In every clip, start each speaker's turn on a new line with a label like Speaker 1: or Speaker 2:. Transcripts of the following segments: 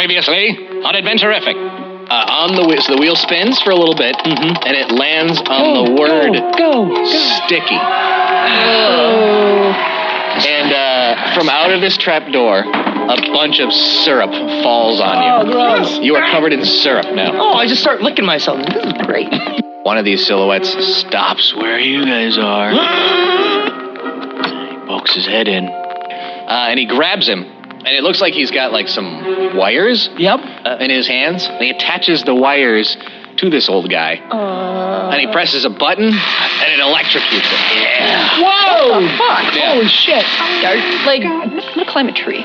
Speaker 1: previously on Adventurific.
Speaker 2: Uh, on the wheel, so the wheel spins for a little bit, mm-hmm, and it lands on the word
Speaker 3: Go, go.
Speaker 2: sticky. And uh, from out of this trap door, a bunch of syrup falls
Speaker 4: Oh,
Speaker 2: on you.
Speaker 3: gross.
Speaker 2: You are covered in syrup now.
Speaker 3: Oh, I just start licking myself. This is great.
Speaker 2: One of these silhouettes stops where you guys are. He pokes his head in, uh, and he grabs him. And it looks like he's got like some wires
Speaker 3: Yep.
Speaker 2: uh, in his hands. And he attaches the wires to this old guy.
Speaker 4: Uh,
Speaker 2: and
Speaker 3: Uh-huh.
Speaker 2: he presses a button, and it electrocutes him. Yeah.
Speaker 3: Whoa!
Speaker 4: Fuck.
Speaker 2: Yeah.
Speaker 3: Holy shit.
Speaker 4: Like, I'm gonna climb a tree.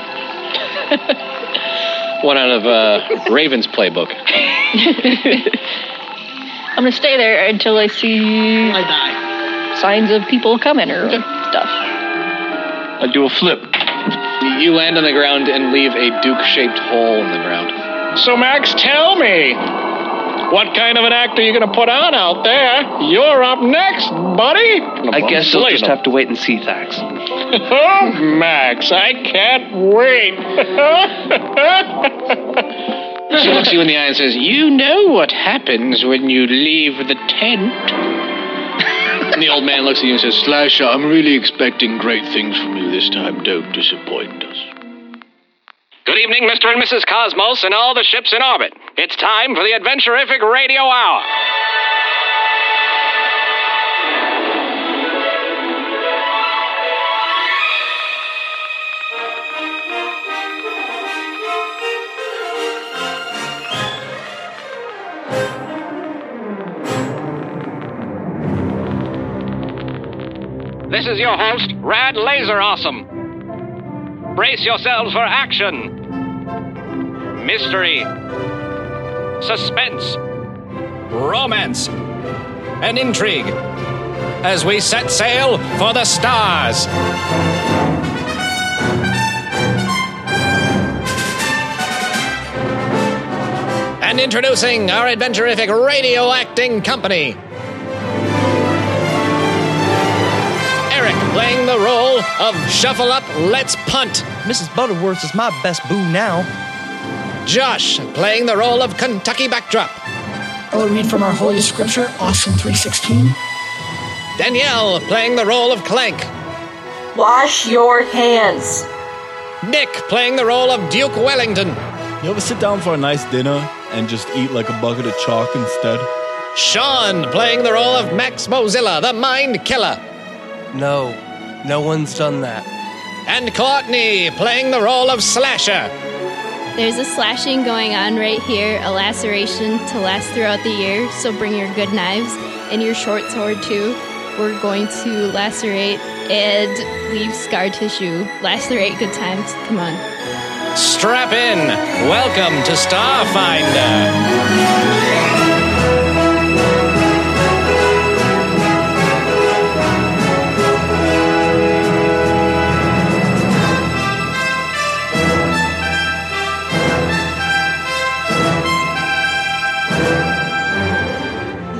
Speaker 2: One out of uh, Raven's playbook.
Speaker 4: I'm gonna stay there until I see
Speaker 3: I die.
Speaker 4: signs of people coming or stuff.
Speaker 5: I do a flip.
Speaker 2: You land on the ground and leave a Duke-shaped hole in the ground.
Speaker 1: So, Max, tell me, what kind of an act are you going to put on out there? You're up next, buddy.
Speaker 5: I guess we'll just
Speaker 1: Slater.
Speaker 5: have to wait and see, Thax.
Speaker 1: Oh, Max, I can't wait.
Speaker 2: She looks you in the eye and says, "You know what happens when you leave the tent." and the old man looks at you and says, "Slasher, I'm really expecting great things from you this time. Don't disappoint us."
Speaker 1: Good evening, Mr. and Mrs. Cosmos, and all the ships in orbit. It's time for the Adventurific Radio Hour. This is your host, Rad Laser Awesome. Brace yourselves for action mystery, suspense, romance, and intrigue as we set sail for the stars. And introducing our adventurific radio acting company. Eric playing the role of Shuffle Up Let's Punt.
Speaker 6: Mrs. Butterworth is my best boo now.
Speaker 1: Josh playing the role of Kentucky Backdrop.
Speaker 7: I will read from our holy scripture, Austin 3.16.
Speaker 1: Danielle playing the role of Clank.
Speaker 8: Wash your hands.
Speaker 1: Nick playing the role of Duke Wellington.
Speaker 9: You ever sit down for a nice dinner and just eat like a bucket of chalk instead?
Speaker 1: Sean playing the role of Max Mozilla, the Mind Killer.
Speaker 6: No, no one's done that.
Speaker 1: And Courtney playing the role of Slasher.
Speaker 10: There's a slashing going on right here, a laceration to last throughout the year, so bring your good knives and your short sword too. We're going to lacerate and leave scar tissue. Lacerate good times. Come on.
Speaker 1: Strap in. Welcome to Starfinder.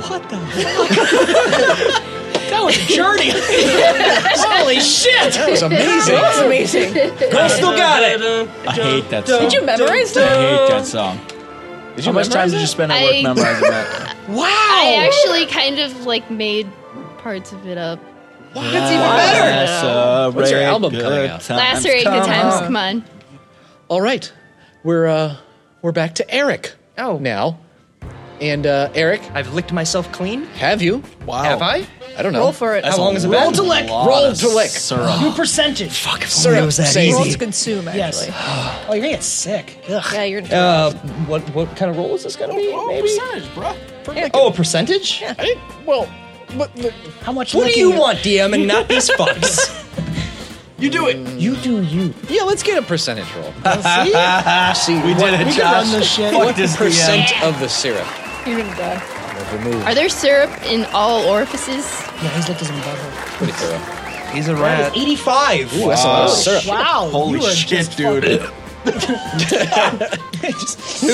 Speaker 6: What the?
Speaker 3: That was a journey. Holy shit. That was amazing.
Speaker 8: That was amazing.
Speaker 3: I still got it.
Speaker 9: I hate that song.
Speaker 8: Did you memorize
Speaker 9: I
Speaker 8: that?
Speaker 9: hate that song.
Speaker 6: How much time did you spend at work
Speaker 10: I-
Speaker 6: memorizing that?
Speaker 3: Wow.
Speaker 10: I actually kind of like made parts of it up.
Speaker 3: That's even better.
Speaker 9: When's
Speaker 5: your album coming out?
Speaker 10: Lacerate good times. Come on.
Speaker 2: All right, we're uh, we're back to Eric.
Speaker 6: Oh.
Speaker 2: now, and uh, Eric,
Speaker 6: I've licked myself clean.
Speaker 2: have you? Wow,
Speaker 6: Have I?
Speaker 2: I don't know.
Speaker 6: Roll for it. How long has it
Speaker 3: Roll
Speaker 6: been?
Speaker 3: to lick.
Speaker 2: Roll to lick.
Speaker 7: New percentage. Fuck, if
Speaker 2: Syrup saves
Speaker 7: easy.
Speaker 8: World to consume, actually.
Speaker 7: Yes. Oh, you're gonna get sick. Ugh.
Speaker 8: Yeah, you're in
Speaker 6: Uh,
Speaker 8: trouble.
Speaker 6: what what kind of roll is this gonna be? Maybe.
Speaker 7: percentage, bro.
Speaker 6: Oh, a percentage?
Speaker 2: Well, but, but
Speaker 7: How much?
Speaker 6: What do
Speaker 7: licking
Speaker 6: you want, DM, and not these fucks?
Speaker 3: You do it.
Speaker 6: you do you.
Speaker 2: yeah, let's get a percentage roll.
Speaker 6: See,
Speaker 9: We did it,
Speaker 7: We can
Speaker 9: Josh.
Speaker 7: run this shit.
Speaker 9: Fuck
Speaker 7: What
Speaker 9: this
Speaker 2: Percent of the syrup.
Speaker 8: You're gonna die.
Speaker 10: Are there syrup in all orifices?
Speaker 7: Yeah, he's licked his own butthole.
Speaker 2: Pretty thorough.
Speaker 6: he's a rat.
Speaker 3: 85.
Speaker 9: DM. Wow.
Speaker 7: Wow.
Speaker 9: Holy
Speaker 7: you are
Speaker 9: shit,
Speaker 7: just
Speaker 9: dude.
Speaker 6: It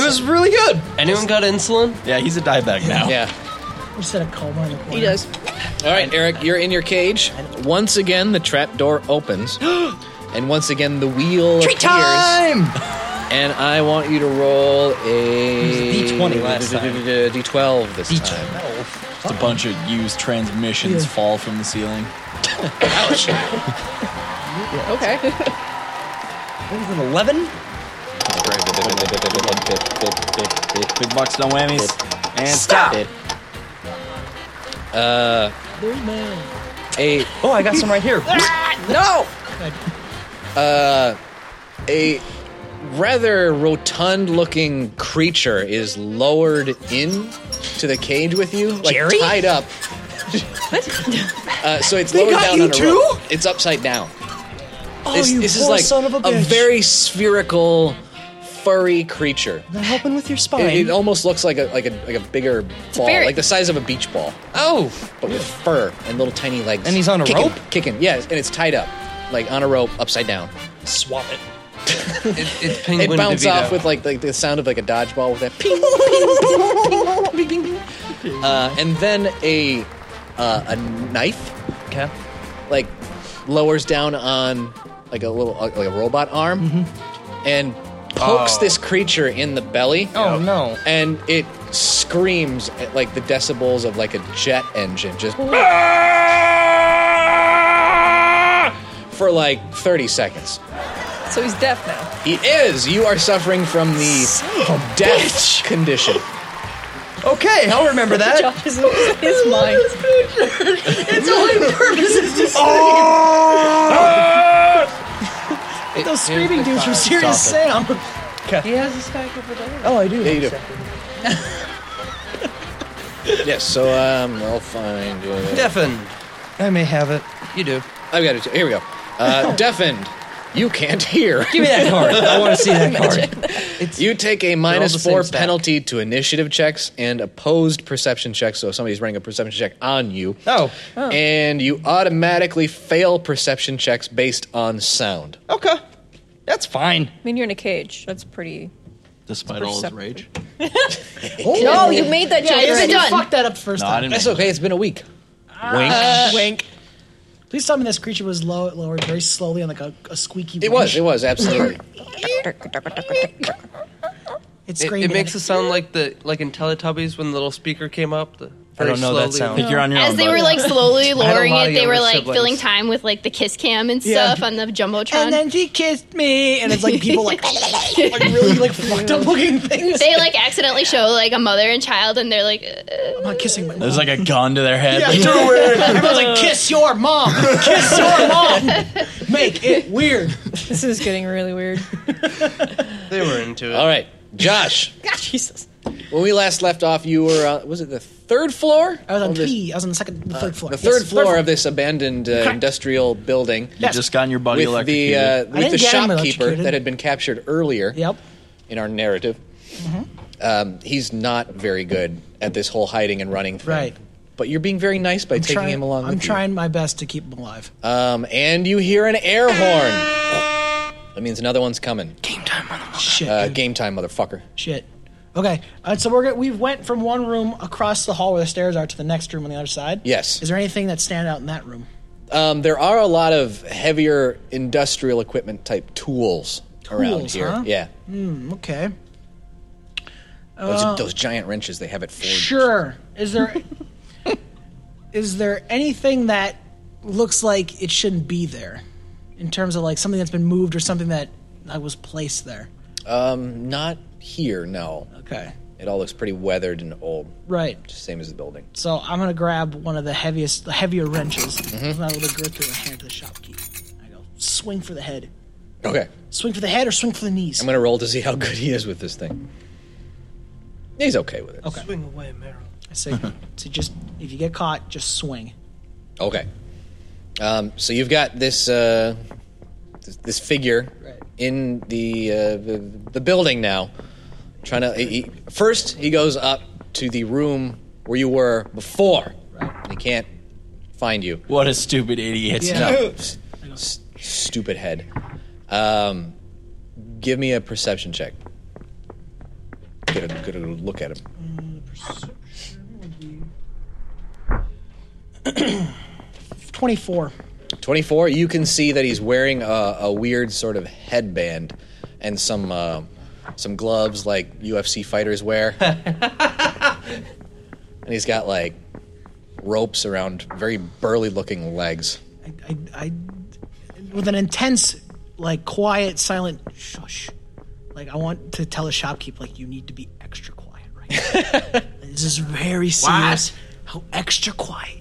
Speaker 6: was really good. Anyone got insulin?
Speaker 9: Yeah, he's a dieback now.
Speaker 2: Yeah.
Speaker 7: fucking set a coma in the corner.
Speaker 8: He does.
Speaker 2: All right, Eric, you're in your cage. Once again, the trap door opens, and once again, the wheel appears. And I want you to roll a
Speaker 9: It was a D20 last time.
Speaker 2: D12 this
Speaker 9: D12.
Speaker 2: time.
Speaker 9: Just a bunch of used transmissions
Speaker 2: Yeah.
Speaker 9: fall from the ceiling.
Speaker 11: Okay.
Speaker 6: What is it, 11?
Speaker 9: Big bucks, no whammies. And
Speaker 6: Stop.
Speaker 9: stop.
Speaker 2: Uh, a
Speaker 6: oh, I got some right here.
Speaker 7: Ah,
Speaker 2: no. Uh, a rather rotund-looking creature is lowered in to the cage with you, like
Speaker 7: Jerry?
Speaker 2: tied up. Uh, so it's
Speaker 7: They
Speaker 2: lowered
Speaker 7: got
Speaker 2: down
Speaker 7: you
Speaker 2: on a
Speaker 7: too?
Speaker 2: rope. It's upside down.
Speaker 7: Oh,
Speaker 2: this
Speaker 7: you
Speaker 2: this
Speaker 7: poor
Speaker 2: is like
Speaker 7: son of a bitch.
Speaker 2: very spherical, furry creature.
Speaker 7: Not helping with your spine.
Speaker 2: It, it almost looks like a like a like a bigger ball,
Speaker 7: ferret.
Speaker 2: like the size of a beach ball. Oh, but with fur and little tiny legs.
Speaker 6: And he's on a
Speaker 2: Kicking-
Speaker 6: rope?
Speaker 2: kicking. Yeah, and it's tied up, like on a rope, upside down.
Speaker 6: Swap it.
Speaker 2: It's
Speaker 6: Penguin
Speaker 2: It bounce
Speaker 6: DeVito.
Speaker 2: off with like, like the sound of like a dodgeball with that ping. Uh, and then a uh, a knife.
Speaker 6: Okay.
Speaker 2: Like lowers down on like a little like a robot arm and pokes
Speaker 6: Mm-hmm. Oh.
Speaker 2: this creature in the belly.
Speaker 6: Oh, no.
Speaker 2: And it screams at like the decibels of like a jet engine just for like 30 seconds.
Speaker 11: So he's deaf now.
Speaker 2: He is. You are suffering from the death condition.
Speaker 6: Okay, I'll remember that.
Speaker 11: Josh is losing his mind.
Speaker 7: It's only purpose is just
Speaker 2: It-
Speaker 7: Those screaming
Speaker 2: it-
Speaker 7: dudes from
Speaker 2: stop
Speaker 7: Serious
Speaker 2: it.
Speaker 7: Sam.
Speaker 6: He
Speaker 11: has a stack over there.
Speaker 6: Oh, I do.
Speaker 2: Yeah, you do. yes, so um, I'll find you.
Speaker 6: Deafened. I may have it. You do.
Speaker 2: I've got it. Here we go. Uh, deafened. You can't hear.
Speaker 6: Give me that card. I wanna see that card.
Speaker 2: you take a
Speaker 6: the
Speaker 2: minus
Speaker 6: same
Speaker 2: four
Speaker 6: stack.
Speaker 2: penalty to initiative checks and opposed perception checks. So if somebody's running a perception check on you.
Speaker 6: Oh.
Speaker 2: And you automatically fail perception checks based on sound.
Speaker 6: Okay. That's fine.
Speaker 11: I mean, you're in a cage. That's pretty.
Speaker 2: Despite
Speaker 11: all his
Speaker 2: rage.
Speaker 11: No, Oh, you made that
Speaker 7: Yeah,
Speaker 11: joke.
Speaker 7: you
Speaker 11: already.
Speaker 7: done. fucked that up the first
Speaker 2: No, I
Speaker 7: time.
Speaker 2: didn't That's make okay, it's been a week. Wink.
Speaker 7: wink. Please tell me this creature was low, lowered very slowly on like a, a squeaky.
Speaker 2: It was. It was absolutely.
Speaker 7: It's
Speaker 5: It,
Speaker 7: screaming.
Speaker 5: it makes it sound like the like in Teletubbies when the little speaker came up. The, very
Speaker 6: don't know that
Speaker 5: slowly.
Speaker 6: sound. Think you're on your
Speaker 10: As they were like slowly
Speaker 5: I don't
Speaker 10: lowering
Speaker 5: want
Speaker 10: it, they
Speaker 5: younger
Speaker 10: were like
Speaker 5: siblings.
Speaker 10: filling time with like the kiss cam and
Speaker 7: Yeah.
Speaker 10: stuff on the jumbotron.
Speaker 7: And then she kissed me, and it's like people like, like really like fucked up looking things.
Speaker 10: they like accidentally show like a mother and child, and they're like, uh,
Speaker 7: I'm not kissing my.
Speaker 9: There's like a gun to their head.
Speaker 7: Yeah,
Speaker 9: Like,
Speaker 7: do it. Everyone's like, kiss your mom, kiss your mom. Make it weird.
Speaker 11: This is getting really weird.
Speaker 5: They were into it.
Speaker 2: All right, Josh.
Speaker 11: Jesus.
Speaker 2: When we last left off, you were uh, was it the third floor?
Speaker 7: I was on
Speaker 2: Of this-
Speaker 7: P. I was on the second, the third floor.
Speaker 2: the
Speaker 7: Yes,
Speaker 2: third floor of this abandoned uh,
Speaker 7: Correct.
Speaker 2: industrial building. You
Speaker 7: Yes.
Speaker 9: just got your buddy
Speaker 2: with the
Speaker 9: electrocuted.
Speaker 2: uh,
Speaker 9: I
Speaker 2: with
Speaker 9: didn't
Speaker 2: the
Speaker 9: get him
Speaker 2: shopkeeper
Speaker 9: electrocuted.
Speaker 2: that had been captured earlier.
Speaker 7: Yep.
Speaker 2: In our narrative,
Speaker 7: Mm-hmm.
Speaker 2: um, he's not very good at this whole hiding and running thing.
Speaker 7: Right.
Speaker 2: But you're being very nice by taking
Speaker 7: trying-
Speaker 2: him along.
Speaker 7: I'm
Speaker 2: with you.
Speaker 7: trying my best to keep him alive.
Speaker 2: Um, and you hear an air horn. That means another one's coming. Game time, motherfucker. uh, game time, motherfucker.
Speaker 7: Shit. Okay, uh, so we're go- we went from one room across the hall where the stairs are to the next room on the other side.
Speaker 2: Yes.
Speaker 7: Is there anything that stand out in that room?
Speaker 2: Um, there are a lot of heavier industrial equipment type tools, around
Speaker 7: Tools,
Speaker 2: here.
Speaker 7: huh?
Speaker 2: Yeah.
Speaker 7: Hmm. Okay.
Speaker 2: Those,
Speaker 7: Uh,
Speaker 2: those giant wrenches they have at Ford.
Speaker 7: Sure. Is there is there anything that looks like it shouldn't be there in terms of like something that's been moved or something that I was placed there?
Speaker 2: Um, not here, no.
Speaker 7: Okay.
Speaker 2: It all looks pretty weathered and old.
Speaker 7: Right.
Speaker 2: Just same as the building.
Speaker 7: So I'm gonna grab one of the heaviest, the heavier wrenches.
Speaker 2: Mm-hmm.
Speaker 7: I'm gonna grip through and hand it to the shopkeeper. I go swing for the head,
Speaker 2: Okay.
Speaker 7: swing for the head, or swing for the knees.
Speaker 2: I'm going to roll to see how good he is with this thing. He's okay with it.
Speaker 7: Okay. Swing away, Meryl. I say, so just if you get caught, just swing.
Speaker 2: Okay. Um, so you've got this uh, this, this figure in the, uh, the the building now, trying to. He, he- first, he goes up to the room where you were before. He can't find you.
Speaker 9: What a stupid idiot.
Speaker 2: No. S- s- stupid head. Um, give me a perception check. Get a good look at him.
Speaker 7: Twenty-four.
Speaker 2: 24 you can see that he's wearing a, a weird sort of headband and some uh, some gloves like UFC fighters wear. and he's got like ropes around very burly looking legs.
Speaker 7: I, I, with an intense, like quiet, silent shush. Like I want to tell the shopkeep, like you need to be extra quiet right now. this is very serious. How extra quiet.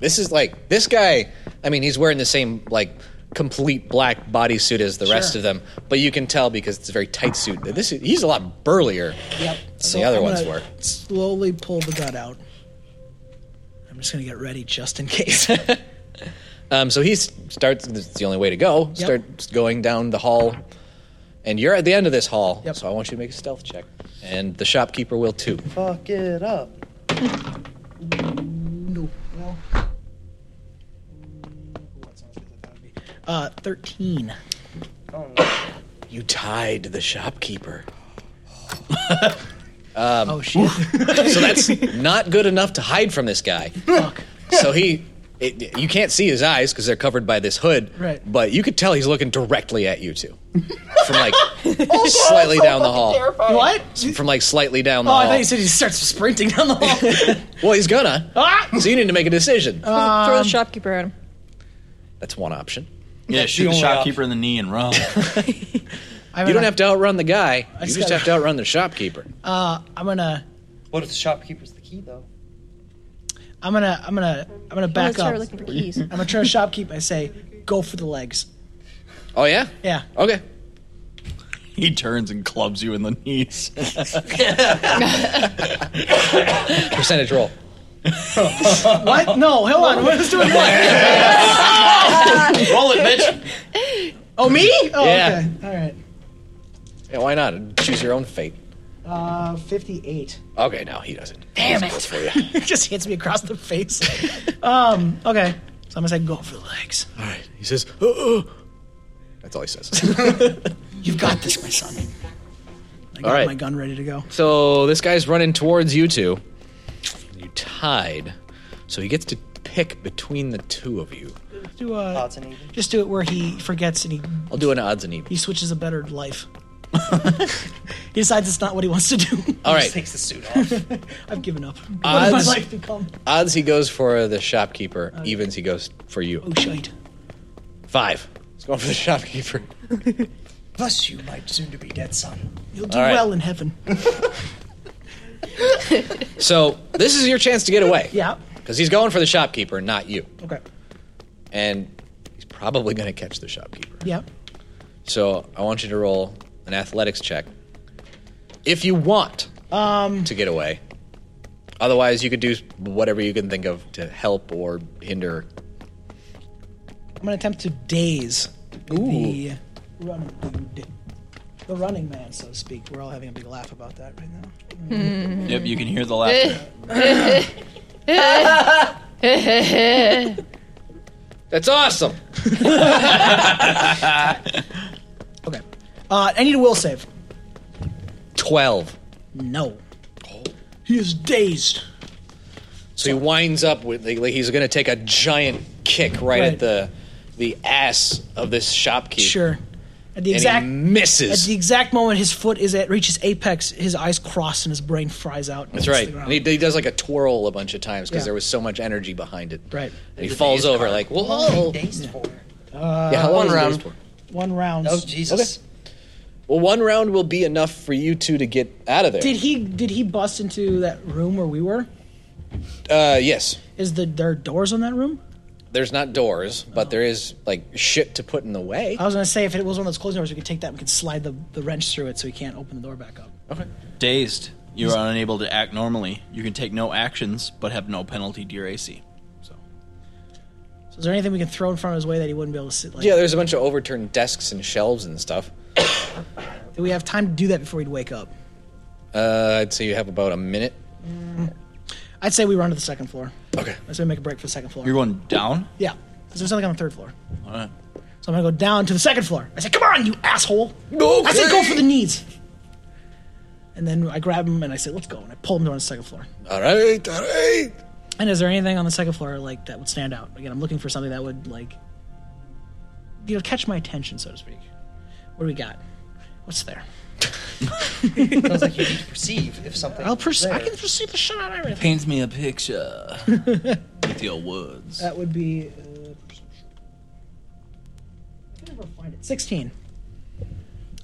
Speaker 2: This is like this guy. I mean, he's wearing the same like complete black bodysuit as the rest
Speaker 7: Sure.
Speaker 2: of them, but you can tell because it's a very tight suit. that This is, he's a lot burlier
Speaker 7: Yep.
Speaker 2: than the other
Speaker 7: I'm
Speaker 2: ones
Speaker 7: gonna
Speaker 2: were.
Speaker 7: Slowly pull the gun out. I'm just gonna get ready just in case.
Speaker 2: Um, so he s- starts. It's the only way to go. Starts going down the hall, and you're at the end of this hall. So I want you to make a stealth check, and the shopkeeper will too.
Speaker 5: Fuck it up.
Speaker 7: no. Well. Uh, thirteen.
Speaker 2: You tied the shopkeeper. um,
Speaker 7: oh shit!
Speaker 2: so that's not good enough to hide from this guy. So he, it, you can't see his eyes because they're covered by this hood.
Speaker 7: Right.
Speaker 2: But you could tell he's looking directly at you two, from like slightly down the hall.
Speaker 7: What?
Speaker 2: From like slightly down the
Speaker 7: oh,
Speaker 2: hall.
Speaker 7: I thought you said Oh, he starts sprinting down the Ah! hall.
Speaker 2: well, he's gonna. So you need to make a decision.
Speaker 11: Throw the shopkeeper at him.
Speaker 2: That's one option.
Speaker 9: Yeah,
Speaker 2: That's
Speaker 9: shoot
Speaker 2: the
Speaker 9: the
Speaker 2: only
Speaker 9: shopkeeper in the knee and run.
Speaker 2: you don't have to outrun the guy. You
Speaker 7: just
Speaker 2: just,
Speaker 7: gotta-
Speaker 2: have to outrun the shopkeeper.
Speaker 7: Uh, I'm gonna.
Speaker 6: What if the shopkeeper's the key though?
Speaker 7: I'm gonna. I'm gonna. I'm gonna back
Speaker 11: let's try
Speaker 7: up.
Speaker 11: looking for keys.
Speaker 7: I'm gonna turn to shopkeep. I say, go for the legs.
Speaker 2: Oh yeah.
Speaker 7: Yeah.
Speaker 2: Okay.
Speaker 9: He turns and clubs you in the knees.
Speaker 2: Percentage roll.
Speaker 7: what? No, hold on. What is doing what?
Speaker 2: Roll it,
Speaker 7: bitch. Oh, me? Oh,
Speaker 2: Yeah.
Speaker 7: okay. All right.
Speaker 2: Yeah, why not? Choose your own fate.
Speaker 7: Uh, 58.
Speaker 2: Okay, no, he doesn't.
Speaker 7: Damn
Speaker 2: That's
Speaker 7: it.
Speaker 2: both for you.
Speaker 7: it just hits me across the face. um, okay. So I'm gonna say, go for the legs.
Speaker 2: All right. He says, oh, oh. That's all he says.
Speaker 7: You've got this, my son. I got
Speaker 2: All right.
Speaker 7: my gun ready to go.
Speaker 2: So this guy's running towards you two. You tied. So he gets to pick between the two of you.
Speaker 7: Do uh, Just do it where he forgets and he
Speaker 2: I'll do an odds and evens.
Speaker 7: he switches a better life. he decides it's not what he wants to do.
Speaker 2: All right.
Speaker 6: Takes the suit off.
Speaker 7: I've given up. What has
Speaker 2: Odds-
Speaker 7: my life become?
Speaker 2: Odds he goes for the shopkeeper. Evens he goes for you.
Speaker 7: Oh shite.
Speaker 2: Five. He's going for the shopkeeper.
Speaker 7: Bless you, my soon to be dead son. You'll do
Speaker 2: All right.
Speaker 7: well in heaven.
Speaker 2: So this is your chance to get away.
Speaker 7: Yeah.
Speaker 2: Because he's going for the shopkeeper, not you.
Speaker 7: Okay.
Speaker 2: And he's probably going to catch the shopkeeper.
Speaker 7: Yeah.
Speaker 2: So I want you to roll an athletics check. If you want
Speaker 7: Um,
Speaker 2: to get away. Otherwise, you could do whatever you can think of to help or hinder.
Speaker 7: I'm gonna attempt to daze the running dude, the running man, so to speak. We're all having a big laugh about that right now.
Speaker 9: Yep, you can hear the laughter.
Speaker 2: That's awesome.
Speaker 7: Uh, I need a will save.
Speaker 2: 12.
Speaker 7: No. He is dazed.
Speaker 2: So he winds up with like, like he's going to take a giant kick right,
Speaker 7: Right.
Speaker 2: at the the ass of this shopkeeper.
Speaker 7: Sure. At the
Speaker 2: And he
Speaker 7: exact
Speaker 2: misses.
Speaker 7: At the exact moment his foot is at reaches apex, his eyes cross and his brain fries out.
Speaker 2: That's
Speaker 7: Hits
Speaker 2: right.
Speaker 7: the
Speaker 2: And
Speaker 7: ground.
Speaker 2: he, he does like a twirl a bunch of times because
Speaker 7: Yeah.
Speaker 2: there was so much energy behind it.
Speaker 7: Right.
Speaker 2: And he falls over like, whoa.
Speaker 7: Uh,
Speaker 2: Yeah, how long is the dazed for?
Speaker 7: One round.
Speaker 6: Oh, Jesus.
Speaker 2: Well, one round will be enough for you two to get out of there.
Speaker 7: Did he did he bust into that room where we were?
Speaker 2: Uh, yes.
Speaker 7: Is the there are doors on that room?
Speaker 2: There's not doors, but there is like shit to put in the way.
Speaker 7: I was gonna say if it was one of those closing doors, we could take that. and We could slide the, the wrench through it so he can't open the door back up.
Speaker 9: Dazed. You are unable to act normally. You can take no actions, but have no penalty to your AC.
Speaker 7: So is there anything we can throw in front of his way that he wouldn't be able to sit? Like,
Speaker 2: yeah, there's a bunch of overturned desks and shelves and stuff.
Speaker 7: Do we have time to do that before he'd wake up?
Speaker 2: Uh, I'd say you have about a minute.
Speaker 7: I'd say we run to the second floor.
Speaker 2: Okay.
Speaker 7: I'd say we make a break for the second floor.
Speaker 9: You're going down?
Speaker 7: Yeah, because there's nothing on the third floor.
Speaker 9: All right.
Speaker 7: So I'm gonna go down to the second floor. I say, "Come on, you asshole!" I say, "Go for the knees." And then I grab him and I say, "Let's go!" And I pull him down to the second floor.
Speaker 2: All right, all right.
Speaker 7: And is there anything on the second floor like that would stand out? Again, I'm looking for something that would like, you know, catch my attention, so to speak. What do we got? What's there?
Speaker 6: Sounds like you need to perceive if something.
Speaker 7: I'll
Speaker 6: is
Speaker 7: perce- I
Speaker 6: there.
Speaker 7: can perceive the shit out of everything.
Speaker 9: Paint me a picture with your words.
Speaker 7: That would be. Uh, I can never find it. Sixteen.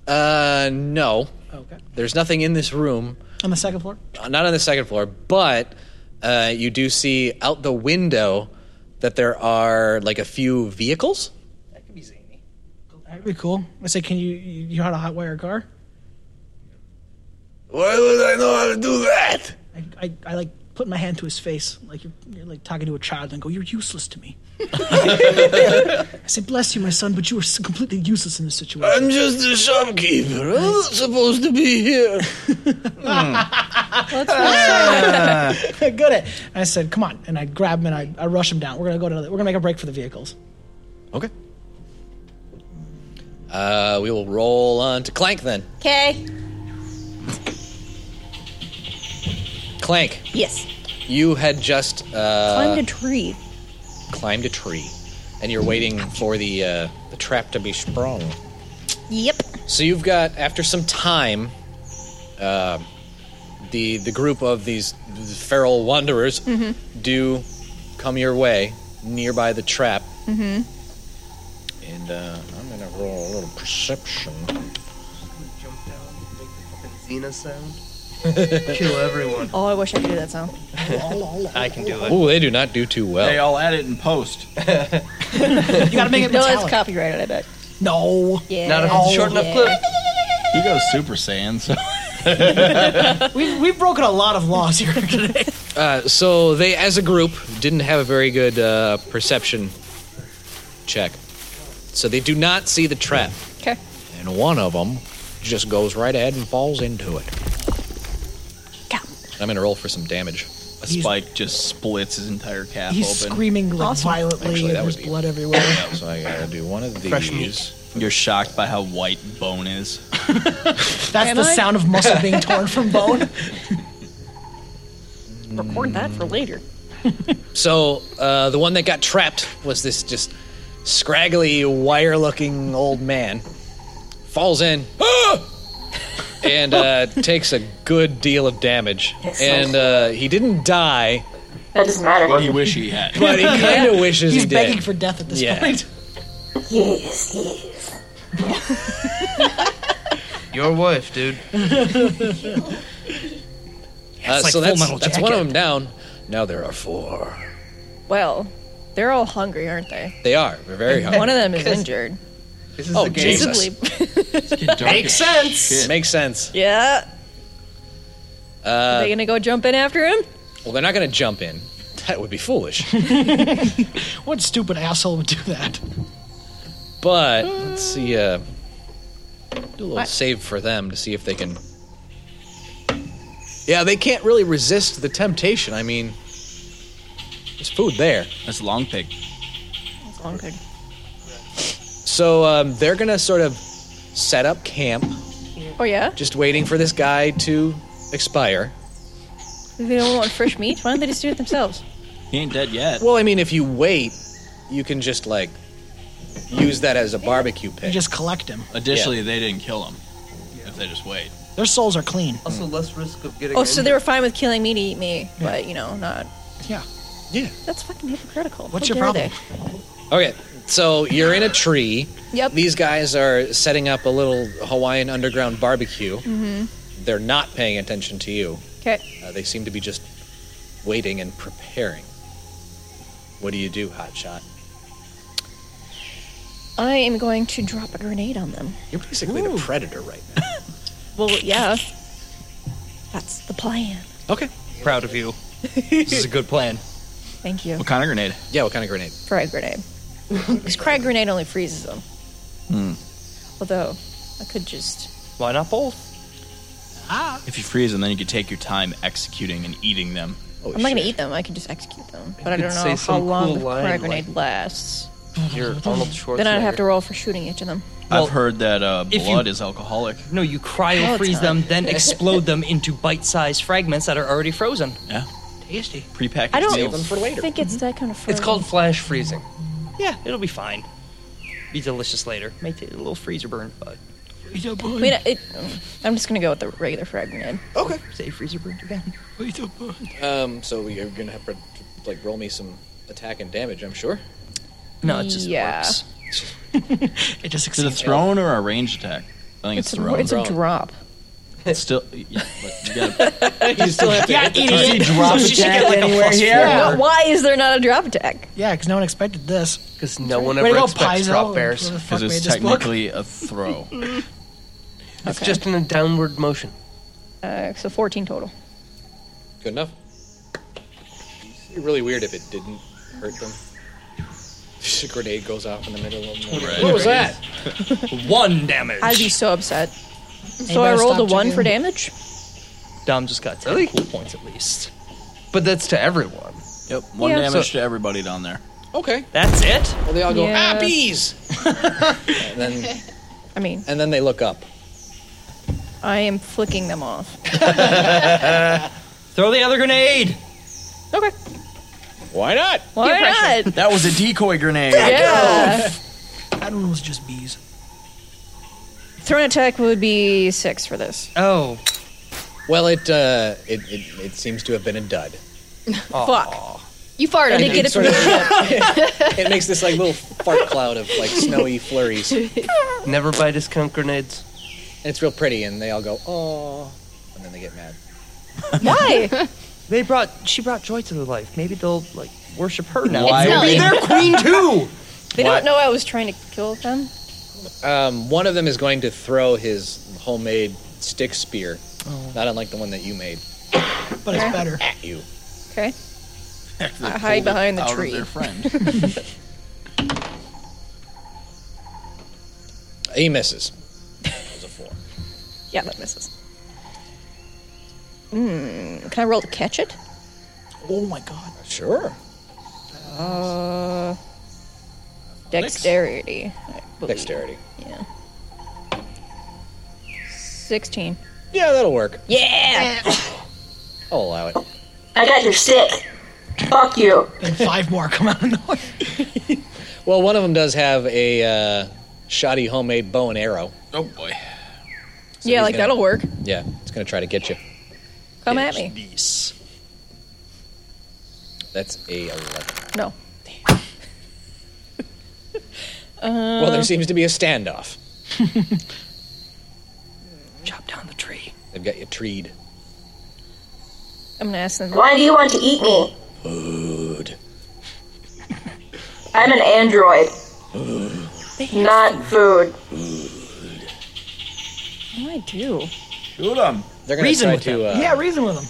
Speaker 2: Uh, no.
Speaker 7: Okay.
Speaker 2: There's nothing in this room.
Speaker 7: On the second floor.
Speaker 2: Not on the second floor, but uh, you do see out the window that there are like a few vehicles.
Speaker 7: That'd be cool. I say, can you you you know how to hotwire a car?
Speaker 2: Why would I know how to do that?
Speaker 7: I, I, I like put my hand to his face, like you're, you're like talking to a child, and go, "You're useless to me." I say, "Bless you, my son, but you are s- completely useless in this situation."
Speaker 12: I'm just a shopkeeper. I'm not supposed to be here.
Speaker 7: Good at. And I said, "Come on!" And I grab him and I, I rush him down. We're gonna go to the, we're gonna make a break for the vehicles.
Speaker 2: Okay. Uh, we will roll on to Clank then.
Speaker 10: Okay.
Speaker 2: Clank,
Speaker 10: Yes.
Speaker 2: you had just uh,
Speaker 4: Climbed a tree.
Speaker 2: climbed a tree, and you're waiting for the uh, the trap to be sprung.
Speaker 4: Yep.
Speaker 2: So you've got after some time, uh, the the group of these feral wanderers
Speaker 10: Mhm.
Speaker 2: do come your way nearby the trap,
Speaker 10: Mm-hmm.
Speaker 2: and uh, I'm gonna roll a little perception.
Speaker 5: Xena sound. Kill everyone.
Speaker 11: Oh, I wish I could do that sound.
Speaker 5: I can do
Speaker 2: Oh, they do not do too well.
Speaker 9: They all add it in post.
Speaker 7: you gotta make it
Speaker 11: No,
Speaker 7: metallic.
Speaker 11: it's copyrighted. I bet.
Speaker 7: No.
Speaker 11: Yeah.
Speaker 9: Not if it's a short enough
Speaker 11: yeah.
Speaker 9: clip. He goes Super Saiyan. So.
Speaker 7: we we've broken a lot of laws here today.
Speaker 2: Uh, so they, as a group, didn't have a very good uh, perception check. So they do not see the trap.
Speaker 11: Okay.
Speaker 2: And one of them just goes right ahead and falls into it. I'm going to roll for some damage.
Speaker 9: A spike just splits his entire calf
Speaker 7: He's
Speaker 9: open.
Speaker 7: screaming like violently.
Speaker 2: Actually,
Speaker 7: and
Speaker 2: that
Speaker 7: there's
Speaker 2: would be-
Speaker 7: blood everywhere.
Speaker 2: So I gotta do one of these.
Speaker 9: Fresh You're shocked by how white bone is.
Speaker 7: That's
Speaker 4: Am
Speaker 7: the
Speaker 4: I?
Speaker 7: sound of muscle being torn from bone.
Speaker 4: Record that for later.
Speaker 2: So uh, the one that got trapped was this just scraggly, wire-looking old man. Falls in "Ah!" and uh, takes a good deal of damage.
Speaker 12: Yes.
Speaker 2: And uh, he didn't die.
Speaker 12: That doesn't matter.
Speaker 9: Well, you wish he had.
Speaker 2: But he kind of
Speaker 7: Yeah.
Speaker 2: wishes
Speaker 7: He's
Speaker 2: he did.
Speaker 7: begging for death at this
Speaker 2: Yeah.
Speaker 7: point.
Speaker 12: Yes, yes.
Speaker 5: Your wife, dude.
Speaker 2: Uh, so
Speaker 5: like Full
Speaker 2: that's,
Speaker 5: Metal
Speaker 2: that's one of
Speaker 5: Jacket.
Speaker 2: them down. Now there are four.
Speaker 11: Well, they're all hungry, aren't they?
Speaker 2: They are. They're very hungry.
Speaker 11: One of them is injured.
Speaker 2: oh, Jesus.
Speaker 11: Makes sense.
Speaker 2: Makes sense.
Speaker 11: Yeah. Are
Speaker 2: Uh,
Speaker 11: they gonna go jump in after him?
Speaker 2: well, they're not going to jump in. That would be foolish.
Speaker 7: What stupid asshole would do that?
Speaker 2: But let's see. Uh, do a little
Speaker 7: What?
Speaker 2: save for them to see if they can. Yeah, they can't really resist the temptation. I mean, there's food there.
Speaker 9: That's long pig.
Speaker 11: That's long pig.
Speaker 2: So um, they're gonna sort of set up camp,
Speaker 11: Oh yeah.
Speaker 2: just waiting for this guy to expire.
Speaker 11: They don't want fresh meat. Why don't they just do it themselves?
Speaker 9: He ain't dead yet.
Speaker 2: Well, I mean, if you wait, you can just like use that as a barbecue pit.
Speaker 7: You just collect him.
Speaker 9: Additionally, they didn't kill him. If they just wait.
Speaker 7: Their souls are clean.
Speaker 5: Also, less risk of getting.
Speaker 11: Oh, so they
Speaker 5: injured.
Speaker 11: were fine with killing me to eat me, but you know, not.
Speaker 7: Yeah.
Speaker 2: Yeah.
Speaker 11: That's fucking hypocritical.
Speaker 2: What's
Speaker 11: How
Speaker 2: your
Speaker 11: dare
Speaker 2: Okay, so you're in a tree.
Speaker 11: Yep.
Speaker 2: These guys are setting up a little Hawaiian underground barbecue.
Speaker 11: They? Mm-hmm.
Speaker 2: They're not paying attention to you.
Speaker 11: Okay.
Speaker 2: Uh, they seem to be just waiting and preparing. What do you do, Hotshot?
Speaker 11: I am going to drop a grenade on them.
Speaker 2: You're basically the predator right now.
Speaker 11: Well, yeah. That's the plan.
Speaker 2: Okay.
Speaker 5: Proud of you. this is a good plan.
Speaker 11: Thank you.
Speaker 9: kind of grenade?
Speaker 2: Yeah, what kind of grenade?
Speaker 11: Frag grenade. Because frag grenade only freezes them.
Speaker 4: Hmm.
Speaker 11: Although, I could just.
Speaker 9: Why not both?
Speaker 11: Ah.
Speaker 9: If you freeze them, then you could take your time executing and eating them.
Speaker 11: I'm not gonna eat them. I could just execute them. But I
Speaker 9: could
Speaker 11: don't
Speaker 9: say
Speaker 11: know how
Speaker 9: some
Speaker 11: long
Speaker 9: cool
Speaker 11: the
Speaker 9: line,
Speaker 11: frag grenade lasts.
Speaker 5: You're Arnold Schwarzenegger.
Speaker 11: Then I'd have to roll for shooting each of them.
Speaker 9: I've heard that uh,
Speaker 5: if you-
Speaker 9: blood is alcoholic.
Speaker 5: No, you
Speaker 11: No,
Speaker 5: cryo
Speaker 11: it's
Speaker 5: freeze
Speaker 11: not.
Speaker 5: them, then explode them into bite-sized fragments that are already frozen.
Speaker 9: Yeah.
Speaker 5: Tasty.
Speaker 9: Prepackaged
Speaker 11: I don't
Speaker 5: Save them for later.
Speaker 11: think it's that kind of. Frag.
Speaker 5: It's called flash freezing. Yeah, it'll be fine. Be delicious later. May take a little freezer burn, but
Speaker 4: I mean, it, I'm just gonna go with the regular frag grenade.
Speaker 13: Okay.
Speaker 4: Say freezer burn again.
Speaker 2: Um, so you're gonna have to like roll me some attack and damage, I'm sure.
Speaker 13: No, it just
Speaker 4: yeah.
Speaker 13: works.
Speaker 7: It just
Speaker 9: Is it a thrown or a range attack? I think it's,
Speaker 4: It's, a-
Speaker 9: thrown.
Speaker 4: it's a drop.
Speaker 9: It's still. Yeah, but you gotta,
Speaker 7: You still have to Yeah, hit the idiot. target.
Speaker 9: Does he drop
Speaker 7: So she should
Speaker 9: attack
Speaker 7: get, like, a
Speaker 9: anywhere
Speaker 7: plus
Speaker 9: here?
Speaker 7: four.
Speaker 4: Why- Why is there not a drop attack?
Speaker 7: Yeah, because no one expected this. Because
Speaker 11: no one
Speaker 7: Way to
Speaker 11: ever
Speaker 7: go,
Speaker 11: expects
Speaker 7: Paizo,
Speaker 11: drop bears.
Speaker 7: whoever the fuck
Speaker 9: Because it's
Speaker 7: made this book.
Speaker 9: technically a throw.
Speaker 11: It's
Speaker 4: Okay.
Speaker 11: just in a downward motion.
Speaker 4: Uh, so 14 total.
Speaker 2: Good enough. It'd be really weird if it didn't hurt them. Just a grenade goes off in the middle of them.
Speaker 9: Right.
Speaker 2: What was that?
Speaker 13: One damage.
Speaker 4: I'd be so upset. So
Speaker 11: Anybody
Speaker 4: I rolled a
Speaker 11: stop
Speaker 4: one
Speaker 11: chicken?
Speaker 4: for damage.
Speaker 13: Dom just got 10
Speaker 11: Really?
Speaker 13: cool points at least.
Speaker 11: But that's to everyone.
Speaker 9: Yep, one
Speaker 11: Yeah.
Speaker 9: damage
Speaker 11: So-
Speaker 9: to everybody down there.
Speaker 2: Okay.
Speaker 13: That's it?
Speaker 2: Well, they all go,
Speaker 4: Yeah.
Speaker 2: ah, bees! and, then,
Speaker 4: I mean,
Speaker 2: and then they look up.
Speaker 4: I am flicking them off.
Speaker 13: Throw the other grenade.
Speaker 4: Okay.
Speaker 14: Why not?
Speaker 4: Why not?
Speaker 9: That was a decoy grenade.
Speaker 4: Yeah.
Speaker 7: That one was just bees.
Speaker 4: Thrown attack would be six for this.
Speaker 2: Oh. Well, it, uh, it, it, it seems to have been a dud.
Speaker 4: Fuck.
Speaker 10: You farted.
Speaker 4: I did get it from
Speaker 2: Sort of-
Speaker 4: the
Speaker 2: it makes this like little fart cloud of like snowy flurries.
Speaker 11: Never buy discount grenades.
Speaker 2: It's real pretty, and they all go, oh, and then they get mad.
Speaker 4: Why?
Speaker 11: they brought. She brought joy to their life. Maybe they'll like worship her now.
Speaker 2: Why
Speaker 11: They'll be
Speaker 2: would-
Speaker 11: their queen too.
Speaker 4: They
Speaker 2: What?
Speaker 4: don't know I was trying to kill them.
Speaker 2: Um, one of them is going to throw his homemade stick spear,
Speaker 4: Oh.
Speaker 2: not unlike the one that you made,
Speaker 7: But it's better.
Speaker 2: at you.
Speaker 4: Okay.
Speaker 9: They
Speaker 4: I
Speaker 9: pulled it
Speaker 4: hide behind the
Speaker 9: out of
Speaker 4: tree.
Speaker 9: their friend.
Speaker 2: He misses. That was a four.
Speaker 4: yeah, that misses. Mm, can I roll to catch it?
Speaker 7: Oh my god.
Speaker 2: Sure.
Speaker 4: Uh, dexterity. I believe.
Speaker 2: Dexterity.
Speaker 4: Yeah. 16.
Speaker 2: Yeah, that'll work.
Speaker 4: Yeah!
Speaker 2: I'll allow it.
Speaker 8: I got your stick. Fuck you.
Speaker 7: And five more come out of nowhere.
Speaker 2: Well, one of them does have a uh, shoddy homemade bow and arrow.
Speaker 9: Oh boy.
Speaker 4: yeah, like
Speaker 2: gonna-
Speaker 4: that'll work.
Speaker 2: Yeah, it's going to try to get you.
Speaker 4: Come at me.
Speaker 2: That's a 11.
Speaker 4: No. Uh,
Speaker 2: well, there seems to be a standoff.
Speaker 11: Chop down the tree.
Speaker 2: They've got you treed.
Speaker 4: I'm gonna ask them.
Speaker 8: Why do you want to eat me?
Speaker 2: Food.
Speaker 8: I'm an android. Not food.
Speaker 4: What do I do?
Speaker 9: Shoot them.
Speaker 2: They're going to try to. Uh,
Speaker 7: yeah, reason with them.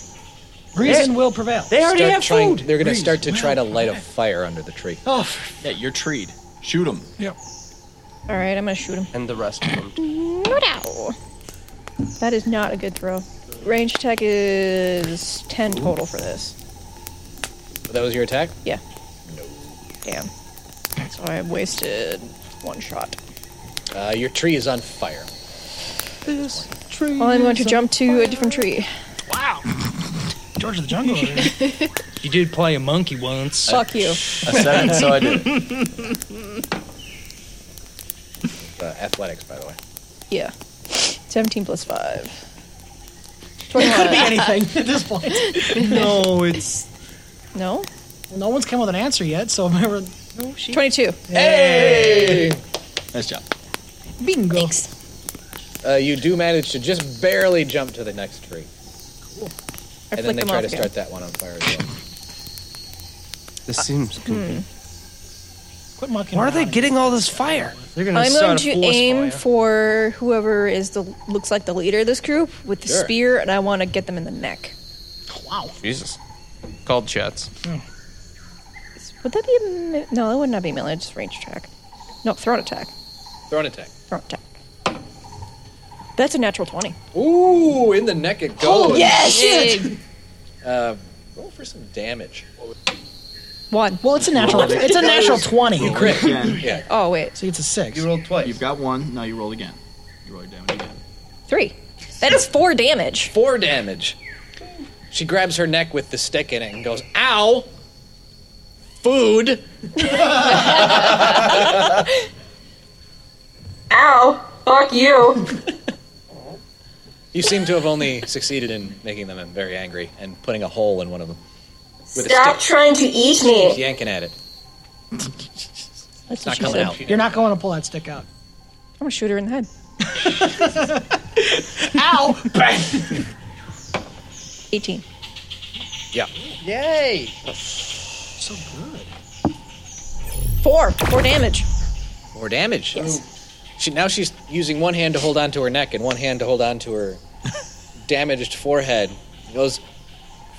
Speaker 7: Reason will prevail. They
Speaker 2: start trying, They're going to start to try to light a fire under the tree.
Speaker 7: Oh,
Speaker 9: Yeah, you're treed. Shoot them.
Speaker 4: All right, I'm gonna shoot him.
Speaker 11: And the rest of them.
Speaker 4: No, no. That is not a good throw. Range attack is 10 total for this.
Speaker 2: That was your attack?
Speaker 4: Yeah. Damn. So I wasted one shot.
Speaker 2: Uh, your tree is on fire.
Speaker 4: This tree. Well, I'm going to
Speaker 7: is a
Speaker 4: jump to a different tree.
Speaker 7: George of the Jungle. over here.
Speaker 13: You did play a monkey once.
Speaker 4: Fuck you.
Speaker 9: seven, so I did
Speaker 2: Uh, athletics, by the way.
Speaker 4: Yeah. 17 plus 5.
Speaker 7: it could
Speaker 4: 21.
Speaker 7: be anything at this point. no, it's.
Speaker 4: No?
Speaker 7: No one's come with an answer yet, so I'm never. No, she.
Speaker 4: 22.
Speaker 2: Hey!
Speaker 9: Nice job.
Speaker 7: Bingo.
Speaker 2: Uh, you do manage to just barely jump to the next tree.
Speaker 4: I
Speaker 2: and then
Speaker 4: flicked
Speaker 2: they
Speaker 4: them
Speaker 2: try
Speaker 4: off
Speaker 2: to
Speaker 4: again.
Speaker 2: start that one on fire as well.
Speaker 11: This seems.
Speaker 4: Hmm.
Speaker 7: Quit mucking.
Speaker 11: Why are they getting all this fire? They're
Speaker 4: I'm going to aim for whoever is the looks like the leader of this group with the
Speaker 11: Sure.
Speaker 4: spear, and I want to get them in the neck.
Speaker 7: Wow.
Speaker 11: Jesus. Called shots.
Speaker 4: Would that be a me- no? That would not be melee. It's just range attack. No, throat attack.
Speaker 2: Throw an attack.
Speaker 4: Throat attack. That's a natural twenty.
Speaker 2: Ooh, in the neck it goes.
Speaker 4: Holy Yeah, shit.
Speaker 2: Uh, roll for some damage.
Speaker 4: One.
Speaker 7: Well, it's a natural.
Speaker 9: Roll it.
Speaker 7: It's a natural twenty.
Speaker 9: You crit. Yeah.
Speaker 4: Oh wait,
Speaker 7: So it's a six.
Speaker 9: You rolled twice. You've got one. Now you roll again. You roll your damage again.
Speaker 4: three. That is four damage.
Speaker 2: Four damage. She grabs her neck with the stick in it and goes, ow! Food!
Speaker 8: Ow. Fuck you.
Speaker 2: You seem to have only succeeded in making them very angry and putting a hole in one of them. With
Speaker 8: Stop
Speaker 2: a stick.
Speaker 8: trying to eat
Speaker 2: She's
Speaker 8: me.
Speaker 2: yanking at it. not
Speaker 7: That's what she
Speaker 2: coming
Speaker 7: said.
Speaker 2: out.
Speaker 7: You're not going to pull that stick out.
Speaker 11: I'm gonna shoot her in the head.
Speaker 7: Ow! Bang!
Speaker 11: 18.
Speaker 2: Yeah.
Speaker 11: Yay!
Speaker 7: So good.
Speaker 11: Four. Four damage.
Speaker 2: More damage. She, now she's using one hand to hold on to her neck and one hand to hold on to her damaged forehead. She goes,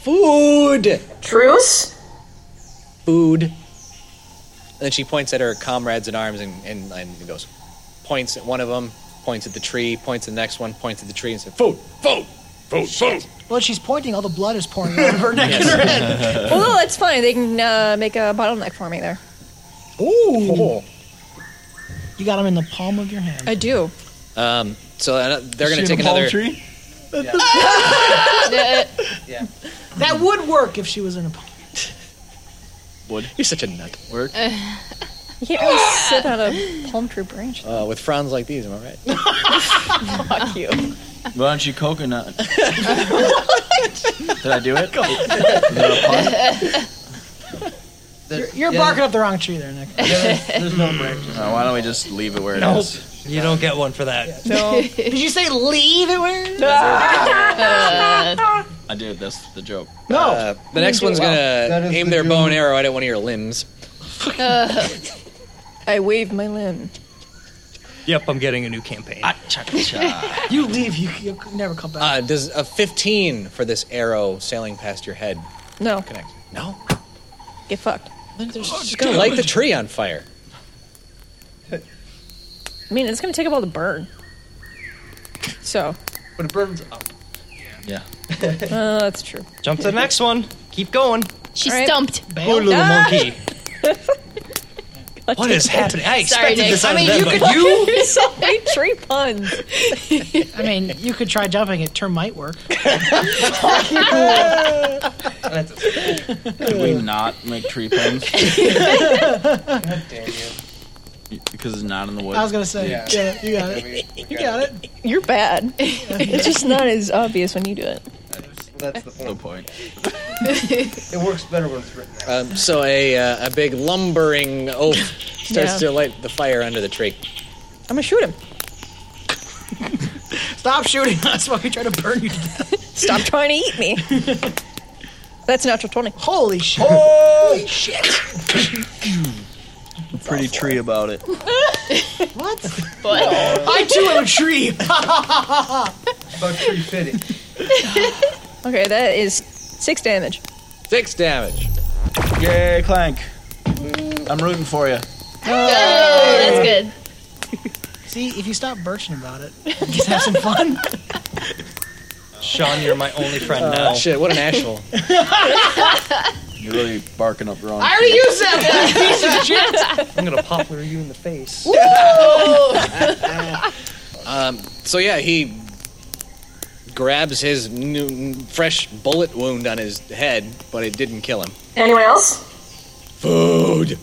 Speaker 2: Food!
Speaker 8: Truce?
Speaker 2: Food. And then she points at her comrades in arms and, and, and goes, points at one of them, points at the tree, points at the next one, points at the tree, and says, Food! Food! Food! Food!
Speaker 7: Well, she's pointing. All the blood is pouring out of her neck and her
Speaker 2: Yes.
Speaker 7: head.
Speaker 11: well, no, that's fine. They can uh, make a bottleneck for me there.
Speaker 7: Ooh! You got him in the palm of your hand.
Speaker 11: I do.
Speaker 2: Um, so uh, they're
Speaker 7: Is
Speaker 2: going to
Speaker 7: she in
Speaker 2: take
Speaker 7: a palm
Speaker 2: another.
Speaker 7: tree?
Speaker 11: yeah.
Speaker 7: That would work if she was in a palm.
Speaker 2: Wood. You're such a nut. Word.
Speaker 11: You can't really sit on a palm tree branch.
Speaker 2: Uh, with frowns like these, am I right?
Speaker 11: Fuck you.
Speaker 9: Why don't you coconut? Did I do it? Is that a pun?
Speaker 7: You're, you're
Speaker 9: yeah.
Speaker 7: barking up the wrong tree there, Nick.
Speaker 9: There's no branches. why don't we just leave it where it is?
Speaker 6: Nope. You don't get one for that.
Speaker 7: No. Did you say leave it where?
Speaker 9: I did. That's the joke.
Speaker 7: No.
Speaker 9: Uh,
Speaker 2: the next one's
Speaker 9: Wow.
Speaker 2: going
Speaker 9: That
Speaker 2: to
Speaker 9: is
Speaker 2: aim
Speaker 9: the
Speaker 2: their
Speaker 9: doom.
Speaker 2: bow and arrow right at one of your limbs.
Speaker 11: Uh, I wave my limb.
Speaker 6: Yep, I'm getting a new campaign.
Speaker 7: you leave. You, you'll never come back.
Speaker 2: Uh, does a 15 for this arrow sailing past your head
Speaker 11: No.
Speaker 2: connect? No.
Speaker 11: Get fucked.
Speaker 2: She's going to light the tree on fire.
Speaker 11: I mean, it's gonna take a while to burn. So.
Speaker 6: But it burns up.
Speaker 9: Yeah.
Speaker 11: Uh, that's true.
Speaker 6: Jump to the next one. Keep going.
Speaker 10: She
Speaker 11: All right.
Speaker 10: stumped.
Speaker 6: Poor little
Speaker 11: Ah!
Speaker 6: monkey. What is happening? I
Speaker 10: Sorry,
Speaker 6: expected
Speaker 10: Nick.
Speaker 6: this out
Speaker 10: I
Speaker 6: of
Speaker 10: mean,
Speaker 6: them,
Speaker 10: you
Speaker 6: but
Speaker 10: could
Speaker 6: you.
Speaker 11: There's so many tree puns.
Speaker 7: I mean, you could try jumping. A term might work.
Speaker 9: Could we not make tree puns? Because it's not in the woods.
Speaker 7: I was gonna say, yeah, you got it. You got it.
Speaker 11: You're bad. It's just not as obvious when you do it.
Speaker 5: That's the point.
Speaker 9: point.
Speaker 5: it works better when it's written.
Speaker 2: Um, so a, uh, a big lumbering oaf starts
Speaker 11: Yeah.
Speaker 2: to light the fire under the tree.
Speaker 11: I'm gonna shoot him.
Speaker 7: Stop shooting us while we try to burn you to death.
Speaker 11: Stop trying to eat me. That's a natural 20.
Speaker 7: Holy shit.
Speaker 9: Holy
Speaker 7: shit.
Speaker 9: Pretty tree about it.
Speaker 7: What? I too am a tree.
Speaker 5: About tree fitting.
Speaker 11: Okay, that is six damage.
Speaker 2: Six damage. Oh,
Speaker 9: Yay, Clank. I'm rooting for you.
Speaker 10: that's good.
Speaker 7: See, if you stop birching about it, just have some fun.
Speaker 6: Sean, you're my only friend now.
Speaker 2: Shit, what an asshole.
Speaker 9: You're really barking up wrong.
Speaker 7: I already used that
Speaker 6: I'm gonna poplar you in the face.
Speaker 2: Um, so yeah, he grabs his new fresh bullet wound on his head, but it didn't kill him.
Speaker 8: Anyone else?
Speaker 2: Food.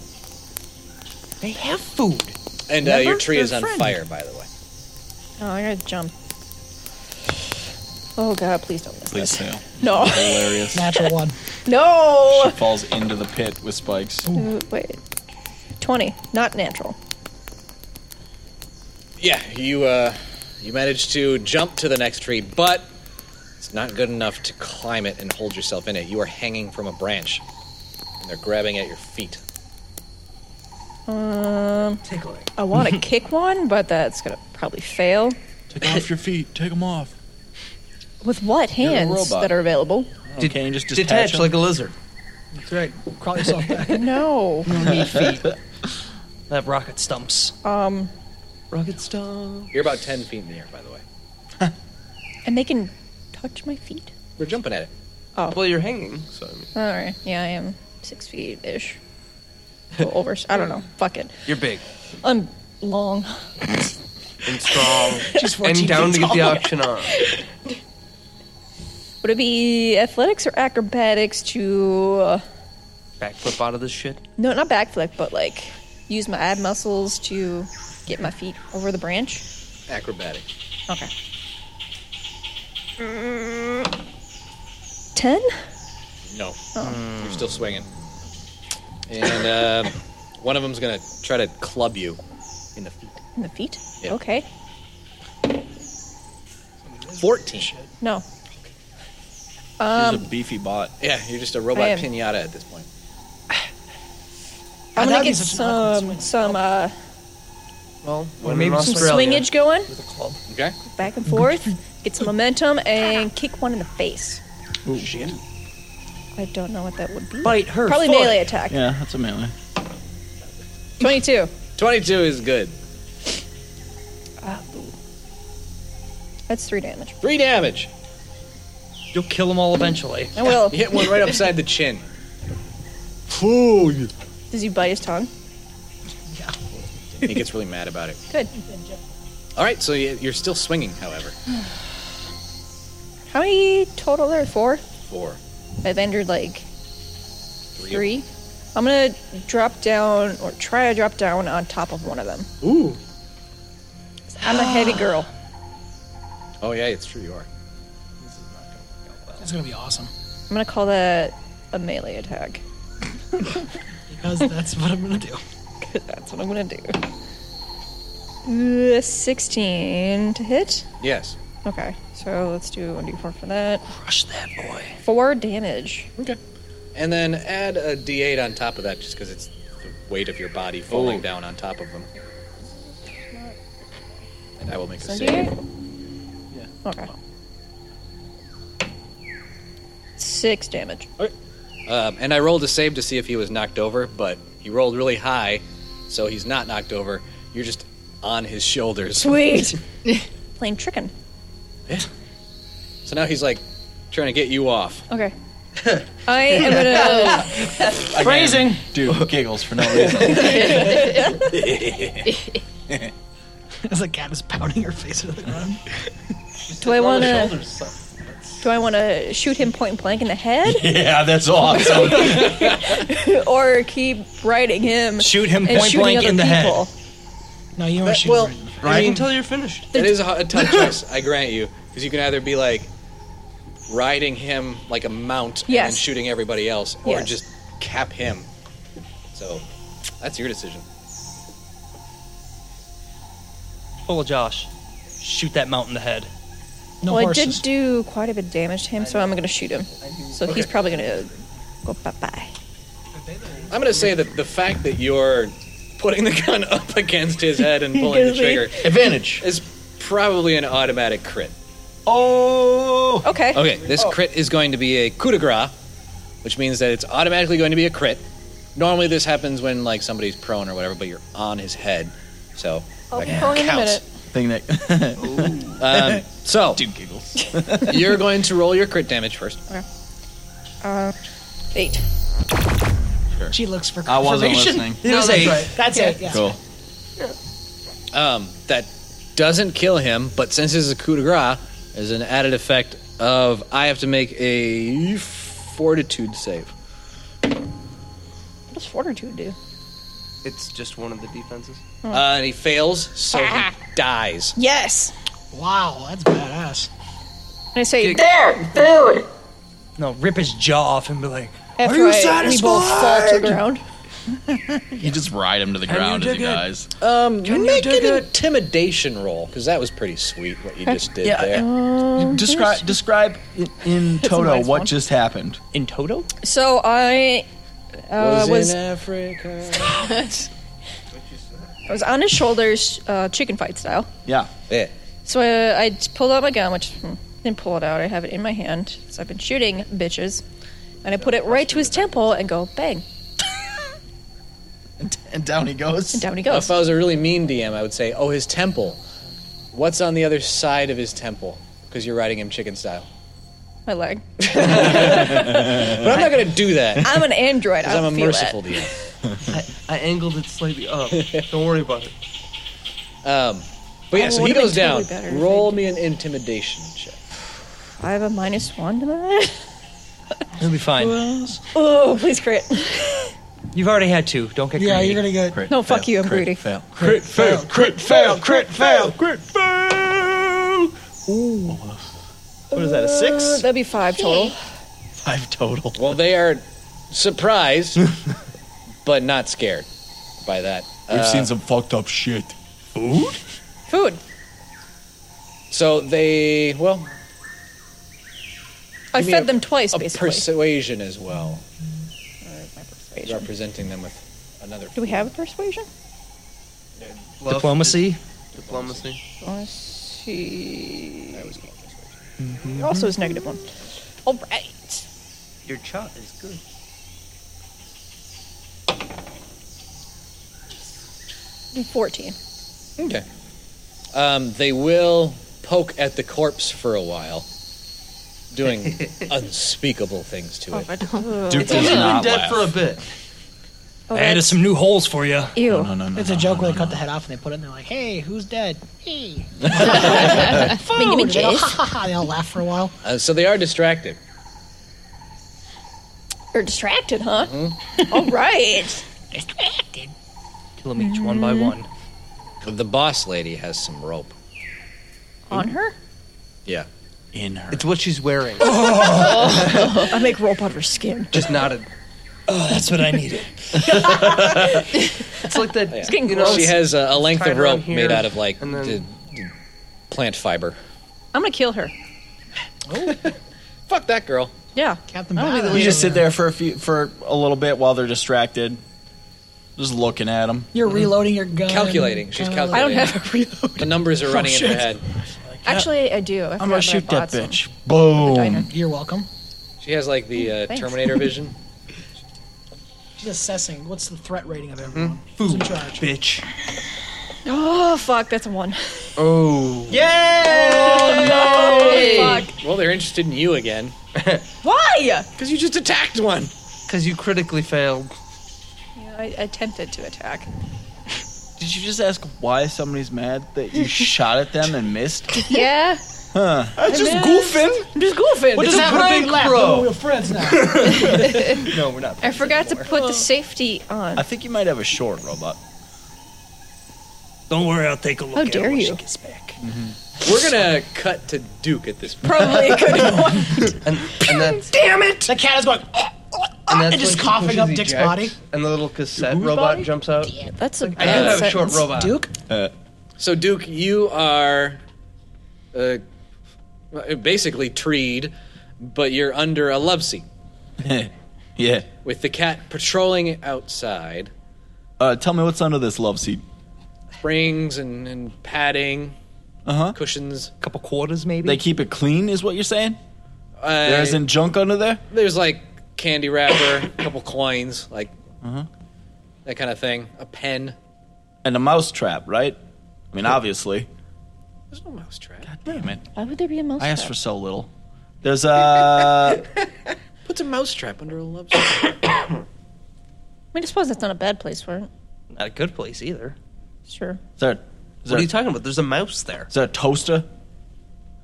Speaker 7: They have food.
Speaker 2: And uh,
Speaker 7: Remember?
Speaker 2: your tree
Speaker 7: They're
Speaker 2: is on
Speaker 7: friends.
Speaker 2: fire, by the way.
Speaker 11: Oh, I gotta jump. Oh god, please don't miss
Speaker 9: Please
Speaker 11: this.
Speaker 9: fail.
Speaker 11: No.
Speaker 9: Hilarious.
Speaker 7: Natural one.
Speaker 9: She
Speaker 11: No!
Speaker 9: falls into the pit with spikes.
Speaker 11: Uh, Wait. 20. Not natural.
Speaker 2: Yeah, you uh, you managed to jump to the next tree, but it's not good enough to climb it and hold yourself in it. You are hanging from a branch, and they're grabbing at your feet.
Speaker 11: Um, I want to kick one, but that's gonna probably fail.
Speaker 9: Take off your feet. Take them off.
Speaker 11: With what
Speaker 9: You're a
Speaker 11: hands
Speaker 9: robot.
Speaker 11: that are available?
Speaker 9: Did, can you just detach,
Speaker 5: Detach
Speaker 9: them?
Speaker 5: like a lizard.
Speaker 7: That's right. Crawl yourself back.
Speaker 11: No.
Speaker 6: That rocket stumps.
Speaker 11: Um,
Speaker 6: Rocket stump.
Speaker 2: You're about ten feet in the air, by the way.
Speaker 11: and they can touch my feet.
Speaker 2: We're jumping at it.
Speaker 11: Oh,
Speaker 5: Well, you're hanging, so I mean,
Speaker 11: all right. Yeah, I am six feet ish. Over. I don't know. Fuck it.
Speaker 5: you're big
Speaker 11: I'm long.
Speaker 5: and strong
Speaker 7: She's 14
Speaker 5: and down to
Speaker 7: feet
Speaker 5: get the
Speaker 7: tall.
Speaker 5: auction on.
Speaker 11: Would it be athletics or acrobatics to? Uh,
Speaker 5: Backflip out of this shit.
Speaker 11: no, not backflip, but like use my ab muscles to get my feet over the branch.
Speaker 2: Acrobatic.
Speaker 11: Okay. Mm, Ten?
Speaker 2: No.
Speaker 11: Oh.
Speaker 2: You're still swinging. And uh, one of them's going to try to club you in the feet.
Speaker 11: In the feet?
Speaker 2: Yeah.
Speaker 11: Okay.
Speaker 2: 14.
Speaker 11: No. Um,
Speaker 2: He's a beefy bot. Yeah, you're just a robot
Speaker 11: I am.
Speaker 2: pinata at this point.
Speaker 11: I'm
Speaker 7: That'd
Speaker 11: gonna
Speaker 7: be
Speaker 11: get
Speaker 7: such an
Speaker 11: some some uh
Speaker 2: Well,
Speaker 5: Well, when
Speaker 2: maybe
Speaker 5: in
Speaker 2: some
Speaker 11: some
Speaker 5: Australia.
Speaker 11: swingage going
Speaker 2: Okay.
Speaker 11: back and forth, get some momentum, and kick one in the face.
Speaker 9: Ooh. Shit.
Speaker 11: I don't know what that would be.
Speaker 9: Bite her
Speaker 11: Probably
Speaker 9: foot.
Speaker 11: melee attack.
Speaker 9: Yeah, that's a melee.
Speaker 11: Twenty-two.
Speaker 2: 22 is good.
Speaker 11: Ah, That's three damage.
Speaker 2: Three damage.
Speaker 6: You'll kill them all eventually.
Speaker 11: I will.
Speaker 2: You hit one right upside the chin.
Speaker 6: Food.
Speaker 11: Does he bite his tongue?
Speaker 2: He gets really mad about it.
Speaker 11: Good.
Speaker 2: All right, so you- you're still swinging, however.
Speaker 11: How many total there? Four.
Speaker 2: Four.
Speaker 11: I've entered like 3 I'm gonna drop down or try to drop down on top of one of them.
Speaker 2: Ooh.
Speaker 11: I'm a heavy girl.
Speaker 2: Oh, yeah, it's true you are.
Speaker 7: That's gonna be awesome.
Speaker 11: I'm gonna call that a melee attack.
Speaker 7: Because that's what I'm gonna do.
Speaker 11: 'Cause That's what I'm gonna do. Uh, 16 to hit.
Speaker 2: Yes.
Speaker 11: Okay, so let's do 1d4 for that. Crush that boy. Four damage.
Speaker 2: Okay. And then add a d8 on top of that just because it's the weight of your body falling down on top of them. And I will make a
Speaker 11: So
Speaker 2: save.
Speaker 11: Yeah. Okay. Six damage.
Speaker 2: Um, and I rolled a save to see if he was knocked over, but he rolled really high, so he's not knocked over. You're just on his shoulders.
Speaker 11: Sweet. Plain trickin'.
Speaker 2: so now he's like trying to get you off.
Speaker 11: Okay. I am gonna.
Speaker 9: Phrasing. Dude giggles for no reason.
Speaker 7: As the cat is pounding her face into the ground.
Speaker 11: Do I want to? Do I want to shoot him point blank in the head,
Speaker 9: yeah, that's awesome.
Speaker 11: or keep riding him?
Speaker 6: Shoot him
Speaker 11: and
Speaker 6: point
Speaker 11: shooting
Speaker 6: blank
Speaker 11: other
Speaker 6: in the head.
Speaker 11: people?
Speaker 7: No, you aren't shooting
Speaker 2: well,
Speaker 7: right
Speaker 2: I mean,
Speaker 5: until you're finished.
Speaker 2: it is a, h- a tough choice, I grant you, because you can either be like riding him like a mount and then
Speaker 11: Yes.
Speaker 2: shooting everybody else, or
Speaker 11: Yes.
Speaker 2: just cap him. So that's your decision.
Speaker 6: Full Josh. Shoot that mount in the head.
Speaker 11: well, I did do quite a bit of damage to him, so I'm gonna shoot him. So he's probably gonna go bye bye.
Speaker 2: I'm gonna say that the fact that you're putting the gun up against his head and pulling the
Speaker 11: Gives me-
Speaker 2: trigger advantage is probably an automatic crit.
Speaker 6: Oh.
Speaker 11: Okay.
Speaker 2: Okay, this crit is going to be a coup de grace, which means that it's automatically going to be a crit. Normally, this happens when like somebody's prone or whatever, but you're on his head, so
Speaker 11: I'll
Speaker 2: that
Speaker 11: be prone in a
Speaker 2: counts.
Speaker 11: minute.
Speaker 9: Thing that.
Speaker 2: Um, so
Speaker 9: dude giggles.
Speaker 2: you're going to roll your crit damage first.
Speaker 11: Uh, eight.
Speaker 7: She looks for
Speaker 2: I wasn't
Speaker 7: confirmation.
Speaker 2: listening.
Speaker 7: It
Speaker 2: No,
Speaker 7: was
Speaker 2: that's
Speaker 7: eight.
Speaker 2: right.
Speaker 7: That's
Speaker 2: Yeah.
Speaker 7: it. Yeah.
Speaker 2: Cool. Um, that doesn't kill him, but since this is a coup de grace, there's an added effect of I have to make a fortitude save.
Speaker 11: What does fortitude do?
Speaker 5: It's just one of the defenses.
Speaker 2: Uh, and he fails, so he dies.
Speaker 11: Yes.
Speaker 7: Wow, that's badass.
Speaker 11: And I say
Speaker 8: there, dude.
Speaker 6: No, rip his jaw off and be like,
Speaker 11: After
Speaker 6: Are you
Speaker 11: I, we both fall to
Speaker 6: satisfied?
Speaker 11: the ground.
Speaker 9: You just ride him to the
Speaker 2: Can
Speaker 9: ground
Speaker 2: you
Speaker 9: as he
Speaker 2: dig it?
Speaker 9: dies.
Speaker 2: Um,
Speaker 9: Can you
Speaker 2: make
Speaker 9: dig
Speaker 2: an
Speaker 9: it?
Speaker 2: intimidation roll because that was pretty sweet what you just did
Speaker 9: yeah,
Speaker 2: there.
Speaker 9: uh, describe describe in, in
Speaker 11: That's a
Speaker 9: toto
Speaker 11: nice
Speaker 9: what
Speaker 11: one.
Speaker 9: just happened. In toto?
Speaker 11: So I uh, was
Speaker 2: Africa.
Speaker 11: I was on his shoulders, uh, chicken fight style.
Speaker 9: Yeah.
Speaker 2: Yeah.
Speaker 11: So uh, I just pulled out my gun, which hmm, didn't pull it out. I have it in my hand. So I've been shooting bitches, and I put it right to his temple and go bang,
Speaker 9: And down he goes.
Speaker 11: and down he
Speaker 2: If
Speaker 11: goes.
Speaker 2: I was a really mean DM, I would say, "Oh, his temple. What's on the other side of his temple?" Because you're riding him chicken style.
Speaker 11: My leg.
Speaker 2: But I'm not gonna do that.
Speaker 11: I'm an android. I
Speaker 2: Because I'm
Speaker 11: don't
Speaker 2: a
Speaker 11: feel
Speaker 2: merciful
Speaker 11: that.
Speaker 2: DM.
Speaker 5: I angled it slightly up. Don't worry about it.
Speaker 2: Um, but yeah,
Speaker 11: Oh,
Speaker 2: so
Speaker 11: would've
Speaker 2: he
Speaker 11: been
Speaker 2: goes down.
Speaker 11: totally better if I
Speaker 2: Roll me an intimidation check.
Speaker 11: I have a minus one to that.
Speaker 6: He'll be fine.
Speaker 11: Oh, please crit.
Speaker 6: You've already had two. Don't get
Speaker 7: Yeah,
Speaker 6: greedy.
Speaker 7: you're gonna get
Speaker 11: No, fuck you. I'm greedy.
Speaker 9: Fail.
Speaker 6: Crit fail. Crit fail. Crit fail. Crit fail.
Speaker 11: Ooh.
Speaker 2: What is that, a six?
Speaker 11: that'd be five total.
Speaker 2: Five total. Well, they are surprised, but not scared by that.
Speaker 15: We've
Speaker 2: Uh,
Speaker 15: seen some fucked up shit. Food?
Speaker 11: Food.
Speaker 2: So they, well,
Speaker 11: I
Speaker 2: Give me
Speaker 11: fed
Speaker 2: a-
Speaker 11: them twice,
Speaker 2: a
Speaker 11: basically.
Speaker 2: persuasion as well. Representing them with another.
Speaker 11: Do we have a persuasion?
Speaker 6: Diplomacy?
Speaker 5: Diplomacy.
Speaker 11: Let's see. Also is negative one. All right.
Speaker 5: Your chop is good.
Speaker 11: Fourteen.
Speaker 2: Okay. Um, they will poke at the corpse for a while, doing unspeakable things
Speaker 11: Oh,
Speaker 2: to it.
Speaker 16: Duke
Speaker 2: It's does only been not dead laugh. for
Speaker 5: a bit.
Speaker 7: Oh,
Speaker 6: I added
Speaker 7: that's-
Speaker 6: some new holes for you.
Speaker 7: Ew.
Speaker 2: no, no,
Speaker 7: it's a joke when they cut the head off and they put it in. They're like, "Hey, who's dead? Hey, food."
Speaker 11: Minnie
Speaker 7: They go,
Speaker 11: Minches.
Speaker 7: "Ha, ha, ha," They all laugh for a while.
Speaker 2: Uh, so they are distracted.
Speaker 11: Or distracted, huh? All right.
Speaker 2: Kill them each one by one. The boss lady has some rope.
Speaker 11: On her?
Speaker 2: Yeah.
Speaker 9: In her.
Speaker 5: It's what she's wearing.
Speaker 11: I make rope out of her skin.
Speaker 5: Just nodded.
Speaker 6: Oh, that's what I needed.
Speaker 5: It's like that.
Speaker 2: It's
Speaker 5: you know,
Speaker 2: she has a, a length
Speaker 5: tied
Speaker 2: of
Speaker 5: around
Speaker 2: rope
Speaker 5: here,
Speaker 2: made out of like
Speaker 5: and then-
Speaker 2: d- d- plant fiber.
Speaker 11: I'm gonna kill her.
Speaker 2: Fuck that
Speaker 11: Um,
Speaker 2: girl.
Speaker 11: Yeah.
Speaker 7: Captain
Speaker 11: I don't need the
Speaker 9: You
Speaker 11: leader.
Speaker 9: just sit there for a few, for a little bit while they're distracted, just looking at them.
Speaker 7: You're reloading your gun. Uh,
Speaker 2: Calculating. She's calculating.
Speaker 11: um, I don't
Speaker 2: a
Speaker 11: have
Speaker 2: reload. The numbers are
Speaker 11: Oh,
Speaker 2: running in her
Speaker 11: shit.
Speaker 2: head.
Speaker 11: Actually, I do. I
Speaker 2: I'm gonna shoot that bitch.
Speaker 7: Boom. You're welcome.
Speaker 2: She has like the uh,
Speaker 7: thanks.
Speaker 2: Terminator vision.
Speaker 7: She's assessing what's the threat rating of
Speaker 6: Mm-hmm.
Speaker 7: everyone. Who's in charge?
Speaker 6: Bitch.
Speaker 11: Oh fuck, that's a one.
Speaker 2: Oh.
Speaker 11: Oh, no. Fuck.
Speaker 2: Well, they're interested in you again.
Speaker 11: Why?
Speaker 2: Because you just attacked one.
Speaker 5: Because you critically failed.
Speaker 11: Yeah, I attempted to attack.
Speaker 9: Did you just ask why somebody's mad that you shot at them and missed?
Speaker 11: Yeah.
Speaker 9: Huh?
Speaker 11: I'm just goofing. I'm just goofing.
Speaker 9: What It's does a that big mean? laugh. Bro. We're
Speaker 7: Oh, friends now.
Speaker 9: no, we're not.
Speaker 11: I forgot to put the safety on.
Speaker 9: I think you might have a short robot.
Speaker 6: Don't worry, I'll take a look.
Speaker 11: How
Speaker 6: at
Speaker 11: dare
Speaker 6: it when
Speaker 11: you?
Speaker 6: She gets back.
Speaker 2: We're gonna cut to Duke at this point.
Speaker 11: Probably a good
Speaker 2: one.
Speaker 5: And that's,
Speaker 7: Damn it! The cat is going. "Oh, oh, oh,"
Speaker 5: and that's
Speaker 7: and just
Speaker 5: when he
Speaker 7: coughing
Speaker 5: pushes
Speaker 7: up
Speaker 5: the
Speaker 7: Dick's
Speaker 5: eject,
Speaker 7: body.
Speaker 5: And the little cassette robot
Speaker 7: body?
Speaker 5: jumps out.
Speaker 11: That's a
Speaker 5: I do have a short robot.
Speaker 7: Duke.
Speaker 9: Uh,
Speaker 2: So Duke, you are uh, basically treed, but you're under a love seat
Speaker 9: yeah.
Speaker 2: with the cat patrolling outside,
Speaker 9: Uh, tell me what's under this love seat.
Speaker 2: rings and, and padding,
Speaker 9: Uh huh.
Speaker 2: cushions.
Speaker 9: Couple quarters, maybe. They keep it clean, is what you're saying?
Speaker 2: Uh,
Speaker 9: there isn't junk under there.
Speaker 2: There's like candy wrapper, a couple coins, like
Speaker 9: Uh-huh.
Speaker 2: Mm-hmm. that kind of thing. A pen.
Speaker 9: And a mouse trap, right? I mean, obviously.
Speaker 2: There's no mouse trap.
Speaker 9: Damn it.
Speaker 11: Why would there be a mouse?
Speaker 9: I asked for so little. There's uh, a.
Speaker 2: Puts a mouse trap under a love seat.
Speaker 11: I mean, I suppose that's not a bad place for it.
Speaker 5: Not a good place either.
Speaker 11: Sure.
Speaker 9: Is there, is
Speaker 5: What
Speaker 9: there-
Speaker 5: are you talking about? There's a mouse there.
Speaker 9: is there a toaster?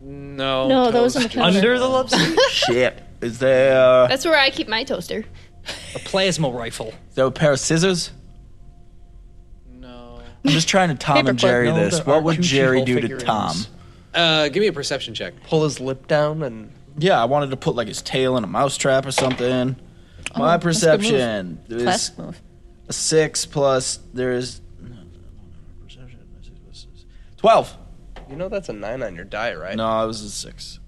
Speaker 2: No.
Speaker 11: No, that was on the counter. Under
Speaker 5: the love seat.
Speaker 9: Shit. Is there. uh,
Speaker 10: That's where I keep my toaster.
Speaker 6: A plasma rifle.
Speaker 9: Is there a pair of scissors? No. I'm just trying to Tom and
Speaker 5: Paperclip.
Speaker 9: Jerry
Speaker 5: No,
Speaker 9: this.
Speaker 5: there
Speaker 9: What
Speaker 5: aren't
Speaker 9: would
Speaker 5: two
Speaker 9: Jerry
Speaker 5: she-hole
Speaker 9: do to
Speaker 5: figurines.
Speaker 9: Tom?
Speaker 2: Uh, give me a perception check.
Speaker 5: Pull his lip down and
Speaker 9: Yeah, I wanted to put like his tail in a mousetrap or something. My
Speaker 5: Oh, that's a good move.
Speaker 9: perception is
Speaker 11: Classic move.
Speaker 9: a six plus. There is twelve.
Speaker 5: You know that's a nine on your die, right?
Speaker 9: No, it was a six.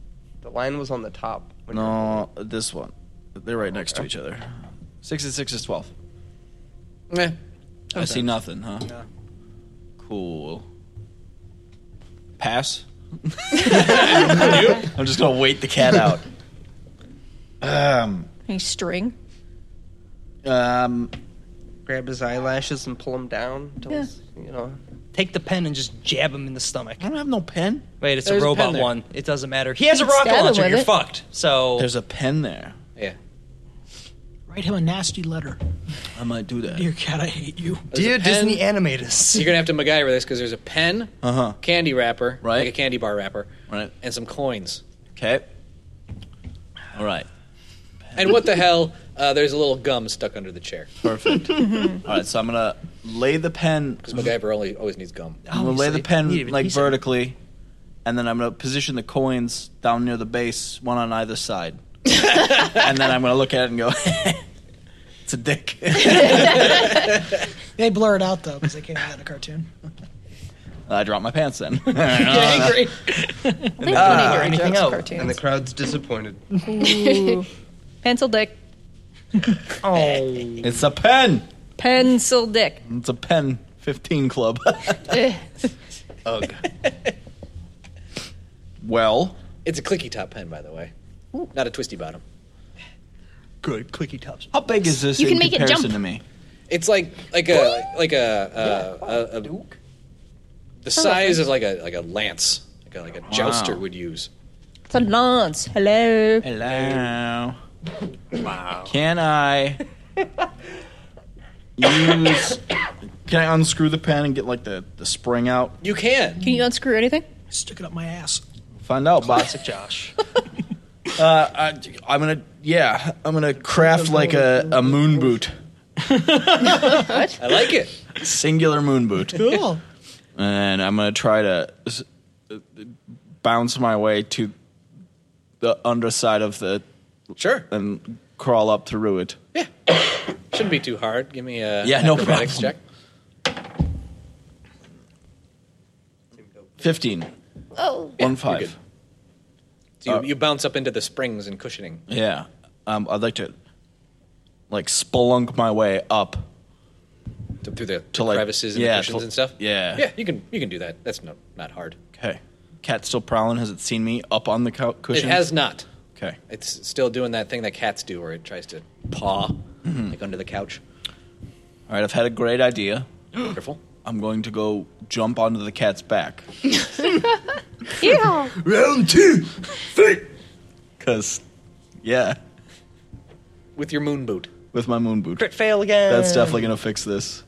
Speaker 5: The line was on the top.
Speaker 9: No, this one. They're right next to each other. Six and six is twelve.
Speaker 2: Eh.
Speaker 9: I see nothing, huh? Cool. Pass. I'm just gonna wait the cat out. Um.
Speaker 11: Any string?
Speaker 9: Um.
Speaker 5: Grab his eyelashes and pull him down. Till
Speaker 11: Yeah.
Speaker 5: he's, You know.
Speaker 6: Take the pen and just jab him in the stomach. I
Speaker 9: don't have no pen.
Speaker 6: Wait, it's
Speaker 5: There's
Speaker 6: a
Speaker 5: a
Speaker 6: robot
Speaker 5: pen there.
Speaker 6: one. It doesn't matter. He has a
Speaker 7: You'd stab
Speaker 6: rocket
Speaker 7: him
Speaker 6: launcher.
Speaker 7: with
Speaker 6: You're
Speaker 7: it.
Speaker 6: fucked. So
Speaker 9: There's a pen there.
Speaker 2: Yeah.
Speaker 7: Write him a nasty letter.
Speaker 9: I might do that.
Speaker 7: Dear cat, I hate you.
Speaker 2: Dear Disney
Speaker 6: animators.
Speaker 2: You're gonna have to MacGyver this because there's a pen,
Speaker 9: Uh huh.
Speaker 2: candy wrapper,
Speaker 9: Right.
Speaker 2: like a candy bar wrapper,
Speaker 9: Right.
Speaker 2: and some coins.
Speaker 9: Okay. All right.
Speaker 2: And what the hell? Uh, there's a little gum stuck under the chair
Speaker 9: Perfect. All right. So I'm gonna lay the pen.
Speaker 2: because MacGyver only always needs gum.
Speaker 9: I'm gonna lay the
Speaker 2: Obviously.
Speaker 9: pen
Speaker 2: Need even
Speaker 9: like
Speaker 2: piece of it.
Speaker 9: vertically, and then I'm going to position the coins down near the base, one on either side. and then I'm going to look at it and go, it's a dick.
Speaker 7: They blur it out though because they came out of a cartoon.
Speaker 9: I drop my pants then.
Speaker 7: Uh,
Speaker 5: And,
Speaker 9: Ah.
Speaker 5: uh,
Speaker 9: anything else?
Speaker 5: and the crowd's disappointed.
Speaker 11: Ooh. Pencil dick.
Speaker 5: Oh.
Speaker 9: It's a pen.
Speaker 11: Pencil dick. Eh,
Speaker 9: It's a pen 15 club.
Speaker 11: Ugh.
Speaker 2: Ugh.
Speaker 9: well,
Speaker 2: It's a clicky top pen, by the way. Not a twisty bottom.
Speaker 9: good clicky tops. How big is this
Speaker 2: You
Speaker 9: in
Speaker 2: can make it
Speaker 9: comparison
Speaker 2: jump.
Speaker 9: to me?
Speaker 2: It's like like a like a, uh, a, a the size of like a like a lance, like a, like a jouster would use.
Speaker 11: It's a lance. Hello.
Speaker 9: Hello. Wow. Can I use? Can I unscrew the pen and get like the the spring out?
Speaker 2: You can.
Speaker 11: Can you unscrew anything?
Speaker 7: Stick it up my ass.
Speaker 9: Find out, Classic
Speaker 6: Josh.
Speaker 9: Uh, I, I'm gonna yeah, I'm gonna craft like a a moon boot.
Speaker 2: I like it.
Speaker 9: Singular moon boot.
Speaker 7: Cool.
Speaker 9: And I'm gonna try to s- bounce my way to the underside of the
Speaker 2: sure
Speaker 9: and crawl up through it.
Speaker 2: Shouldn't be too hard. Give me a
Speaker 9: Yeah, no
Speaker 2: acrobatics
Speaker 9: problem.
Speaker 2: check.
Speaker 9: Fifteen.
Speaker 11: Oh.
Speaker 9: One
Speaker 2: You're
Speaker 9: five.
Speaker 2: good. So you,
Speaker 9: Uh,
Speaker 2: you bounce up into the springs and cushioning.
Speaker 9: Yeah. Um, I'd like to like spelunk my way up
Speaker 2: to, through the
Speaker 9: to like
Speaker 2: crevices and the
Speaker 9: yeah,
Speaker 2: cushions
Speaker 9: to-
Speaker 2: and stuff.
Speaker 9: Yeah.
Speaker 2: yeah, you can you can do that. That's no, not hard.
Speaker 9: Okay. Cat's still prowling. Has it seen me up on the cou- cushion?
Speaker 2: It has not.
Speaker 9: Okay.
Speaker 2: It's still doing that thing that cats do, where it tries to paw
Speaker 9: Mhm.
Speaker 2: like under the couch.
Speaker 9: All right. I've had a great idea.
Speaker 2: Wonderful.
Speaker 9: I'm going to go jump onto the cat's back
Speaker 11: Yeah.
Speaker 9: Round two. because, yeah,
Speaker 2: With your moon boot.
Speaker 9: with my moon boot.
Speaker 6: Crit fail again.
Speaker 9: That's definitely gonna fix this.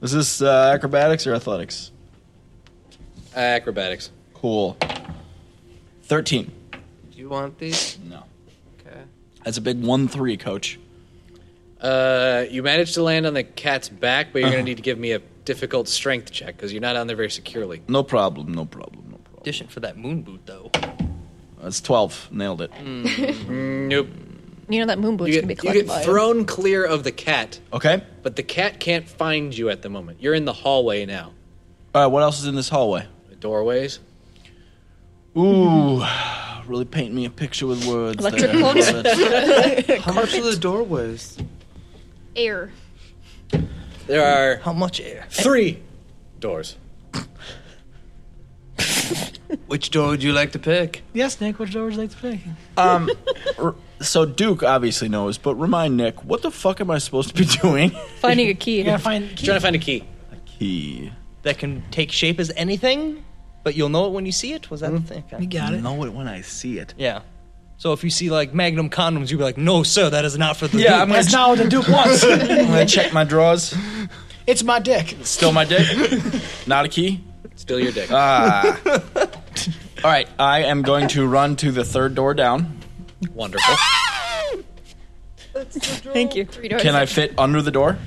Speaker 9: Is this uh, acrobatics or athletics?
Speaker 2: Uh, Acrobatics.
Speaker 9: Cool. Thirteen.
Speaker 5: Do you want these?
Speaker 9: No.
Speaker 5: Okay.
Speaker 9: That's a big one three, coach.
Speaker 2: Uh, you managed to land on the cat's back, but you're
Speaker 9: Uh-huh.
Speaker 2: going to need to give me a difficult strength check because you're not on there very securely.
Speaker 9: No problem. No problem. No problem.
Speaker 5: Dishing for that moon boot though.
Speaker 9: That's twelve. Nailed it.
Speaker 2: nope.
Speaker 11: You know that moon boot's
Speaker 2: You
Speaker 11: gonna be
Speaker 2: get, you
Speaker 11: collected
Speaker 2: get
Speaker 11: by
Speaker 2: thrown clear of the cat,
Speaker 9: Okay.
Speaker 2: but the cat can't find you at the moment. You're in the hallway now.
Speaker 9: All right. What else is in this hallway?
Speaker 2: The doorways.
Speaker 9: Ooh, really paint me a picture with words.
Speaker 5: Electric
Speaker 9: there.
Speaker 5: cloaks?
Speaker 9: That's-
Speaker 5: How much are the doorways?
Speaker 10: Air.
Speaker 2: There are
Speaker 5: how much air?
Speaker 2: Three doors.
Speaker 5: Which door would you like to pick?
Speaker 7: Yes, Nick. Which door would you like to pick?
Speaker 9: Um, r- so Duke obviously knows, but remind Nick, what the fuck am I supposed to be doing?
Speaker 11: finding a key.
Speaker 7: gotta find
Speaker 2: Trying to find a key.
Speaker 9: Key.
Speaker 6: That can take shape as anything, but you'll know it when you see it. Was that the thing? Okay.
Speaker 7: You got it.
Speaker 9: Know it when I see it.
Speaker 6: Yeah. So if you see like Magnum condoms, you'll be like, "No, sir, that is not for the."
Speaker 9: Yeah,
Speaker 6: dude."
Speaker 9: I'm gonna
Speaker 6: That's
Speaker 9: ch-
Speaker 7: Oh,
Speaker 6: not what the Duke wants.
Speaker 9: I'm gonna check my drawers.
Speaker 7: It's my dick.
Speaker 9: Still my dick. Not a key.
Speaker 2: Still your dick.
Speaker 9: Ah. All right, I am going to run to the third door down.
Speaker 2: Wonderful.
Speaker 11: Thank you. Three doors.
Speaker 9: Can I fit under the door?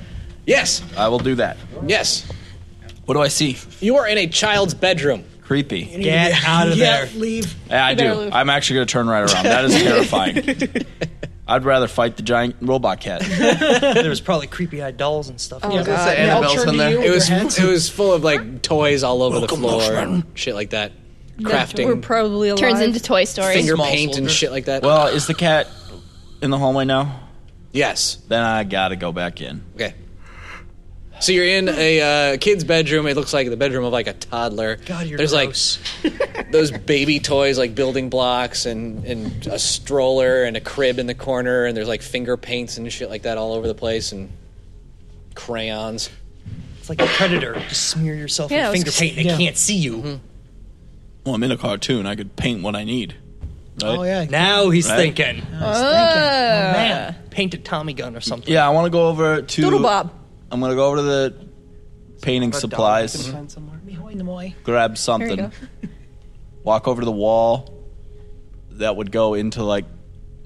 Speaker 2: Yes.
Speaker 9: I will do that.
Speaker 2: Yes.
Speaker 9: What do I see?
Speaker 2: You are in a child's bedroom.
Speaker 9: Creepy.
Speaker 6: Get out of
Speaker 7: yeah,
Speaker 6: there.
Speaker 7: Leave.
Speaker 9: Yeah, I
Speaker 7: You better
Speaker 9: do.
Speaker 7: leave.
Speaker 9: I'm actually going to turn right around. That is terrifying. I'd rather fight the giant robot cat.
Speaker 6: there was probably creepy-eyed dolls and stuff.
Speaker 5: Yeah, God. say Annabelle's in there.
Speaker 2: Uh, It was it was full of like toys all over the floor, and shit like that.
Speaker 11: We're
Speaker 2: Crafting
Speaker 11: probably alive.
Speaker 10: Turns into Toy Story.
Speaker 2: finger
Speaker 6: Small
Speaker 2: paint and
Speaker 6: soldier.
Speaker 2: shit like that.
Speaker 9: Well, is the cat in the hallway now?
Speaker 2: yes.
Speaker 9: Then I gotta go back in.
Speaker 2: Okay. So you're in a uh, kid's bedroom. It looks like the bedroom of like a toddler.
Speaker 6: God, you're
Speaker 2: There's
Speaker 6: gross.
Speaker 2: like those baby toys, like building blocks, and and a stroller and a crib in the corner, and there's like finger paints and shit like that all over the place, and crayons.
Speaker 6: It's like a predator. Just smear yourself
Speaker 11: Yeah,
Speaker 6: in
Speaker 11: I was
Speaker 6: finger
Speaker 11: gonna
Speaker 6: paint.
Speaker 11: say-
Speaker 6: They
Speaker 11: yeah.
Speaker 6: can't see you.
Speaker 9: Well, I'm in a cartoon. I could paint what I need. Right?
Speaker 7: Oh yeah.
Speaker 6: Now he's
Speaker 9: Right.
Speaker 6: thinking. Oh,
Speaker 11: Ah.
Speaker 6: Man, paint a Tommy gun or something.
Speaker 9: Yeah, I want to go over to.
Speaker 11: Doodle Bob.
Speaker 9: I'm gonna go over to the painting
Speaker 6: Mm-hmm.
Speaker 9: supplies,
Speaker 7: Mihoy Namoy.
Speaker 9: grab
Speaker 11: There you go.
Speaker 9: something, walk over to the wall that would go into like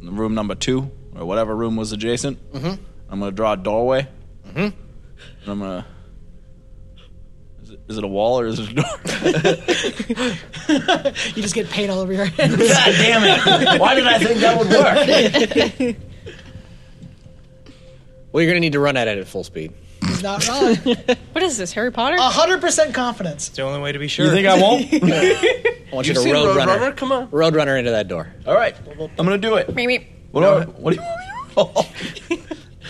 Speaker 9: room number two or whatever room was adjacent. Mm-hmm. I'm gonna draw a doorway. Mm-hmm. And I'm gonna. Is it Is it a wall or is it a door?
Speaker 7: You just get paint all over your head.
Speaker 9: God damn it. Why did I think that would
Speaker 7: work?
Speaker 2: Well, you're gonna need to run at it at full speed.
Speaker 7: He's not wrong.
Speaker 11: What is this, Harry Potter?
Speaker 7: hundred percent confidence.
Speaker 6: It's the only way to be
Speaker 2: sure. think I won't? I want you
Speaker 6: You've
Speaker 2: to
Speaker 6: seen
Speaker 2: road,
Speaker 6: Road
Speaker 2: runner.
Speaker 6: Runner? Come on.
Speaker 2: road runner into that door.
Speaker 9: All right, I'm gonna do it.
Speaker 11: Meep, meep.
Speaker 9: What do I, what do you? oh.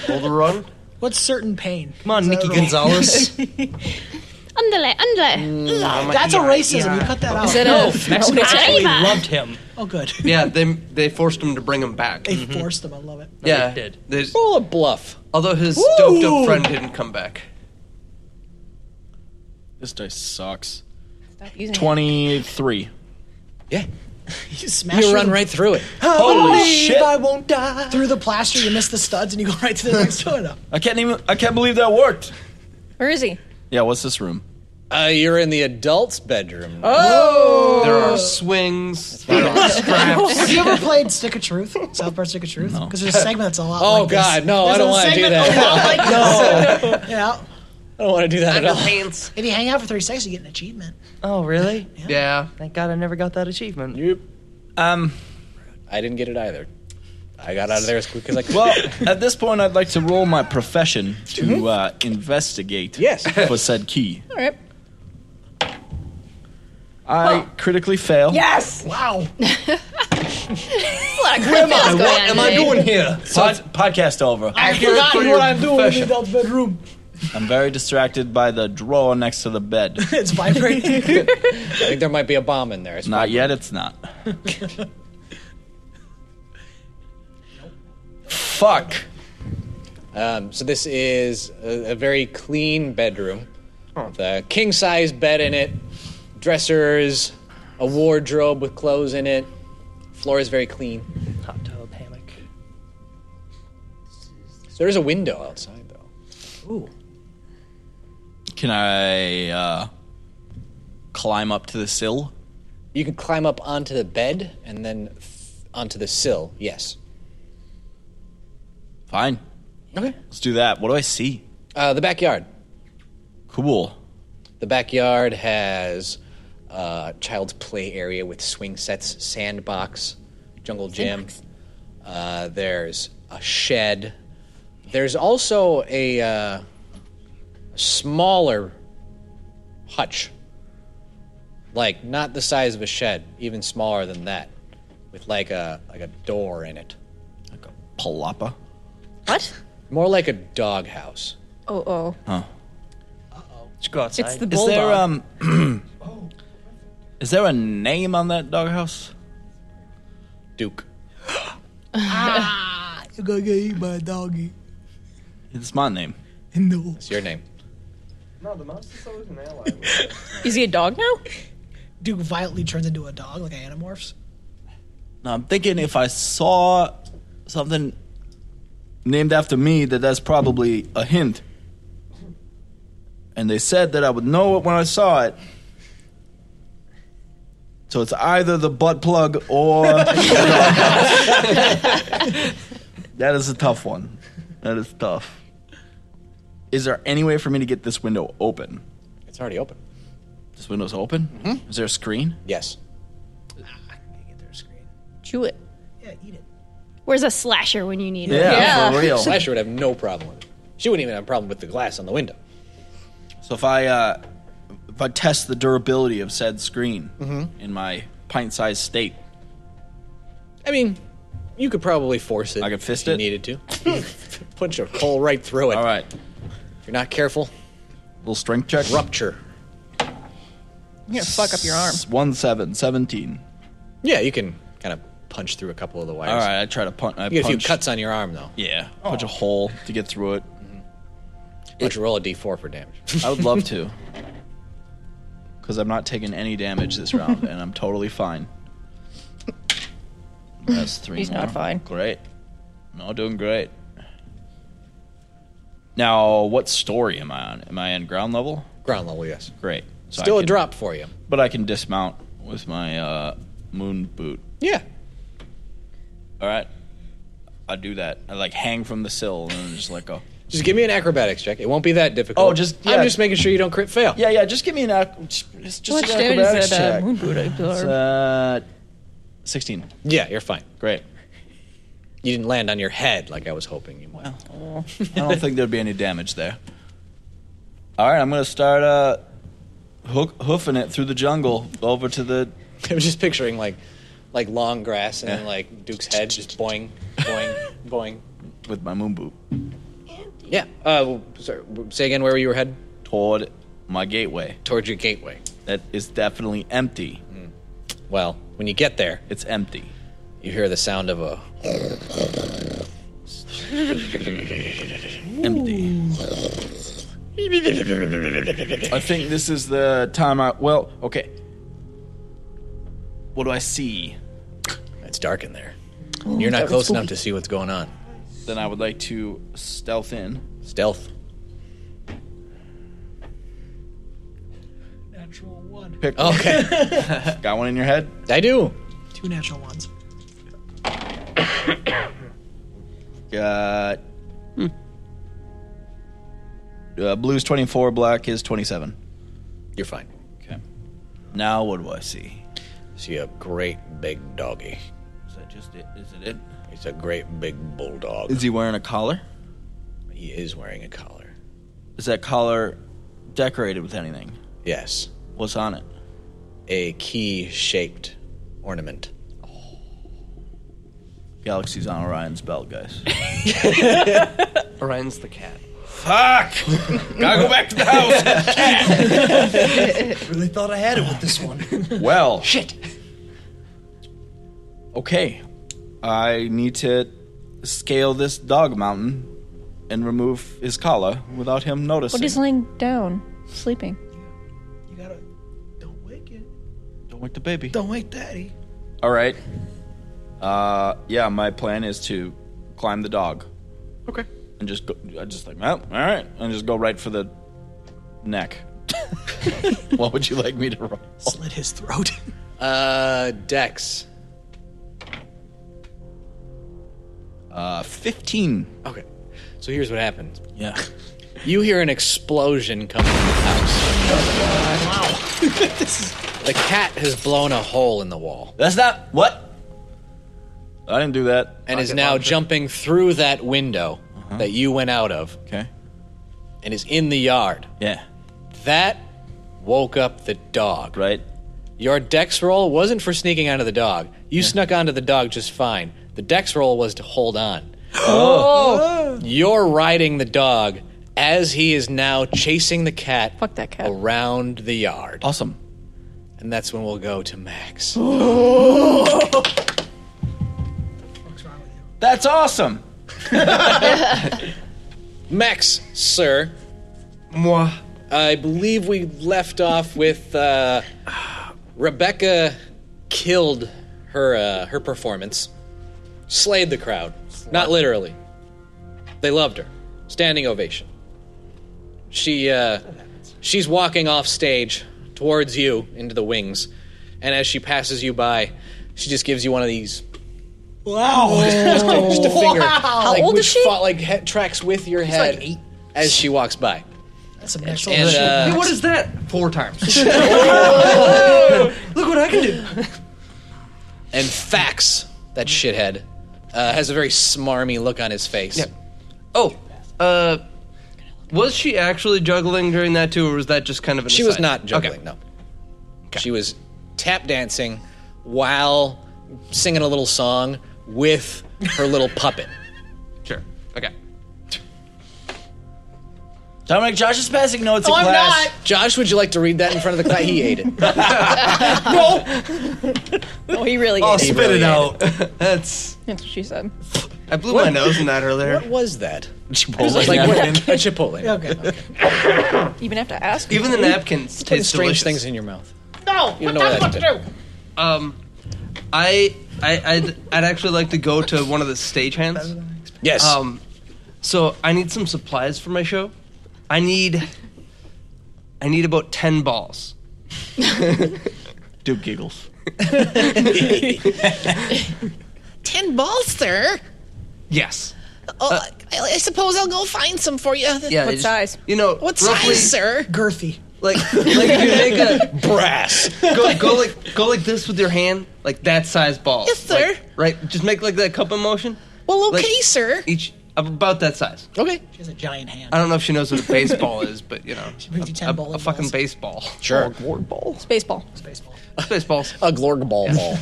Speaker 6: Roll the run.
Speaker 7: What's certain pain?
Speaker 6: Come on, Nikki Gonzalez.
Speaker 10: Underlay, underlay.
Speaker 6: Mm,
Speaker 7: That's a
Speaker 6: yeah,
Speaker 7: racism.
Speaker 6: yeah.
Speaker 7: You cut that out.
Speaker 6: Is it a-
Speaker 7: No.
Speaker 6: No, Mexicans actually
Speaker 7: Iva.
Speaker 6: loved him.
Speaker 7: Oh, good.
Speaker 5: "Oh." yeah, they they forced him to bring him back. Mm-hmm.
Speaker 7: They forced them. I love it.
Speaker 5: yeah,
Speaker 6: they did.
Speaker 5: Roll a bluff. Although his
Speaker 7: Woo!
Speaker 5: doped up friend didn't come back.
Speaker 9: This dice sucks.
Speaker 11: using it.
Speaker 9: Twenty-three.
Speaker 2: Yeah.
Speaker 7: You smash
Speaker 2: You
Speaker 7: it.
Speaker 2: run right through it.
Speaker 7: I
Speaker 9: Holy
Speaker 7: believe
Speaker 9: shit.
Speaker 7: I won't die. Through the plaster, you miss the studs, and you go right to the next door.
Speaker 9: I can't even. I can't believe that worked.
Speaker 11: Where is he?
Speaker 9: Yeah. What's this room?
Speaker 2: Uh, you're in the adult's bedroom.
Speaker 6: Uh,
Speaker 7: Oh.
Speaker 5: There are swings. There are
Speaker 7: Have
Speaker 5: straps.
Speaker 7: you ever played Stick of Truth? South Park Stick of Truth? Because there's a segment that's a lot
Speaker 2: Oh
Speaker 7: like this.
Speaker 2: God, no! I
Speaker 7: There's
Speaker 2: don't
Speaker 7: a
Speaker 2: want to do
Speaker 7: segment
Speaker 2: that.
Speaker 7: a lot like
Speaker 2: no,
Speaker 7: Yeah.
Speaker 2: I don't want to do that at all.
Speaker 7: If you hang out for 30 seconds, you get an achievement.
Speaker 6: Oh, really?
Speaker 5: Yeah.
Speaker 6: Thank God I never got that achievement.
Speaker 9: Yep. Um.
Speaker 2: I didn't get it either. I got out of there as quick as I could.
Speaker 9: Well, at this point, I'd like to roll my profession
Speaker 7: Mm-hmm.
Speaker 9: to uh, investigate. Yes. For said key,
Speaker 11: All right.
Speaker 9: I critically fail.
Speaker 7: Wow.
Speaker 11: There's a lot of great things going on today.
Speaker 9: here? Pod- podcast over.
Speaker 7: I forgot what I'm doing in the adult bedroom.
Speaker 9: I'm very distracted by the drawer next to the bed.
Speaker 7: it's vibrating.
Speaker 2: I think there might be a bomb in there. It's
Speaker 9: not yet. It's not. Fuck.
Speaker 2: Um, so this is a, a very clean bedroom. The king size bed in it, dressers, a wardrobe with clothes in it. Floor is very clean.
Speaker 6: Hot tub hammock.
Speaker 2: There is a window outside though.
Speaker 7: Ooh.
Speaker 9: Can I uh, climb up to the sill?
Speaker 2: You can climb up onto the bed and then f- onto the sill. Yes.
Speaker 9: Fine.
Speaker 2: Okay.
Speaker 9: Let's do that. What do I see?
Speaker 2: Uh, the backyard.
Speaker 9: Cool.
Speaker 2: The backyard has uh, child's play area with swing sets, sandbox, jungle gym. Uh, there's a shed. There's also a uh, smaller hutch, like not the size of a shed, even smaller than that, with like a like a door in it.
Speaker 9: Palapa.
Speaker 11: What?
Speaker 2: More like a doghouse.
Speaker 11: Oh, oh.
Speaker 6: Just go outside.
Speaker 11: It's the
Speaker 9: Is
Speaker 11: bulldog.
Speaker 9: there um? is there a name on that doghouse?
Speaker 2: Duke.
Speaker 7: you gonna get eaten by a doggy.
Speaker 9: It's my name.
Speaker 7: No.
Speaker 2: It's your name.
Speaker 5: No, the mouse is always an ally.
Speaker 11: Is he a dog now?
Speaker 7: Duke violently turns into a dog like animorphs.
Speaker 9: Now I'm thinking if I saw something named after me, that that's probably a hint. And they said that I would know it when I saw it. So it's either the butt plug or that is a tough one. That is tough. Is there any way for me to get this window open?
Speaker 2: It's already open.
Speaker 9: This window's open. Mm-hmm. Is there a screen?
Speaker 2: Yes.
Speaker 11: Chew it.
Speaker 7: Yeah, eat it.
Speaker 10: Where's a slasher when you need
Speaker 9: Yeah,
Speaker 10: it?
Speaker 9: for real.
Speaker 2: Slasher would have no problem with it. She wouldn't even have a problem with the glass on the window.
Speaker 9: So if I uh, if I test the durability of said screen
Speaker 11: Mm-hmm.
Speaker 9: in my pint-sized state,
Speaker 2: I mean, you could probably force it. I could
Speaker 9: fist
Speaker 2: if you
Speaker 9: it?
Speaker 2: Needed to. Punch a hole right through it. All
Speaker 9: right.
Speaker 2: If you're not careful,
Speaker 9: little strength check.
Speaker 2: rupture.
Speaker 11: You're gonna fuck up your arm.
Speaker 9: It's one seven seventeen.
Speaker 2: Yeah, you can kind of punch through a couple of the wires.
Speaker 9: All right, I try to punch. I
Speaker 2: You get a few
Speaker 9: punch,
Speaker 2: cuts on your arm though.
Speaker 9: Yeah,
Speaker 11: Oh.
Speaker 9: punch a hole to get through it.
Speaker 2: Why don't you roll a d4 for damage?
Speaker 9: I would love to, because I'm not taking any damage this round, and I'm totally fine. That's three.
Speaker 11: He's not
Speaker 9: more.
Speaker 11: fine.
Speaker 9: Great. No, doing great. Now, what story am I on? Am I on ground level?
Speaker 2: Ground level, yes.
Speaker 9: Great. So I
Speaker 2: Still a
Speaker 9: can-
Speaker 2: drop for you.
Speaker 9: But I can dismount with my uh, moon boot.
Speaker 2: Yeah.
Speaker 9: All right. I do that. I like hang from the sill and then just like go.
Speaker 2: Just give me an acrobatics check. It won't be that difficult.
Speaker 9: Oh, just- yeah.
Speaker 2: I'm just making sure you don't crit fail.
Speaker 9: Yeah, yeah. Just give me an ac- just, just
Speaker 2: What
Speaker 9: an
Speaker 2: damage is
Speaker 9: acrobatics
Speaker 2: that, uh,
Speaker 9: check.
Speaker 2: moon boot I
Speaker 9: It's, uh, sixteen.
Speaker 2: Yeah, you're fine.
Speaker 9: Great.
Speaker 2: You didn't land on your head like I was hoping you might.
Speaker 9: I don't think there'd be any damage there. All right, I'm gonna start uh, hook, hoofing it through the jungle over to the.
Speaker 2: I was just picturing like, like long grass and then,
Speaker 9: Yeah.
Speaker 2: like Duke's head just boing, boing, boing.
Speaker 9: with my moon boot.
Speaker 2: Yeah. Uh, sorry, say again where you were headed.
Speaker 9: Toward my gateway.
Speaker 2: Toward your gateway.
Speaker 9: That is definitely empty.
Speaker 2: Well, when you get there,
Speaker 9: it's empty.
Speaker 2: You hear the sound of a
Speaker 9: empty. I think this is the time I. Well, okay. What do I see?
Speaker 2: It's dark in there.
Speaker 9: Oh,
Speaker 2: You're not close enough to see what's going on.
Speaker 9: Then I would like to stealth in.
Speaker 2: Stealth.
Speaker 7: Natural one.
Speaker 9: Pick
Speaker 7: Okay.
Speaker 9: Got one in your head?
Speaker 2: I do.
Speaker 7: Two natural ones.
Speaker 9: Got. Uh, blue's 24, black is 27.
Speaker 2: You're fine.
Speaker 9: Okay. Now what do I see?
Speaker 2: See a great big doggy.
Speaker 9: Is that just it? Is it it?
Speaker 2: It's a great big bulldog.
Speaker 9: Is he wearing a collar?
Speaker 2: He is wearing a collar.
Speaker 9: Is that collar decorated with anything?
Speaker 2: Yes.
Speaker 9: What's on it?
Speaker 2: A key shaped ornament.
Speaker 9: Galaxy's on Orion's belt, guys.
Speaker 5: Orion's the cat.
Speaker 9: Fuck! Gotta go back to the house.
Speaker 6: really thought I had it with this one.
Speaker 9: well, shit. Okay, I need to scale this dog mountain and remove his collar without him noticing.
Speaker 11: What is laying down, sleeping?
Speaker 9: Don't wake the baby.
Speaker 7: Don't wake daddy.
Speaker 9: All right. Uh, yeah, my plan is to climb the dog.
Speaker 5: Okay.
Speaker 9: And just go. I just like, well, all right, and just go right for the neck. what would you like me to roll?
Speaker 7: Slit his throat.
Speaker 2: Uh, Dex.
Speaker 9: Uh, 15.
Speaker 2: Okay. So here's what happened.
Speaker 9: Yeah.
Speaker 2: You hear an explosion coming from the house. Wow. the cat has blown a hole in the wall.
Speaker 9: That's not. What? I didn't do that.
Speaker 2: And is now jumping through that window that you went out of.
Speaker 9: Okay.
Speaker 2: And is in the yard.
Speaker 9: Yeah.
Speaker 2: That woke up the dog.
Speaker 9: Right.
Speaker 2: Your dex roll wasn't for sneaking onto the dog. You snuck onto the dog just fine. The dex roll was to hold on.
Speaker 11: Oh.
Speaker 2: You're riding the dog as he is now chasing the cat, Fuck that cat around the yard.
Speaker 9: Awesome.
Speaker 2: And that's when we'll go to Max.
Speaker 9: That's awesome.
Speaker 2: Max, sir. Moi. I believe we left off with uh, Rebecca killed her uh, her performance, slayed the crowd. Not literally. They loved her. Standing ovation. She uh, she's walking off stage towards you into the wings, and as she passes you by, she just gives you one of these
Speaker 7: Wow.
Speaker 2: just, just a finger.
Speaker 7: Wow. How
Speaker 2: like,
Speaker 7: old
Speaker 2: which
Speaker 7: is she?
Speaker 2: fa- like he- tracks with your head as she walks by.
Speaker 7: That's some natural
Speaker 2: And,
Speaker 7: shit.
Speaker 2: uh,
Speaker 5: Hey, what is that? Four times.
Speaker 7: Look what I can do.
Speaker 2: And Fax, that shithead, uh, has a very smarmy look on his face.
Speaker 5: Oh, uh, was she actually juggling during that too, or was that just kind of? An
Speaker 2: She was
Speaker 5: aside?
Speaker 2: not juggling. No, she was tap dancing while singing a little song with her little puppet.
Speaker 5: Sure. Okay.
Speaker 9: Dominic, Josh is passing notes in class.
Speaker 2: Josh, would you like to read that in front of the class? He ate it.
Speaker 11: Oh, he really.
Speaker 5: Oh,
Speaker 11: is.
Speaker 5: spit it out. That's.
Speaker 11: That's what she said.
Speaker 5: I blew my nose in that earlier. What
Speaker 2: was that?
Speaker 5: Chipotle.
Speaker 2: It was like, what- a Chipotle.
Speaker 7: Okay.
Speaker 11: Even have to ask.
Speaker 5: Even the napkins
Speaker 2: Put
Speaker 5: taste
Speaker 2: strange
Speaker 5: delicious.
Speaker 2: things in your mouth.
Speaker 7: No,
Speaker 2: You don't know what that did.
Speaker 5: Um, I, I, I'd, I'd actually like to go to one of the stagehands.
Speaker 2: Yes.
Speaker 5: Um, so I need some supplies for my show. I need, I need about ten balls.
Speaker 9: Duke giggles.
Speaker 8: Ten balls, sir.
Speaker 5: Yes.
Speaker 8: Oh,
Speaker 5: Uh,
Speaker 8: I
Speaker 4: I I suppose I'll go find some for you.
Speaker 5: Yeah, they just- You know,
Speaker 4: What
Speaker 5: roughly,
Speaker 4: size, sir?
Speaker 7: Girthy.
Speaker 5: Like, like you make a brass. Go, go like, go like this with your hand, like that size ball.
Speaker 4: Yes, sir.
Speaker 5: Like, right, just make like that cupping motion.
Speaker 4: Well, okay,
Speaker 5: Like,
Speaker 4: sir.
Speaker 5: Each about that size.
Speaker 4: Okay.
Speaker 7: She has a giant hand.
Speaker 5: I don't know if she knows what a baseball is, but you know,
Speaker 7: brings you 10
Speaker 5: a,
Speaker 7: bowling
Speaker 5: a fucking
Speaker 7: balls.
Speaker 5: baseball.
Speaker 2: Sure.
Speaker 5: Glorg ball.
Speaker 11: Space ball.
Speaker 5: Space balls.
Speaker 2: A glorg ball ball.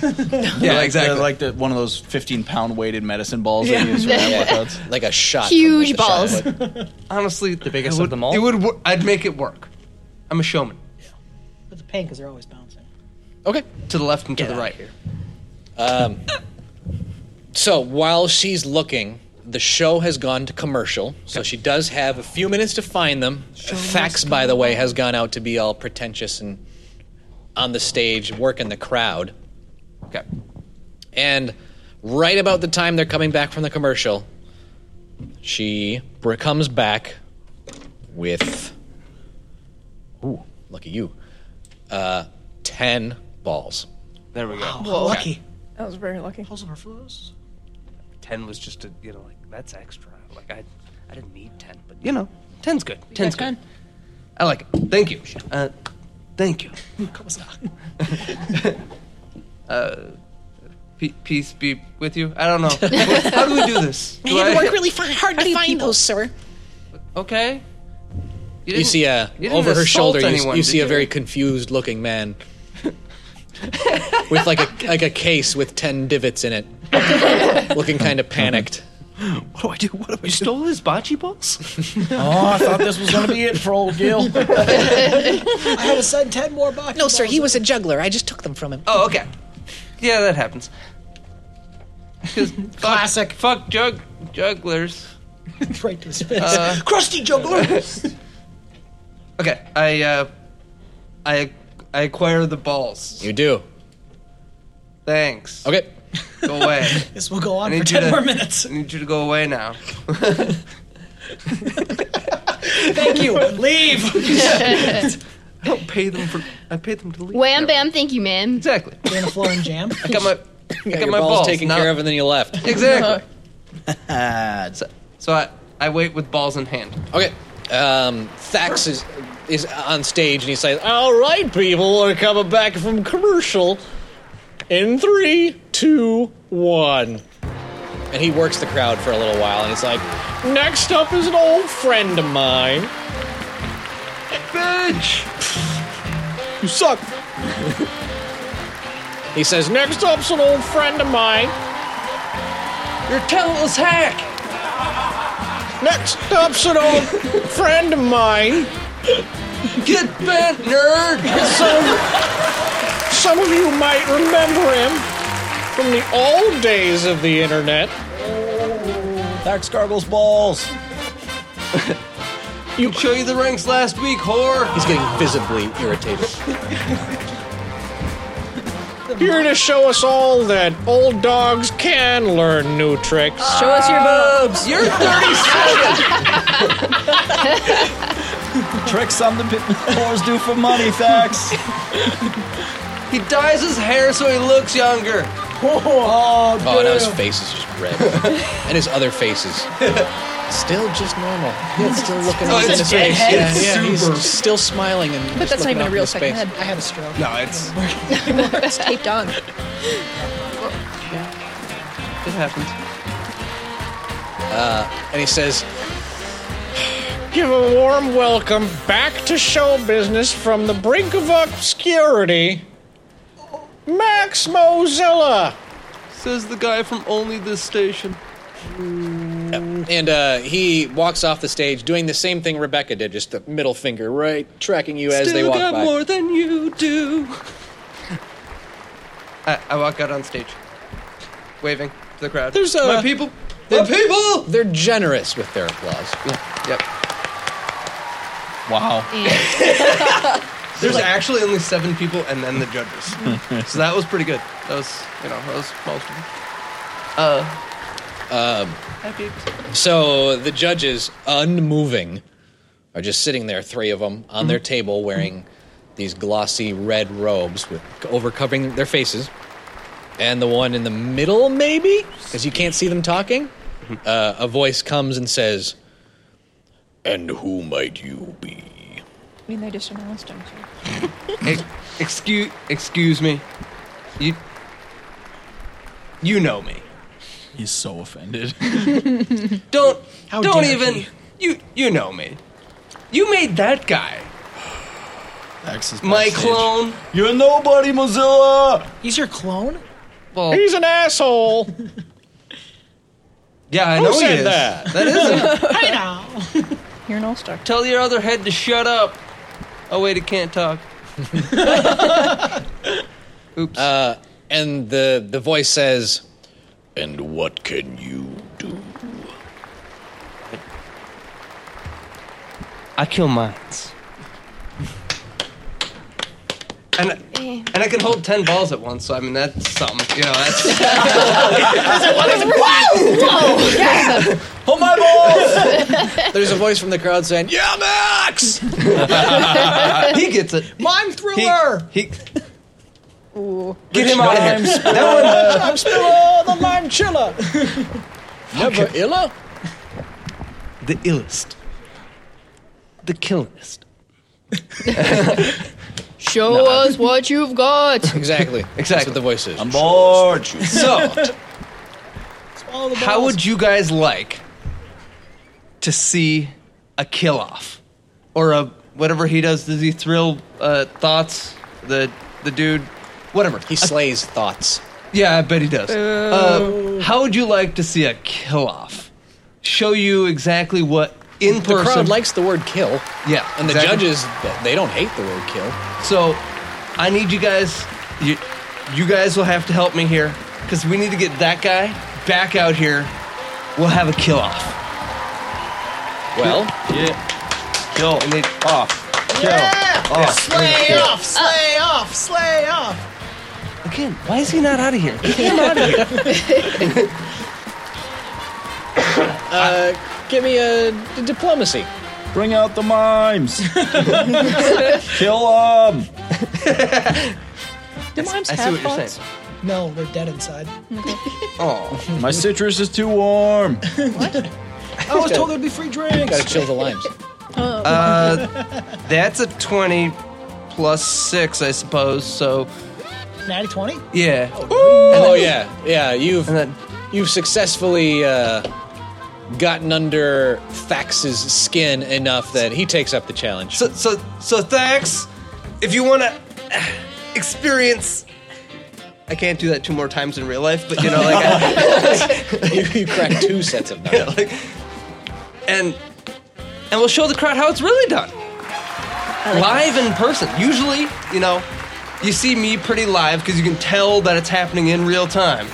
Speaker 9: yeah,
Speaker 2: Like
Speaker 9: exactly. Like the, one of those 15 pound weighted medicine balls
Speaker 2: Yeah.
Speaker 9: that you use for
Speaker 2: Yeah.
Speaker 9: yeah. workouts.
Speaker 2: Like a shot.
Speaker 10: Huge balls.
Speaker 5: Honestly, the biggest
Speaker 9: of them all?
Speaker 5: It would. wor- I'd make it work. I'm a showman.
Speaker 7: But the pain because they're always bouncing.
Speaker 2: Okay.
Speaker 5: To the left and to the right here.
Speaker 2: Um, so while she's looking, the show has gone to commercial, so she does have a few minutes to find them. Fax, by the way, has gone out to be all pretentious and on the stage, working the crowd.
Speaker 5: Okay.
Speaker 2: And right about the time they're coming back from the commercial, she br- comes back with. Ooh, look at you. Uh, 10 balls.
Speaker 5: There we go.
Speaker 7: Whoa. Lucky.
Speaker 11: That was very lucky.
Speaker 5: Ten was just a you know like that's extra. Like I, I didn't need ten, but you know, ten's good. Ten's good. I like it. Thank you. Uh, thank you. Uh, pe- peace be with you. I don't know. How do we do this?
Speaker 4: I
Speaker 5: Do
Speaker 4: had to
Speaker 5: I-
Speaker 4: work really fi- hard to find those, sir.
Speaker 5: Okay.
Speaker 2: You,
Speaker 5: didn't-
Speaker 2: see a
Speaker 5: you uh, didn't
Speaker 2: over her
Speaker 5: assault
Speaker 2: shoulder. You,
Speaker 5: anyone,
Speaker 2: you
Speaker 5: did
Speaker 2: see a
Speaker 5: you?
Speaker 2: very confused looking man with like a like a case with ten divots in it, looking kind of panicked.
Speaker 5: What do I do? What do I you stole his bocce balls?
Speaker 9: Oh, I thought this was going to be it for old Gil.
Speaker 7: I had to send ten more bucks.
Speaker 4: No, sir, he was a juggler. I just took them from him.
Speaker 5: Oh, okay. Yeah, that happens. Classic. Fuck, jug- jugglers.
Speaker 7: right to his face.
Speaker 5: Uh,
Speaker 7: Crusty juggler.
Speaker 5: Okay, I uh, I I acquire the balls.
Speaker 2: You do.
Speaker 5: Thanks.
Speaker 2: Okay.
Speaker 5: Go away.
Speaker 7: this will go on
Speaker 5: I
Speaker 7: for
Speaker 5: need you to-
Speaker 7: ten more minutes.
Speaker 5: I need you to go away now.
Speaker 7: Thank you. Leave.
Speaker 5: I don't pay them for. I pay them to leave.
Speaker 10: Wham bam, thank you, ma'am.
Speaker 5: Exactly.
Speaker 7: You're in a floor and jam.
Speaker 5: I got my. I
Speaker 2: Got
Speaker 5: got
Speaker 2: your
Speaker 5: my
Speaker 2: balls,
Speaker 5: balls
Speaker 2: taken
Speaker 5: now.
Speaker 2: care of, and then you left.
Speaker 5: Exactly. so, so I I wait with balls in hand.
Speaker 2: Okay. Um, Thax is is on stage, and he says, "All right, people, we're coming back from commercial in three, two, one." And he works the crowd for a little while, and he's like, "Next up is an old friend of mine."
Speaker 5: Bitch!
Speaker 2: You suck. he says, Next up's an old friend of mine. Your talentless hack. Next up's an old friend of mine.
Speaker 5: Get bent, nerd!
Speaker 2: Some, some of you might remember him from the old days of the internet.
Speaker 9: Tax gargles balls.
Speaker 5: You show you the ranks last week, whore.
Speaker 2: He's getting visibly irritated. Here to show us all that old dogs can learn new tricks.
Speaker 11: Show us your boobs.
Speaker 5: Uh, You're 37.
Speaker 9: Tricks on the p- whores do for money, thanks.
Speaker 5: he dyes his hair so he looks younger.
Speaker 9: Oh,
Speaker 2: Oh, now his face is just red. and his other face is still just normal. Yeah, it's still looking
Speaker 5: Oh,
Speaker 2: up in
Speaker 5: it's
Speaker 2: his
Speaker 5: dead
Speaker 2: face.
Speaker 5: head.
Speaker 2: Yeah, yeah, he's
Speaker 5: Super.
Speaker 2: still smiling and
Speaker 11: But
Speaker 2: just
Speaker 11: that's not
Speaker 2: looking
Speaker 11: even a
Speaker 2: off
Speaker 11: real
Speaker 2: into
Speaker 11: second
Speaker 2: space.
Speaker 11: head.
Speaker 7: I had a stroke.
Speaker 5: No, it's it
Speaker 11: it's taped on.
Speaker 5: happens.
Speaker 2: Uh, and he says, Give a warm welcome back to show business from the brink of obscurity, Max Mozilla.
Speaker 5: Says the guy from only this station.
Speaker 2: And uh, he walks off the stage doing the same thing Rebecca did, just the middle finger right tracking you as
Speaker 5: Still
Speaker 2: they walk
Speaker 5: got
Speaker 2: by.
Speaker 5: more than you do. I, I walk out on stage, waving to the crowd.
Speaker 2: There's, uh,
Speaker 5: my people.
Speaker 2: The
Speaker 5: My people.
Speaker 2: They're generous with their applause.
Speaker 5: Yep.
Speaker 9: Wow.
Speaker 5: There's actually only seven people, and then the judges. so that was pretty good. That was, you know, that was most of them. Uh,
Speaker 2: Um,
Speaker 5: happy.
Speaker 2: So the judges, unmoving, are just sitting there, three of them, on their table wearing these glossy red robes with over covering their faces. And the one in the middle, maybe, because you can't see them talking, uh, a voice comes and says, "And who might you be?"
Speaker 11: I mean, they just announced him. so-
Speaker 5: Ex- excuse, excuse me. You, you know me.
Speaker 9: He's so offended.
Speaker 5: don't,
Speaker 7: How
Speaker 5: don't
Speaker 7: dare
Speaker 5: even.
Speaker 7: he.
Speaker 5: You, you know me. You made that guy. My clone.
Speaker 9: You're nobody, Mozilla.
Speaker 7: He's your clone?
Speaker 5: Well,
Speaker 1: He's an asshole.
Speaker 5: yeah, I
Speaker 1: Who
Speaker 5: know he
Speaker 1: said
Speaker 5: is.
Speaker 1: that?
Speaker 5: That is
Speaker 7: hey now.
Speaker 11: You're an all star.
Speaker 5: Tell your other head to shut up. Oh wait, it can't talk. Oops.
Speaker 2: Uh, and the the voice says, "And what can you?"
Speaker 5: I kill mines. And and I can hold ten balls at once, so I mean that's something. You know, that's
Speaker 9: Hold my balls!
Speaker 2: There's a voice from the crowd saying, "Yeah, Max."
Speaker 5: he gets it.
Speaker 7: Mime thriller.
Speaker 5: He,
Speaker 11: Ooh.
Speaker 5: get him out of
Speaker 7: Mime
Speaker 5: here.
Speaker 7: spiller.
Speaker 5: That one,
Speaker 7: Mime spiller, the lime chiller.
Speaker 2: Never illa.
Speaker 5: the illest, the killest.
Speaker 10: Show us what you've got.
Speaker 2: Exactly. Exactly. That's what the voice is.
Speaker 9: I'm bored.
Speaker 5: So, how would you guys like to see a kill off or a whatever he does? Does he thrill uh, thoughts? The the dude, whatever he
Speaker 2: slays thoughts.
Speaker 5: Yeah, I bet he does.
Speaker 2: Oh.
Speaker 5: Uh, how would you like to see a kill off? Show you exactly what in
Speaker 2: The crowd
Speaker 5: person
Speaker 2: likes the word kill.
Speaker 5: Yeah,
Speaker 2: And the
Speaker 5: exactly.
Speaker 2: judges, they don't hate the word kill.
Speaker 5: So, I need you guys. You, you guys will have to help me here because we need to get that guy back out here. We'll have a kill off.
Speaker 2: Well,
Speaker 5: yeah, Oh, kill and it off. Kill off. Uh.
Speaker 7: Slay off, slay off, slay off.
Speaker 5: Again, why is he not out of here? Get him out of here.
Speaker 2: Uh, give me a d- diplomacy.
Speaker 9: Bring out the mimes. Kill them.
Speaker 7: Do mimes
Speaker 9: I see
Speaker 7: have
Speaker 9: what you're
Speaker 7: thoughts? No, they're dead inside.
Speaker 9: Oh, my citrus is too warm.
Speaker 5: Oh,
Speaker 7: I was told there'd be free drinks.
Speaker 5: Gotta chill the
Speaker 2: limes.
Speaker 5: Uh, that's a twenty plus six, I suppose. So,
Speaker 7: Natty 20?
Speaker 5: yeah.
Speaker 2: Oh yeah, yeah. You've you've successfully uh, gotten under Thax's skin enough that he takes up the challenge.
Speaker 5: So, so, so thanks. If you want to experience, I can't do that two more times in real life, but you know, like, I,
Speaker 2: you, you crack two sets of nuts.
Speaker 5: like, and and we'll show the crowd how it's really done, live in person. Usually, you know, you see me pretty live because you can tell that it's happening in real time.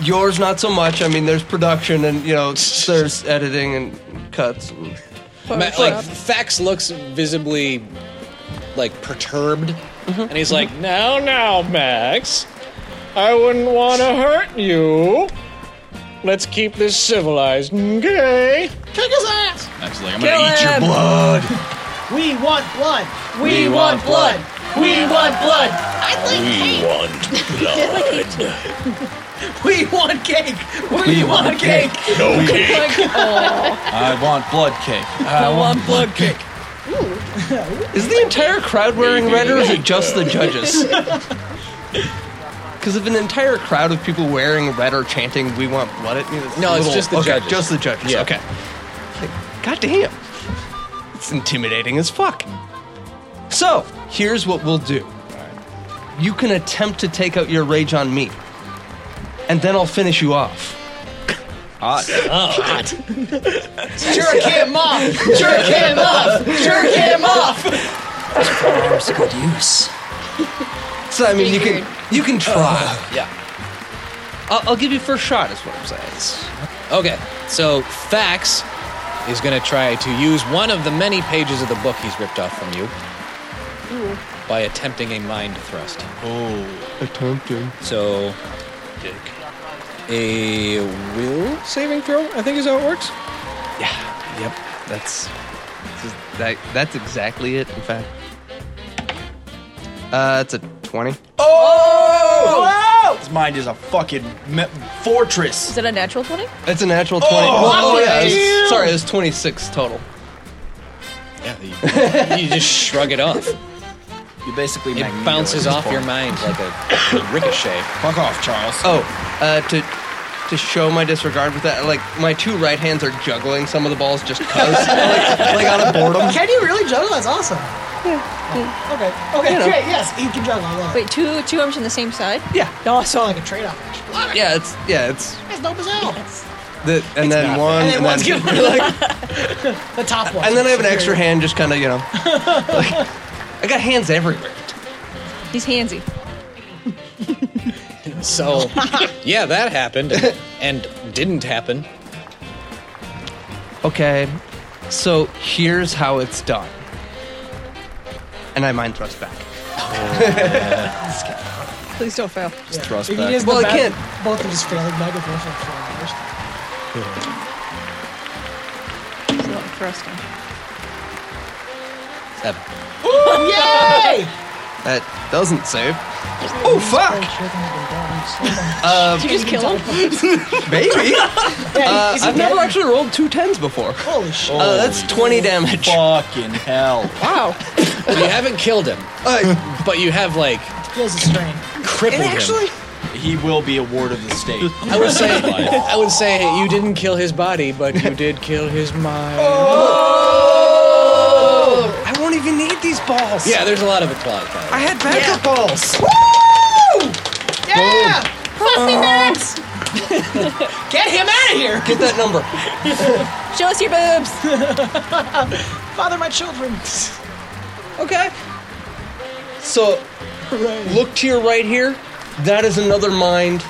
Speaker 5: Yours not so much. I mean, there's production and you know, there's editing and cuts. And,
Speaker 2: Ma- like Thax looks visibly like perturbed,
Speaker 9: Mm-hmm.
Speaker 2: and he's like,
Speaker 1: Now, now, Max. I wouldn't want to hurt you. Let's keep this civilized, okay?
Speaker 7: Kick his ass.
Speaker 9: Max is like, I'm
Speaker 1: Kill
Speaker 9: gonna eat your
Speaker 1: him.
Speaker 9: blood.
Speaker 7: We want blood.
Speaker 9: We want blood.
Speaker 7: We want blood. I
Speaker 12: We want blood.
Speaker 7: We want cake.
Speaker 9: We want cake. Oh No cake. I want blood cake. Uh, I want blood cake.
Speaker 5: Is the entire crowd wearing red, or is it just the judges? Because if an entire crowd of people wearing red are chanting "We want blood," it means
Speaker 2: No,
Speaker 5: a
Speaker 2: it's
Speaker 5: little-
Speaker 2: just the
Speaker 5: okay,
Speaker 2: judges.
Speaker 5: Just the judges.
Speaker 2: Yeah.
Speaker 5: Okay. God damn, it's intimidating as fuck. So here's what we'll do: you can attempt to take out your rage on me, and then I'll finish you off. Odd.
Speaker 7: Jerk him off. Jerk him off. Jerk him off.
Speaker 5: Firearms good use. So I mean, you can you can try.
Speaker 2: yeah.
Speaker 5: I'll, I'll give you first shot. Is what I'm saying.
Speaker 2: Okay, so Fax is going to try to use one of the many pages of the book he's ripped off from you by attempting a mind thrust.
Speaker 5: Oh, attempting.
Speaker 2: So, a will saving throw, I think is how it works.
Speaker 5: Yeah. Yep. That's this is- that, that's exactly it. In fact, uh, it's a twenty.
Speaker 9: Oh! Whoa! His mind is a fucking me- fortress.
Speaker 11: Is it a natural 20?
Speaker 5: It's a natural
Speaker 9: Oh,
Speaker 5: 20. well, oh, yeah. it was-
Speaker 9: damn.
Speaker 5: sorry, it was 26 total.
Speaker 2: Yeah, you, you just shrug it off.
Speaker 9: You basically
Speaker 2: it bounces off your mind like a ricochet.
Speaker 9: Fuck off, Charles.
Speaker 5: Oh, uh, to to show my disregard with that, like my two right hands are juggling some of the balls just cause, like, like out of boredom.
Speaker 7: Can you really juggle? That's awesome. Okay. Okay.
Speaker 5: You know.
Speaker 7: Great. Yes, he can juggle. I love it.
Speaker 11: Wait, two two arms on the same side?
Speaker 5: Yeah.
Speaker 7: No, I saw like a trade-off.
Speaker 5: Yeah, it's yeah, it's
Speaker 7: That's dope as hell.
Speaker 5: the and then one
Speaker 7: And then one's
Speaker 5: and
Speaker 7: giving
Speaker 5: then,
Speaker 7: like the top one.
Speaker 5: and then I have an extra hand, just kind of you know. like, I got hands everywhere.
Speaker 11: He's handsy.
Speaker 2: So, yeah, that happened and didn't happen.
Speaker 5: Okay, so here's how it's done. And I mind thrust back.
Speaker 11: Please don't fail.
Speaker 5: thrust
Speaker 7: If you use the
Speaker 5: Well, I
Speaker 7: back-
Speaker 5: can't.
Speaker 7: Both are just failing back and forth like four hours.
Speaker 11: It's not interesting.
Speaker 5: Seven.
Speaker 7: Yay!
Speaker 5: Um, Ah. That doesn't save. Oh fuck! Uh,
Speaker 11: Did you just kill him?
Speaker 5: Maybe.
Speaker 7: Yeah,
Speaker 5: Uh,
Speaker 7: he's- he's
Speaker 5: I've
Speaker 7: dead.
Speaker 5: never actually rolled two tens before.
Speaker 7: Holy shit.
Speaker 5: Uh, that's 20 damage.
Speaker 9: Fucking hell.
Speaker 11: Wow.
Speaker 2: Well, you haven't killed him, but you have like
Speaker 7: Feels a strain.
Speaker 2: crippled
Speaker 7: And actually-
Speaker 2: him.
Speaker 9: He will be a ward of the state.
Speaker 2: I would say, I would say you didn't kill his body, but you did kill his mind.
Speaker 7: Oh.
Speaker 5: I won't even need these balls.
Speaker 2: Yeah, there's a lot of applause. By the way.
Speaker 5: I had backup balls.
Speaker 7: Yeah!
Speaker 11: Pussy nuts!
Speaker 7: Get him out of here!
Speaker 5: Get that number.
Speaker 11: Show us your boobs!
Speaker 7: Father my children.
Speaker 5: Okay. So, look to your right here. That is another mind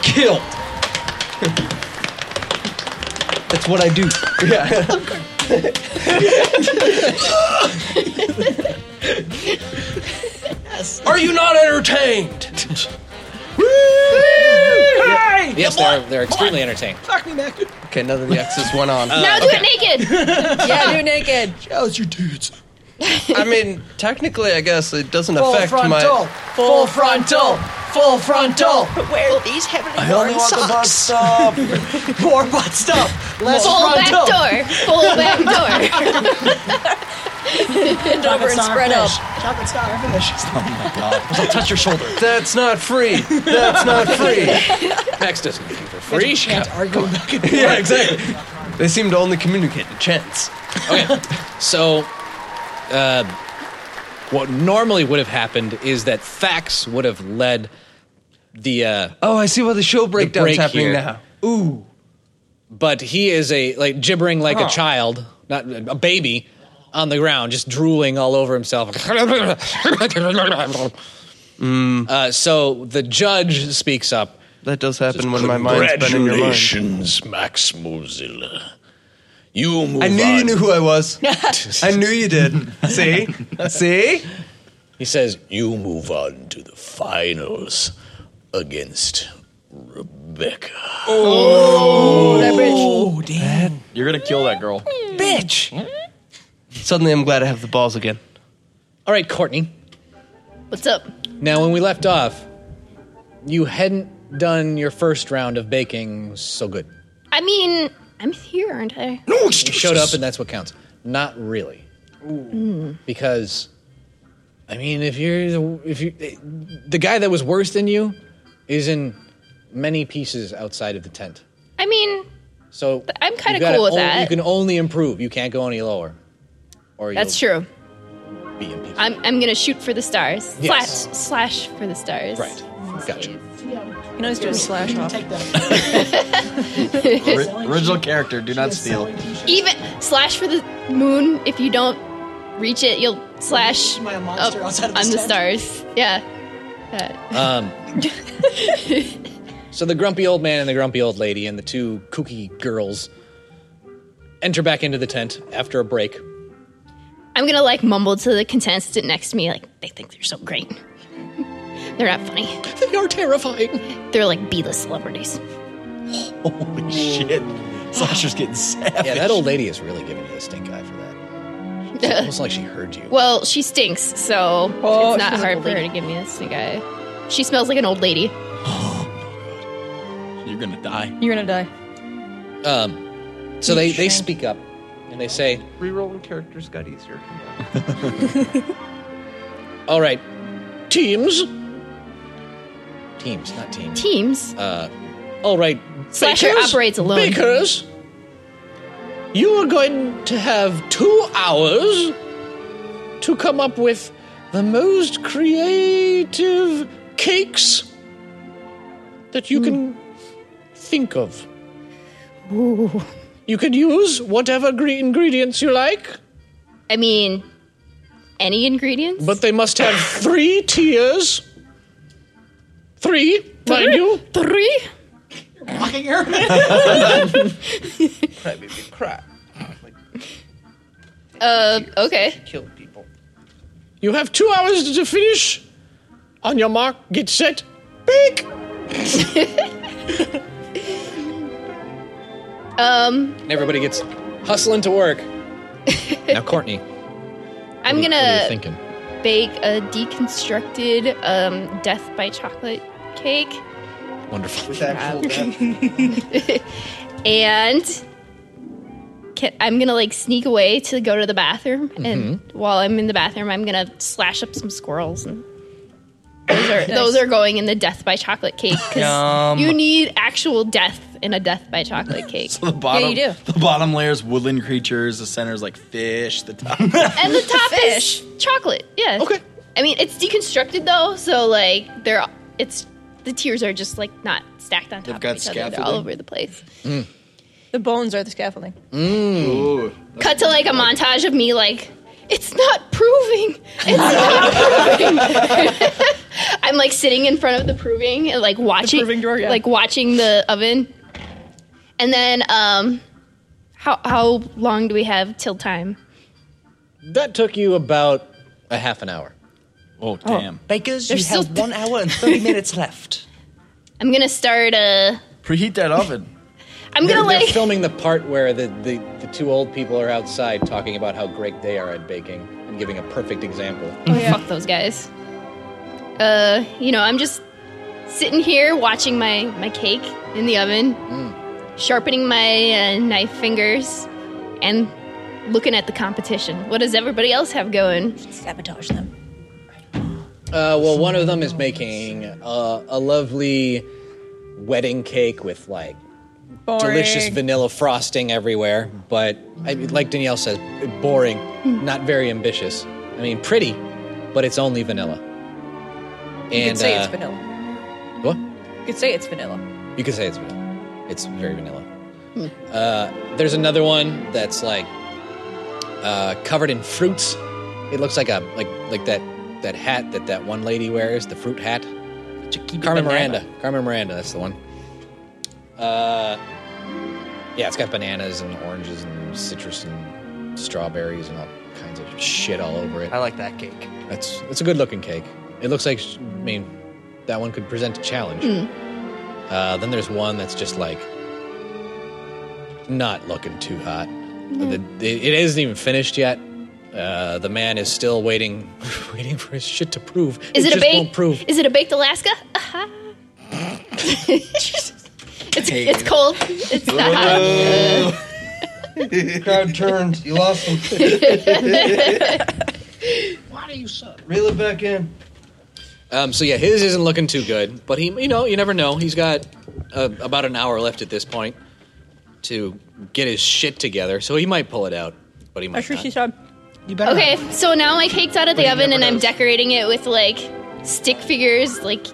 Speaker 5: killed. That's what I do. Yeah. Are you not entertained?
Speaker 7: Hey!
Speaker 2: Yes, they're they're extremely entertained.
Speaker 7: Fuck me, Mac.
Speaker 5: Okay, none of the X's went on.
Speaker 10: now do it naked.
Speaker 11: yeah, do naked.
Speaker 7: How's your dudes?
Speaker 5: I mean, technically, I guess it doesn't
Speaker 7: Full
Speaker 5: affect
Speaker 7: frontal.
Speaker 5: my.
Speaker 7: Full frontal. Full frontal.
Speaker 4: Wear these heavily worn socks.
Speaker 9: stop.
Speaker 7: More butt stuff. Less
Speaker 10: Full back
Speaker 7: frontal.
Speaker 10: door. Full back door.
Speaker 11: Bend over and spread up.
Speaker 7: Chocolate starfish.
Speaker 9: Oh my god.
Speaker 5: I'll touch your shoulder. That's not free. That's not free.
Speaker 2: Max doesn't give for free.
Speaker 7: Can't argue back and forth.
Speaker 5: yeah, exactly. They seem to only communicate to chance.
Speaker 2: Okay, so uh, what normally would have happened is that Fax would have led the. Uh,
Speaker 5: Oh, I see why the show breakdown's
Speaker 2: break
Speaker 5: happening
Speaker 2: here.
Speaker 5: now. Ooh.
Speaker 2: but he is a like gibbering like
Speaker 12: Oh.
Speaker 5: Huh.
Speaker 2: a child, not a baby, on the ground, just drooling all over himself. Uh, so the judge speaks up.
Speaker 5: That does happen when my mind's been in your mind.
Speaker 12: Congratulations, Max Mozilla. You move
Speaker 5: I knew you
Speaker 12: on.
Speaker 5: knew who I was. I knew you did. See? See?
Speaker 2: He says,
Speaker 12: You move on to the finals against Rebecca.
Speaker 7: Oh, damn.
Speaker 9: You're gonna kill that girl.
Speaker 5: Bitch. Suddenly I'm glad I have the balls again.
Speaker 2: "All right, Courtney.
Speaker 10: What's up?
Speaker 2: Now, when we left off, you hadn't done your first round of baking so good.
Speaker 10: I mean, I'm here, aren't I?
Speaker 2: You showed up, and that's what counts. Not really, because I mean, if you're the, if you the guy that was worse than you is in many pieces outside of the tent.
Speaker 10: I mean,
Speaker 2: So
Speaker 10: I'm kinda
Speaker 2: you've gotta
Speaker 10: cool with
Speaker 2: on-
Speaker 10: that.
Speaker 2: You can only improve. You can't go any lower. Or
Speaker 10: that's
Speaker 2: you'll
Speaker 10: true.
Speaker 2: Be in pieces.
Speaker 10: I'm I'm gonna shoot for the stars.
Speaker 2: Yes.
Speaker 10: Slash slash for the stars.
Speaker 2: Right. Gotcha.
Speaker 11: You know, he's doing slash off.
Speaker 7: Take that.
Speaker 9: Ori- original character, do not steal.
Speaker 10: Even slash for the moon. If you don't reach it, you'll slash
Speaker 7: Am I a
Speaker 10: up
Speaker 7: monster outside of
Speaker 10: on
Speaker 7: this tent?
Speaker 10: the stars. Yeah. Uh,
Speaker 2: Um, so the grumpy old man and the grumpy old lady and the two kooky girls enter back into the tent after a break.
Speaker 10: I'm gonna like mumble to the contestant next to me, like they think they're so great. they're not funny.
Speaker 2: They are terrifying.
Speaker 10: They're like B-list celebrities.
Speaker 9: Holy shit. Slasher's getting savage.
Speaker 2: Yeah, that old lady is really giving you the stink eye for that. It's almost like she heard you.
Speaker 10: Well, she stinks, so
Speaker 11: Oh,
Speaker 10: it's
Speaker 11: she
Speaker 10: not
Speaker 11: was
Speaker 10: hard
Speaker 11: old
Speaker 10: for her
Speaker 11: lady.
Speaker 10: to give me this guy. She smells like an old lady.
Speaker 9: You're gonna die.
Speaker 11: You're gonna die.
Speaker 2: Um, so they, they speak up and they say,
Speaker 5: Rerolling characters got easier.
Speaker 2: All right. Teams. Teams, not teams.
Speaker 10: Teams.
Speaker 2: Uh, all right.
Speaker 10: Slasher
Speaker 2: bakers,
Speaker 10: operates alone.
Speaker 2: Bakers, you are going to have two hours to come up with the most creative cakes that you can think of. You can use whatever gre- ingredients you like.
Speaker 10: I mean, any ingredients?
Speaker 2: But they must have three tiers. Three, mind
Speaker 10: Three?
Speaker 2: you.
Speaker 10: Three?
Speaker 7: Fucking her.
Speaker 5: That made me cry.
Speaker 10: Uh, okay.
Speaker 5: Killed people.
Speaker 2: You have two hours to finish. On your mark, get set, bake.
Speaker 10: Um,
Speaker 2: And everybody gets hustling to work. now, Courtney, what are
Speaker 10: I'm
Speaker 2: you
Speaker 10: gonna
Speaker 2: thinking?
Speaker 10: bake a deconstructed um, death by chocolate cake.
Speaker 2: Wonderful.
Speaker 10: and can, I'm gonna like sneak away to go to the bathroom, and
Speaker 9: Mm-hmm.
Speaker 10: while I'm in the bathroom, I'm gonna slash up some squirrels. And those are those are going in the death by chocolate cake because
Speaker 9: Yum.
Speaker 10: you need actual death in a death by chocolate cake.
Speaker 9: So the bottom,
Speaker 10: yeah, you do.
Speaker 9: the bottom layer is woodland creatures. The center is like fish. The top.
Speaker 10: And the top is chocolate. Yeah. Okay. I mean, it's deconstructed though, so like they're it's the tiers are just like not stacked on
Speaker 9: They've
Speaker 10: top
Speaker 9: got
Speaker 10: of each other. They're all
Speaker 9: scaffolding.
Speaker 10: over the place.
Speaker 11: The bones are the scaffolding.
Speaker 10: Cut to like a montage of me like it's not proving. It's not proving. I'm like sitting in front of the proving and like watching
Speaker 11: proving drawer, yeah.
Speaker 10: like watching the oven. And then um how how long do we have till time?
Speaker 2: That took you about a half an hour.
Speaker 9: Oh,
Speaker 6: damn. Bakers, you
Speaker 10: There's still-
Speaker 6: have one hour and 30 minutes left.
Speaker 10: I'm going to start uh
Speaker 9: Preheat that oven.
Speaker 10: I'm
Speaker 2: they're,
Speaker 10: going to
Speaker 2: they're
Speaker 10: like
Speaker 2: filming the part where the, the, the two old people are outside talking about how great they are at baking and giving a perfect example.
Speaker 10: Fuck those guys. Uh, you know, I'm just sitting here watching my my cake in the oven, sharpening my uh, knife fingers, and looking at the competition. What does everybody else have going?
Speaker 11: Sabotage them.
Speaker 2: Uh, well, one of them is making uh, a lovely wedding cake with like delicious
Speaker 11: Boring.
Speaker 2: vanilla frosting everywhere. But I, like Danielle says, boring, not very ambitious. I mean, pretty, but it's only vanilla.
Speaker 11: You
Speaker 2: and
Speaker 11: could say it's
Speaker 2: uh,
Speaker 11: vanilla.
Speaker 2: what?
Speaker 11: You could say it's vanilla.
Speaker 2: You could say it's vanilla. It's very vanilla. Uh, there's another one that's like uh, covered in fruits. It looks like a like like that that hat that that one lady wears, the fruit hat.
Speaker 6: banana.
Speaker 2: Carmen Miranda. Carmen Miranda. That's the one. Uh, yeah, it's got bananas and oranges and citrus and strawberries and all kinds of shit all over it. I
Speaker 5: like that cake.
Speaker 2: That's that's a good looking cake. It looks like I mean that one could present a challenge.
Speaker 10: Mm.
Speaker 2: Uh, then there's one that's just like not looking too hot. The- it- it isn't even finished yet. Uh, the man is still waiting, waiting for his shit to prove.
Speaker 10: Is it, a
Speaker 2: just won't
Speaker 10: baked?
Speaker 2: prove.
Speaker 10: Is it a baked Alaska? Aha. it's it's cold. It's not hot.
Speaker 5: Crowd turned. You lost them.
Speaker 17: Why do you suck?
Speaker 5: Reel it back in.
Speaker 2: Um, so yeah, his isn't looking too good, but he, you know, you never know. He's got uh, about an hour left at this point to get his shit together, so he might pull it out, but he might
Speaker 10: sure
Speaker 2: not.
Speaker 10: she
Speaker 7: You
Speaker 2: better
Speaker 10: okay, so now my cake's out of the
Speaker 2: But you
Speaker 10: oven
Speaker 2: never
Speaker 10: and I'm
Speaker 2: knows.
Speaker 10: decorating it with like stick figures, like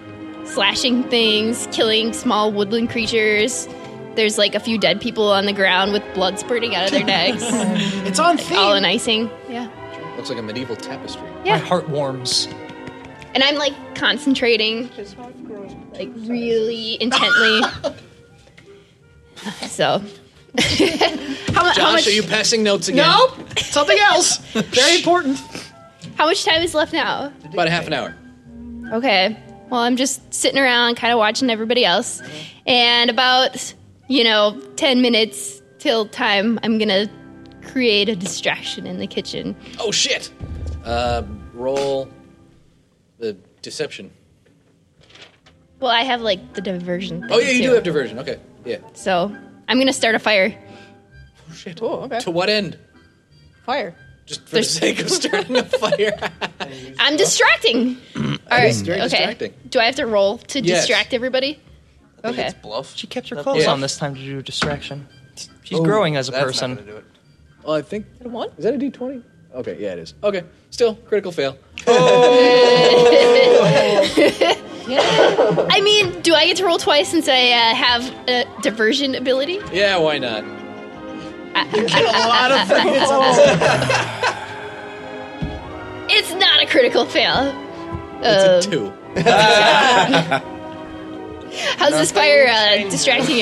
Speaker 10: slashing things, killing small woodland creatures. There's like a few dead people on the ground with blood spurting out of their necks.
Speaker 7: it's on
Speaker 10: like, all in icing. Yeah.
Speaker 2: Looks like a medieval tapestry.
Speaker 10: Yeah.
Speaker 6: My heart warms.
Speaker 10: And I'm like concentrating, like really intently. so, how, mu-
Speaker 2: Josh,
Speaker 10: how much?
Speaker 2: are you passing notes again?
Speaker 10: Nope.
Speaker 7: Something else. Very important.
Speaker 10: How much time is left now?
Speaker 2: About half an hour.
Speaker 10: Okay. Well, I'm just sitting around, kind of watching everybody else. And about, you know, 10 minutes till time, I'm going to create a distraction in the kitchen.
Speaker 2: Oh shit! Uh, roll the deception.
Speaker 10: Well, I have like the diversion. Thing
Speaker 2: Oh, yeah, you
Speaker 10: too.
Speaker 2: do have diversion. Okay. Yeah.
Speaker 10: So I'm gonna start a fire.
Speaker 2: Oh, okay. To what end?
Speaker 11: Fire.
Speaker 2: Just for the sake of starting a fire.
Speaker 10: I'm distracting. All
Speaker 2: That
Speaker 10: right.
Speaker 2: is very
Speaker 10: okay.
Speaker 2: distracting.
Speaker 10: Do I have to roll to
Speaker 6: Yes.
Speaker 10: distract everybody? Okay.
Speaker 5: Bluff.
Speaker 6: She kept her clothes on this time to do a distraction. She's
Speaker 2: Oh,
Speaker 6: growing as a
Speaker 2: that's not
Speaker 6: person.
Speaker 2: Oh, I think. Is that a one? Is that a d20? Okay, yeah, it is. Okay, still, critical fail.
Speaker 10: I mean, do I get to roll twice since I uh, have a diversion ability?
Speaker 2: Yeah, why not?
Speaker 10: You
Speaker 2: get a lot of
Speaker 10: It's not a critical fail.
Speaker 2: It's
Speaker 10: Uh,
Speaker 2: a two.
Speaker 10: how's this fire uh, distracting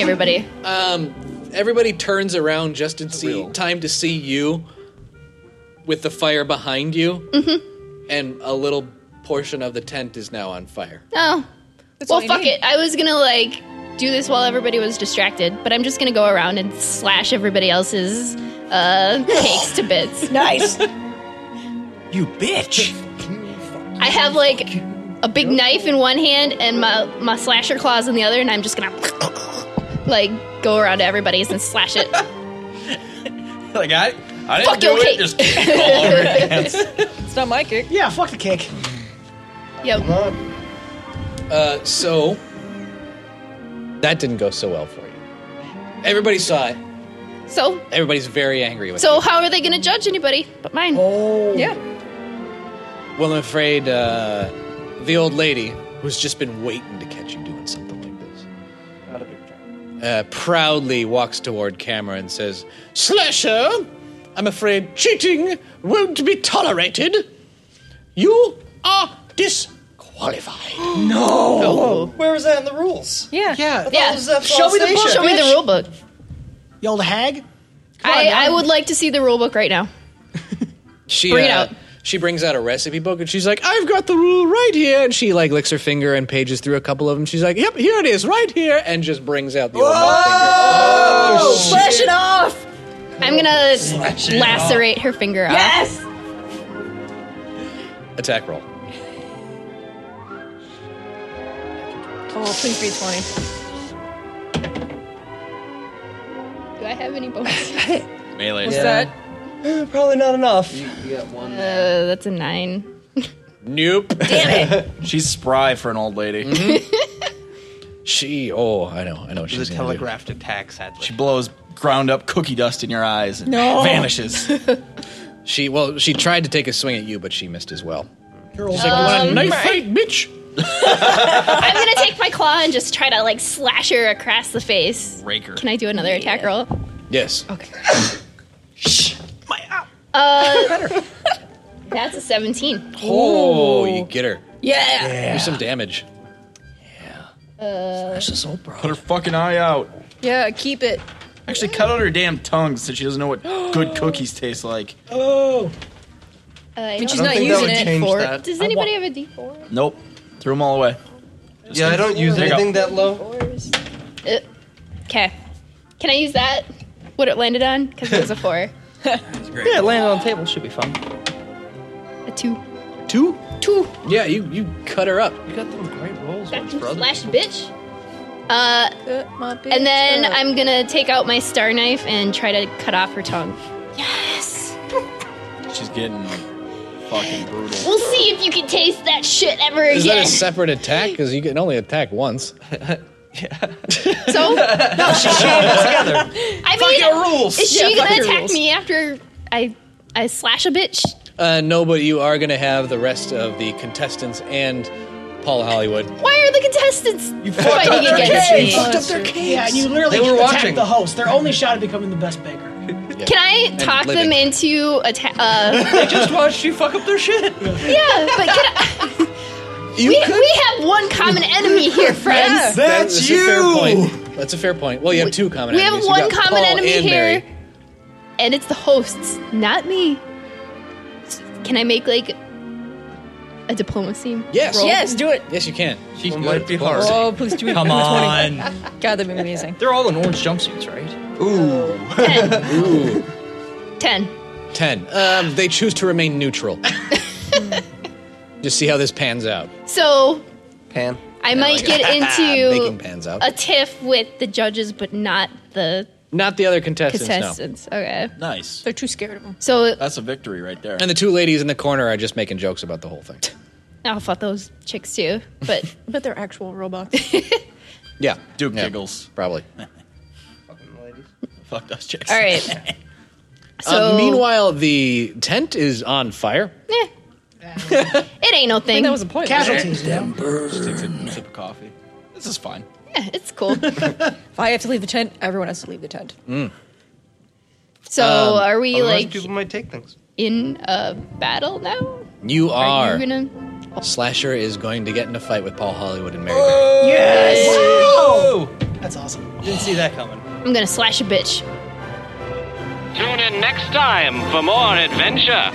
Speaker 10: everybody?
Speaker 2: Um, everybody turns around just in see, time to see you with the fire behind you, and a little portion of the tent is now on fire.
Speaker 10: Oh. well, fuck it. I was gonna like do this while everybody was distracted, but I'm just gonna go around and slash everybody else's uh, cakes to bits.
Speaker 18: Nice.
Speaker 10: you bitch. I have like a big knife in one hand and my my slasher claws in the other, and I'm just gonna like go around to everybody's and slash it.
Speaker 9: like I, I didn't
Speaker 10: Fuck
Speaker 9: do
Speaker 10: your
Speaker 9: it.
Speaker 10: cake.
Speaker 9: Just all over your hands.
Speaker 11: It's not my cake.
Speaker 7: Yeah, fuck the cake.
Speaker 10: Yep.
Speaker 2: Uh, so that didn't go so well for you. Everybody saw it.
Speaker 10: So
Speaker 2: Everybody's very angry with
Speaker 10: so how are they gonna judge anybody but mine?
Speaker 7: Oh.
Speaker 10: Yeah.
Speaker 2: you. Well, I'm afraid uh, the old lady who's just been waiting to catch you doing something like this uh, proudly walks toward camera and says, "Slasher, I'm afraid cheating won't be tolerated. You are disqualified."
Speaker 6: No. Where is that in the rules?
Speaker 11: Yeah.
Speaker 6: Yeah.
Speaker 10: Yeah.
Speaker 6: Show me the book.
Speaker 10: Show me the rule book.
Speaker 7: You old hag.
Speaker 10: I, I would like to see the rule book right now.
Speaker 2: She
Speaker 10: Bring it
Speaker 2: uh,
Speaker 10: out.
Speaker 2: She brings out a recipe book and she's like, "I've got the rule right here." And she like licks her finger and pages through a couple of them. She's like, "Yep, here it is, right here," and just brings out the old middle finger.
Speaker 18: Oh,
Speaker 10: slash it off. I'm gonna
Speaker 2: it
Speaker 10: lacerate her finger off. Yes.
Speaker 2: Attack roll.
Speaker 11: Oh, please be 20.
Speaker 10: Do I have any bonus?
Speaker 9: Melee.
Speaker 10: What's Yeah.
Speaker 6: that? Probably not enough.
Speaker 10: uh, that's a nine.
Speaker 2: Nope.
Speaker 10: Damn
Speaker 9: it. She's spry for an old lady.
Speaker 10: Mm-hmm.
Speaker 2: she. Oh, I know. I know. She's
Speaker 9: a
Speaker 5: telegraphed attack. Sadly,
Speaker 9: she blows ground up cookie dust in your eyes and
Speaker 2: No.
Speaker 9: vanishes.
Speaker 2: She well, she tried to take a swing at you, but she missed as well.
Speaker 10: She's like, "You want a Um, knife right. fight,
Speaker 2: bitch?
Speaker 10: I'm gonna take my claw and just try to like slash her across the face.
Speaker 2: Raker.
Speaker 10: Can I do another attack roll?
Speaker 2: Yes. Okay.
Speaker 10: Uh, that's a 17.
Speaker 2: Oh, you get her.
Speaker 10: Yeah.
Speaker 2: Do some damage.
Speaker 10: Uh,
Speaker 9: Put her fucking eye out.
Speaker 11: yeah, keep it.
Speaker 9: Actually, cut out her damn tongue so she doesn't know what good cookies taste like.
Speaker 11: Oh.
Speaker 10: I
Speaker 11: But she's
Speaker 10: don't
Speaker 11: not
Speaker 10: think
Speaker 11: using
Speaker 10: that would
Speaker 11: it.
Speaker 9: change
Speaker 11: for-
Speaker 9: that.
Speaker 10: Does anybody have a D4?
Speaker 9: Nope. Threw them all away.
Speaker 5: Yeah, I don't use anything that low.
Speaker 10: Okay. Can I use that? What it landed on? Because it was a four.
Speaker 6: Yeah, it landed on the table. Should be fun.
Speaker 10: A two.
Speaker 2: Two?
Speaker 10: Two.
Speaker 2: Yeah, you you cut her up.
Speaker 6: You got them great rolls.
Speaker 10: Flash bitch. Uh, and then
Speaker 11: up.
Speaker 10: I'm gonna take out my star knife and try to cut off her tongue. Yes.
Speaker 9: She's getting fucking brutal.
Speaker 10: We'll see if you can taste that shit ever
Speaker 2: Is that
Speaker 10: again.
Speaker 2: a separate attack? Because you can only attack once.
Speaker 10: so
Speaker 2: no, she shaved it together.
Speaker 10: I mean,
Speaker 2: your rules.
Speaker 10: is she
Speaker 2: Yeah, fuck
Speaker 10: gonna
Speaker 2: your
Speaker 10: attack
Speaker 2: rules.
Speaker 10: me after I I slash a bitch?
Speaker 2: Uh, no, but you are going to have the rest of the contestants and Paul Hollywood.
Speaker 10: Why are the contestants
Speaker 7: Fucked up
Speaker 10: fighting
Speaker 7: their
Speaker 10: against
Speaker 7: cakes.
Speaker 10: me?
Speaker 7: Fucked up their cakes. Yeah, and you literally
Speaker 2: They were
Speaker 7: attacked
Speaker 2: watching.
Speaker 7: the host. Their only shot at becoming the best baker.
Speaker 10: Can I talk them into attack? Uh,
Speaker 6: I just watched you fuck up their shit.
Speaker 10: yeah, but can I-
Speaker 2: You
Speaker 10: we,
Speaker 2: could-
Speaker 10: we have one common enemy here, friends.
Speaker 2: That's, a fair point. That's a fair point. Well, you have two common
Speaker 10: we have
Speaker 2: enemies. You
Speaker 10: one
Speaker 2: got
Speaker 10: common
Speaker 2: Paul
Speaker 10: enemy
Speaker 2: and
Speaker 10: here,
Speaker 2: Mary.
Speaker 10: and it's the hosts, not me. Can I make like a diplomacy?
Speaker 2: Yes.
Speaker 10: roll?
Speaker 11: Yes, do it.
Speaker 2: Yes, you can.
Speaker 6: She
Speaker 5: might be hard.
Speaker 11: Oh, please do it.
Speaker 6: Come
Speaker 11: 20.
Speaker 6: on.
Speaker 11: God, that'd be amazing.
Speaker 6: They're all in orange jumpsuits, right?
Speaker 5: Ooh.
Speaker 2: Ooh.
Speaker 10: Ten.
Speaker 2: Ten. Um, they choose to remain neutral. Just see how this pans out.
Speaker 10: So
Speaker 5: Pan.
Speaker 10: I might
Speaker 2: like-
Speaker 10: get
Speaker 2: Baking
Speaker 10: into
Speaker 2: pans out.
Speaker 10: a tiff with the judges, but not the
Speaker 2: Not the other contestants.
Speaker 10: contestants. Okay.
Speaker 2: No.
Speaker 9: Nice.
Speaker 10: They're too scared of them. So,
Speaker 9: That's a victory right there.
Speaker 2: And the two ladies in the corner are just making jokes about the whole thing.
Speaker 10: I fought those chicks too, but
Speaker 11: but they're actual robots.
Speaker 2: Yeah.
Speaker 9: Duke giggles.
Speaker 2: Probably.
Speaker 9: Fuck those chicks.
Speaker 10: all right.
Speaker 2: uh,
Speaker 10: So-
Speaker 2: meanwhile, the tent is on fire.
Speaker 10: It ain't no thing.
Speaker 11: that was the point.
Speaker 10: Casualties.
Speaker 9: Damn bird. Just takes a sip of coffee. This is fine.
Speaker 10: Yeah, it's cool.
Speaker 11: if I have to leave the tent, everyone has to leave the tent.
Speaker 10: So
Speaker 2: Um,
Speaker 10: are we
Speaker 2: otherwise
Speaker 10: like
Speaker 2: people
Speaker 5: might take things
Speaker 10: in a battle now?
Speaker 2: You are.
Speaker 10: you gonna?
Speaker 2: Slasher is going to get in a fight with Paul Hollywood and Mary.
Speaker 10: Yes.
Speaker 7: That's awesome.
Speaker 6: Didn't see that coming.
Speaker 10: I'm gonna slash a bitch.
Speaker 19: Tune in next time for more adventure.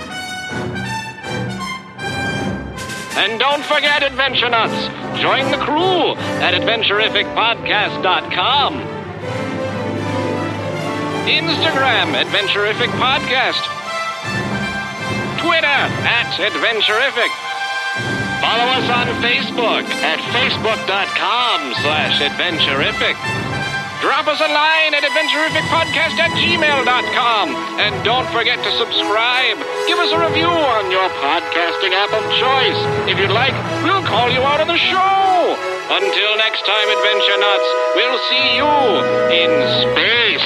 Speaker 19: And don't forget, Adventure Nuts, join the crew at AdventurificPodcast.com. Instagram, Adventurific Podcast. Twitter, at Adventurific. Follow us on Facebook at Facebook.com slash Adventurific. Drop us a line at adventurificpodcast at gmail.com. And don't forget to subscribe. Give us a review on your podcasting app of choice. If you'd like, we'll call you out on the show. Until next time, Adventure Nuts, we'll see you in space.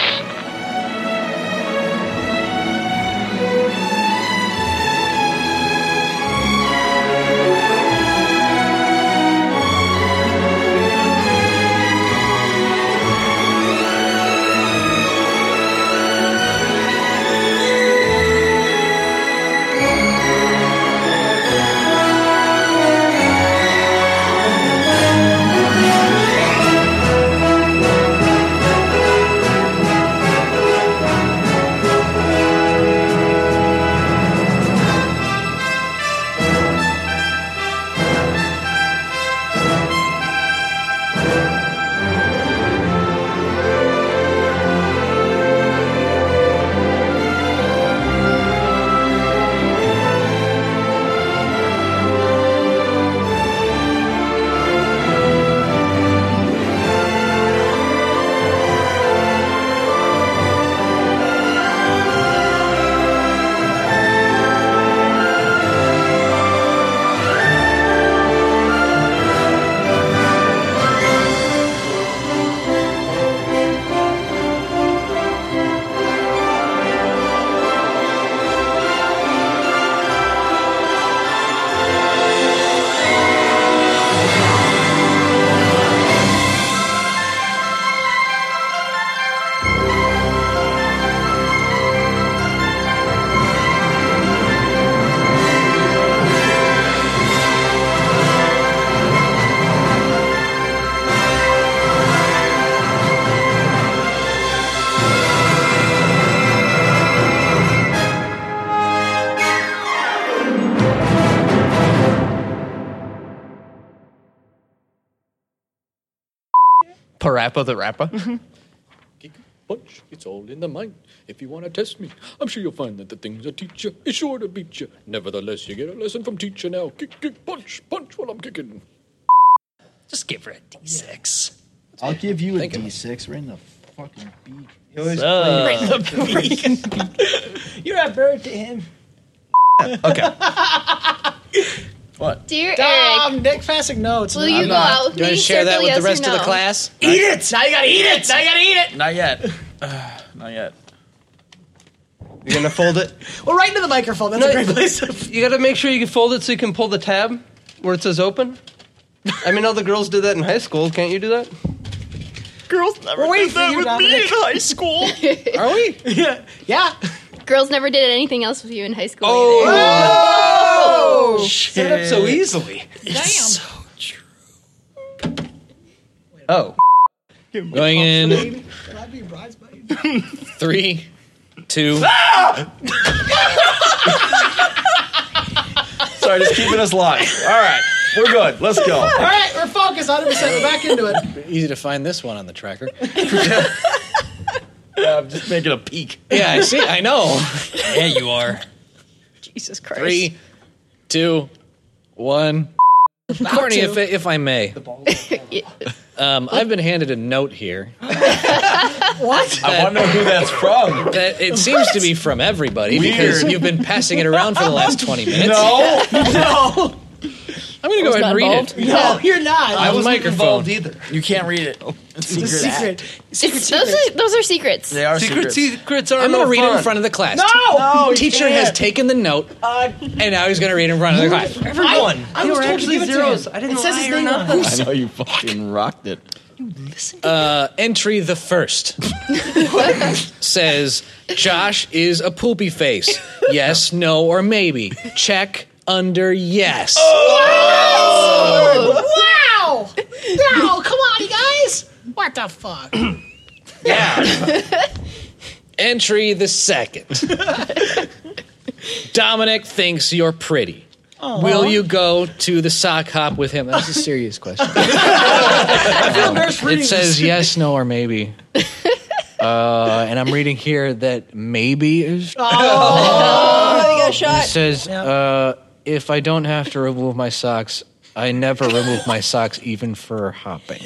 Speaker 5: Parappa the Rappa.
Speaker 12: Punch, it's all in the mind. If you want to test me, I'm sure you'll find that the things I teach you is sure to beat you. Nevertheless, you get a lesson from teacher now. Kick, kick, punch, punch while I'm kicking.
Speaker 6: Just give her a d6.
Speaker 9: I'll give you a D6 right in the fucking beak.
Speaker 6: always Uh. plays
Speaker 9: Right in the beak.
Speaker 7: You're a bird to him.
Speaker 9: okay. what?
Speaker 10: Dear
Speaker 7: Dom, Um, Nick Fasig, no, it's
Speaker 10: Will
Speaker 7: not.
Speaker 10: you I'm go not. out with You wanna me? share that Circle with the yes or rest of the no. class?
Speaker 7: Eat it! Now you gotta eat it! Now you gotta eat it!
Speaker 9: Not yet. Uh, not yet.
Speaker 5: You're gonna fold it.
Speaker 7: Well, right into the microphone. That's a great place.
Speaker 5: you gotta make sure you can fold it so you can pull the tab where it says open. I mean, all the girls did that in high school. Can't you do that?
Speaker 7: Girls never Wait,
Speaker 5: did that
Speaker 7: you,
Speaker 5: with me
Speaker 7: Dominic.
Speaker 5: in high
Speaker 7: school.
Speaker 5: Are we?
Speaker 7: yeah. yeah.
Speaker 10: Girls never did anything else with you in high school.
Speaker 5: Oh.
Speaker 10: either.
Speaker 5: Oh,
Speaker 7: shit.
Speaker 5: Set up so easily.
Speaker 10: Damn.
Speaker 5: Oh.
Speaker 2: Going in three, two.
Speaker 12: Ah!
Speaker 9: Sorry, just keeping us live. All right, we're good. Let's go.
Speaker 7: All right, we're focused 100%. We're back into it.
Speaker 2: Easy to find this one on the tracker.
Speaker 9: I'm just making a peek.
Speaker 2: Yeah, I see. I know.
Speaker 6: yeah, you are.
Speaker 11: Jesus Christ.
Speaker 2: Three, two, one. Courtney, if, if I may, um, I've been handed a note here.
Speaker 7: what?
Speaker 2: I wonder who that's from. That it seems to be from everybody because
Speaker 7: Weird.
Speaker 2: you've been passing it around for the last 20 minutes.
Speaker 7: No,
Speaker 9: Oh,
Speaker 2: no. I'm going to go ahead and read it.
Speaker 7: No, you're not.
Speaker 2: I was microphone. either.
Speaker 9: You can't read it. Oh, It's
Speaker 7: a secret.
Speaker 10: It's, those, are, those are secrets.
Speaker 9: They are
Speaker 2: Secret
Speaker 9: secrets.
Speaker 2: secrets I'm going to
Speaker 9: no
Speaker 2: read it in
Speaker 9: fun.
Speaker 2: front of the class.
Speaker 9: No! No, you
Speaker 2: Teacher
Speaker 9: can't. Uh,
Speaker 2: has taken the note, and now he's going to read it in front of the class.
Speaker 6: Everyone.
Speaker 7: I
Speaker 6: They
Speaker 7: was
Speaker 6: were
Speaker 7: told to
Speaker 6: actually
Speaker 7: give it to
Speaker 6: zeros.
Speaker 7: him.
Speaker 6: I didn't
Speaker 7: It says
Speaker 6: lie or
Speaker 7: his name on
Speaker 6: nothing.
Speaker 9: I know you fucking rocked it.
Speaker 2: Uh, entry the first says Josh is a poopy face. Yes, no, or maybe. Check under yes.
Speaker 7: Wow! No, come on, you guys. What the fuck?
Speaker 2: Entry the second. Dominic thinks you're pretty.
Speaker 7: Aw.
Speaker 2: Will you go to the sock hop with him? That's a serious question. it says yes, no, or maybe. Uh, and I'm reading here that maybe is
Speaker 7: Oh,
Speaker 11: you got a
Speaker 2: It says, uh, if I don't have to remove my socks, I never remove my socks even for hopping.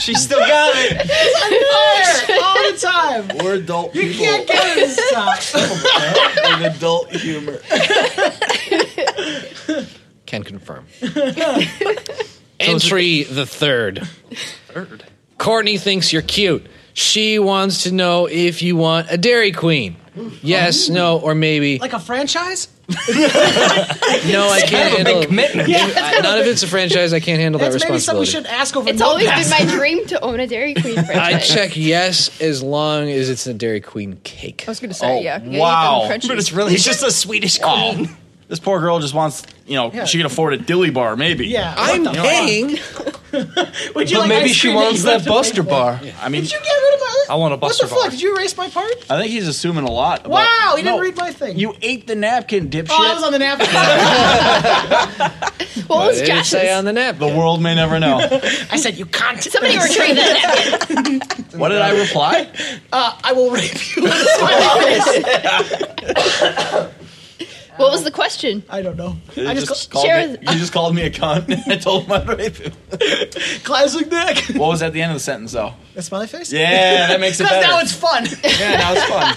Speaker 9: She still got it.
Speaker 7: It's on fire all the time.
Speaker 9: We're adult
Speaker 7: You
Speaker 9: people.
Speaker 7: can't get it to stop.
Speaker 9: An adult humor.
Speaker 2: Can confirm.
Speaker 7: That's
Speaker 2: Entry the third. Third? Courtney thinks you're cute. She wants to know if you want a Dairy Queen. Yes, no, or maybe.
Speaker 7: like a franchise.
Speaker 2: no, I can't handle
Speaker 7: Yeah,
Speaker 9: Oh,
Speaker 7: it's kind of
Speaker 2: None
Speaker 7: a
Speaker 2: of
Speaker 7: big-
Speaker 2: it's a franchise. I can't handle
Speaker 7: That's
Speaker 2: that
Speaker 7: maybe something we
Speaker 2: responsibility.
Speaker 7: should ask over.
Speaker 10: It's always been my dream to own a Dairy Queen
Speaker 2: I
Speaker 10: franchise.
Speaker 2: check yes as long as it's a Dairy Queen cake. I
Speaker 7: Oh,
Speaker 2: was
Speaker 11: gonna
Speaker 10: say, yeah.
Speaker 9: Oh, wow.
Speaker 10: But
Speaker 9: it's really it's just a Swedish queen. This poor girl just wants, you know,
Speaker 7: Yeah.
Speaker 9: she can afford a dilly bar, maybe.
Speaker 7: Yeah, what I'm the fuck? paying. Would you like ice cream you have to pay for?
Speaker 9: I mean,
Speaker 7: Did you get rid of my?
Speaker 9: I want a
Speaker 7: What the
Speaker 9: Buster
Speaker 7: fuck?
Speaker 9: Bar.
Speaker 7: Did you erase my part?
Speaker 9: I think he's assuming a lot. About,
Speaker 7: Wow, he didn't
Speaker 9: No,
Speaker 7: read my thing.
Speaker 9: You ate the napkin, dipshit.
Speaker 7: Oh, I was on the napkin.
Speaker 9: What
Speaker 2: was did it Josh's? say on the napkin?
Speaker 9: The world may never know.
Speaker 7: I said you can't.
Speaker 10: Somebody retrieve that
Speaker 7: napkin.
Speaker 9: what did I reply?
Speaker 7: Uh, I will rape you.
Speaker 10: What was the question?
Speaker 7: I don't know.
Speaker 9: You
Speaker 10: I just,
Speaker 9: called
Speaker 10: share.
Speaker 9: me, you just called me a cunt. I told him I'd rape him.
Speaker 7: Classic Nick.
Speaker 9: What was at the end of the sentence, though?
Speaker 7: That smiley face.
Speaker 9: Yeah, that makes it
Speaker 7: 'Cause Now
Speaker 9: better.
Speaker 7: it's fun.
Speaker 9: Yeah, that was fun.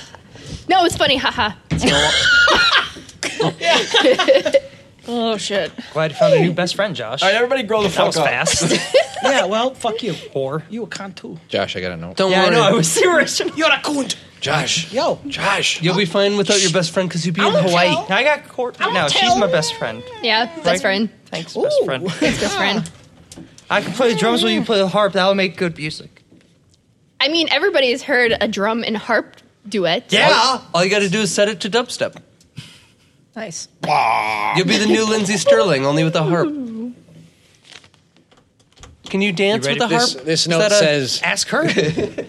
Speaker 10: No, it's funny. Haha.
Speaker 11: oh shit.
Speaker 6: Glad you found a new best friend, Josh. All right,
Speaker 9: everybody, grow the
Speaker 6: that
Speaker 9: fuck
Speaker 6: was
Speaker 9: up.
Speaker 6: fast.
Speaker 7: yeah, well, fuck you.
Speaker 6: Whore.
Speaker 7: You a cunt too.
Speaker 2: Josh, I gotta know.
Speaker 6: Don't
Speaker 5: Yeah, I
Speaker 6: worry.
Speaker 5: know, I was
Speaker 6: serious.
Speaker 7: You're a cunt.
Speaker 2: Josh.
Speaker 7: Yo.
Speaker 2: Josh.
Speaker 5: You'll be fine without your best friend because you'll be in Hawaii.
Speaker 6: I got court.
Speaker 5: I won't
Speaker 6: No, she's
Speaker 5: tell.
Speaker 6: my best friend.
Speaker 10: Yeah,
Speaker 6: Right?
Speaker 10: best friend.
Speaker 6: Thanks, best friend.
Speaker 10: Thanks, best friend.
Speaker 6: I can play drums while you play the harp. That'll make good music.
Speaker 10: I mean, everybody's heard a drum and harp duet.
Speaker 5: All, all you got to do is set it to dubstep.
Speaker 11: Nice.
Speaker 5: You'll be the new Lindsey Sterling, only with a harp. Can you dance with a harp?
Speaker 2: this, This
Speaker 5: Is
Speaker 2: note
Speaker 5: that a-
Speaker 2: says,
Speaker 6: "Ask her."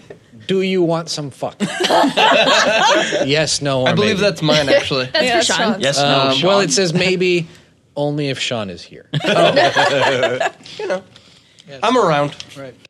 Speaker 2: Do you want some fuck? yes, no, or
Speaker 5: I believe
Speaker 2: maybe.
Speaker 5: that's mine, actually. That's
Speaker 11: Yeah, for that's Sean. Sean's.
Speaker 9: Yes, no,
Speaker 2: Um,
Speaker 9: Sean.
Speaker 2: Well, it says maybe only if Sean is here.
Speaker 5: I'm around.
Speaker 7: Right.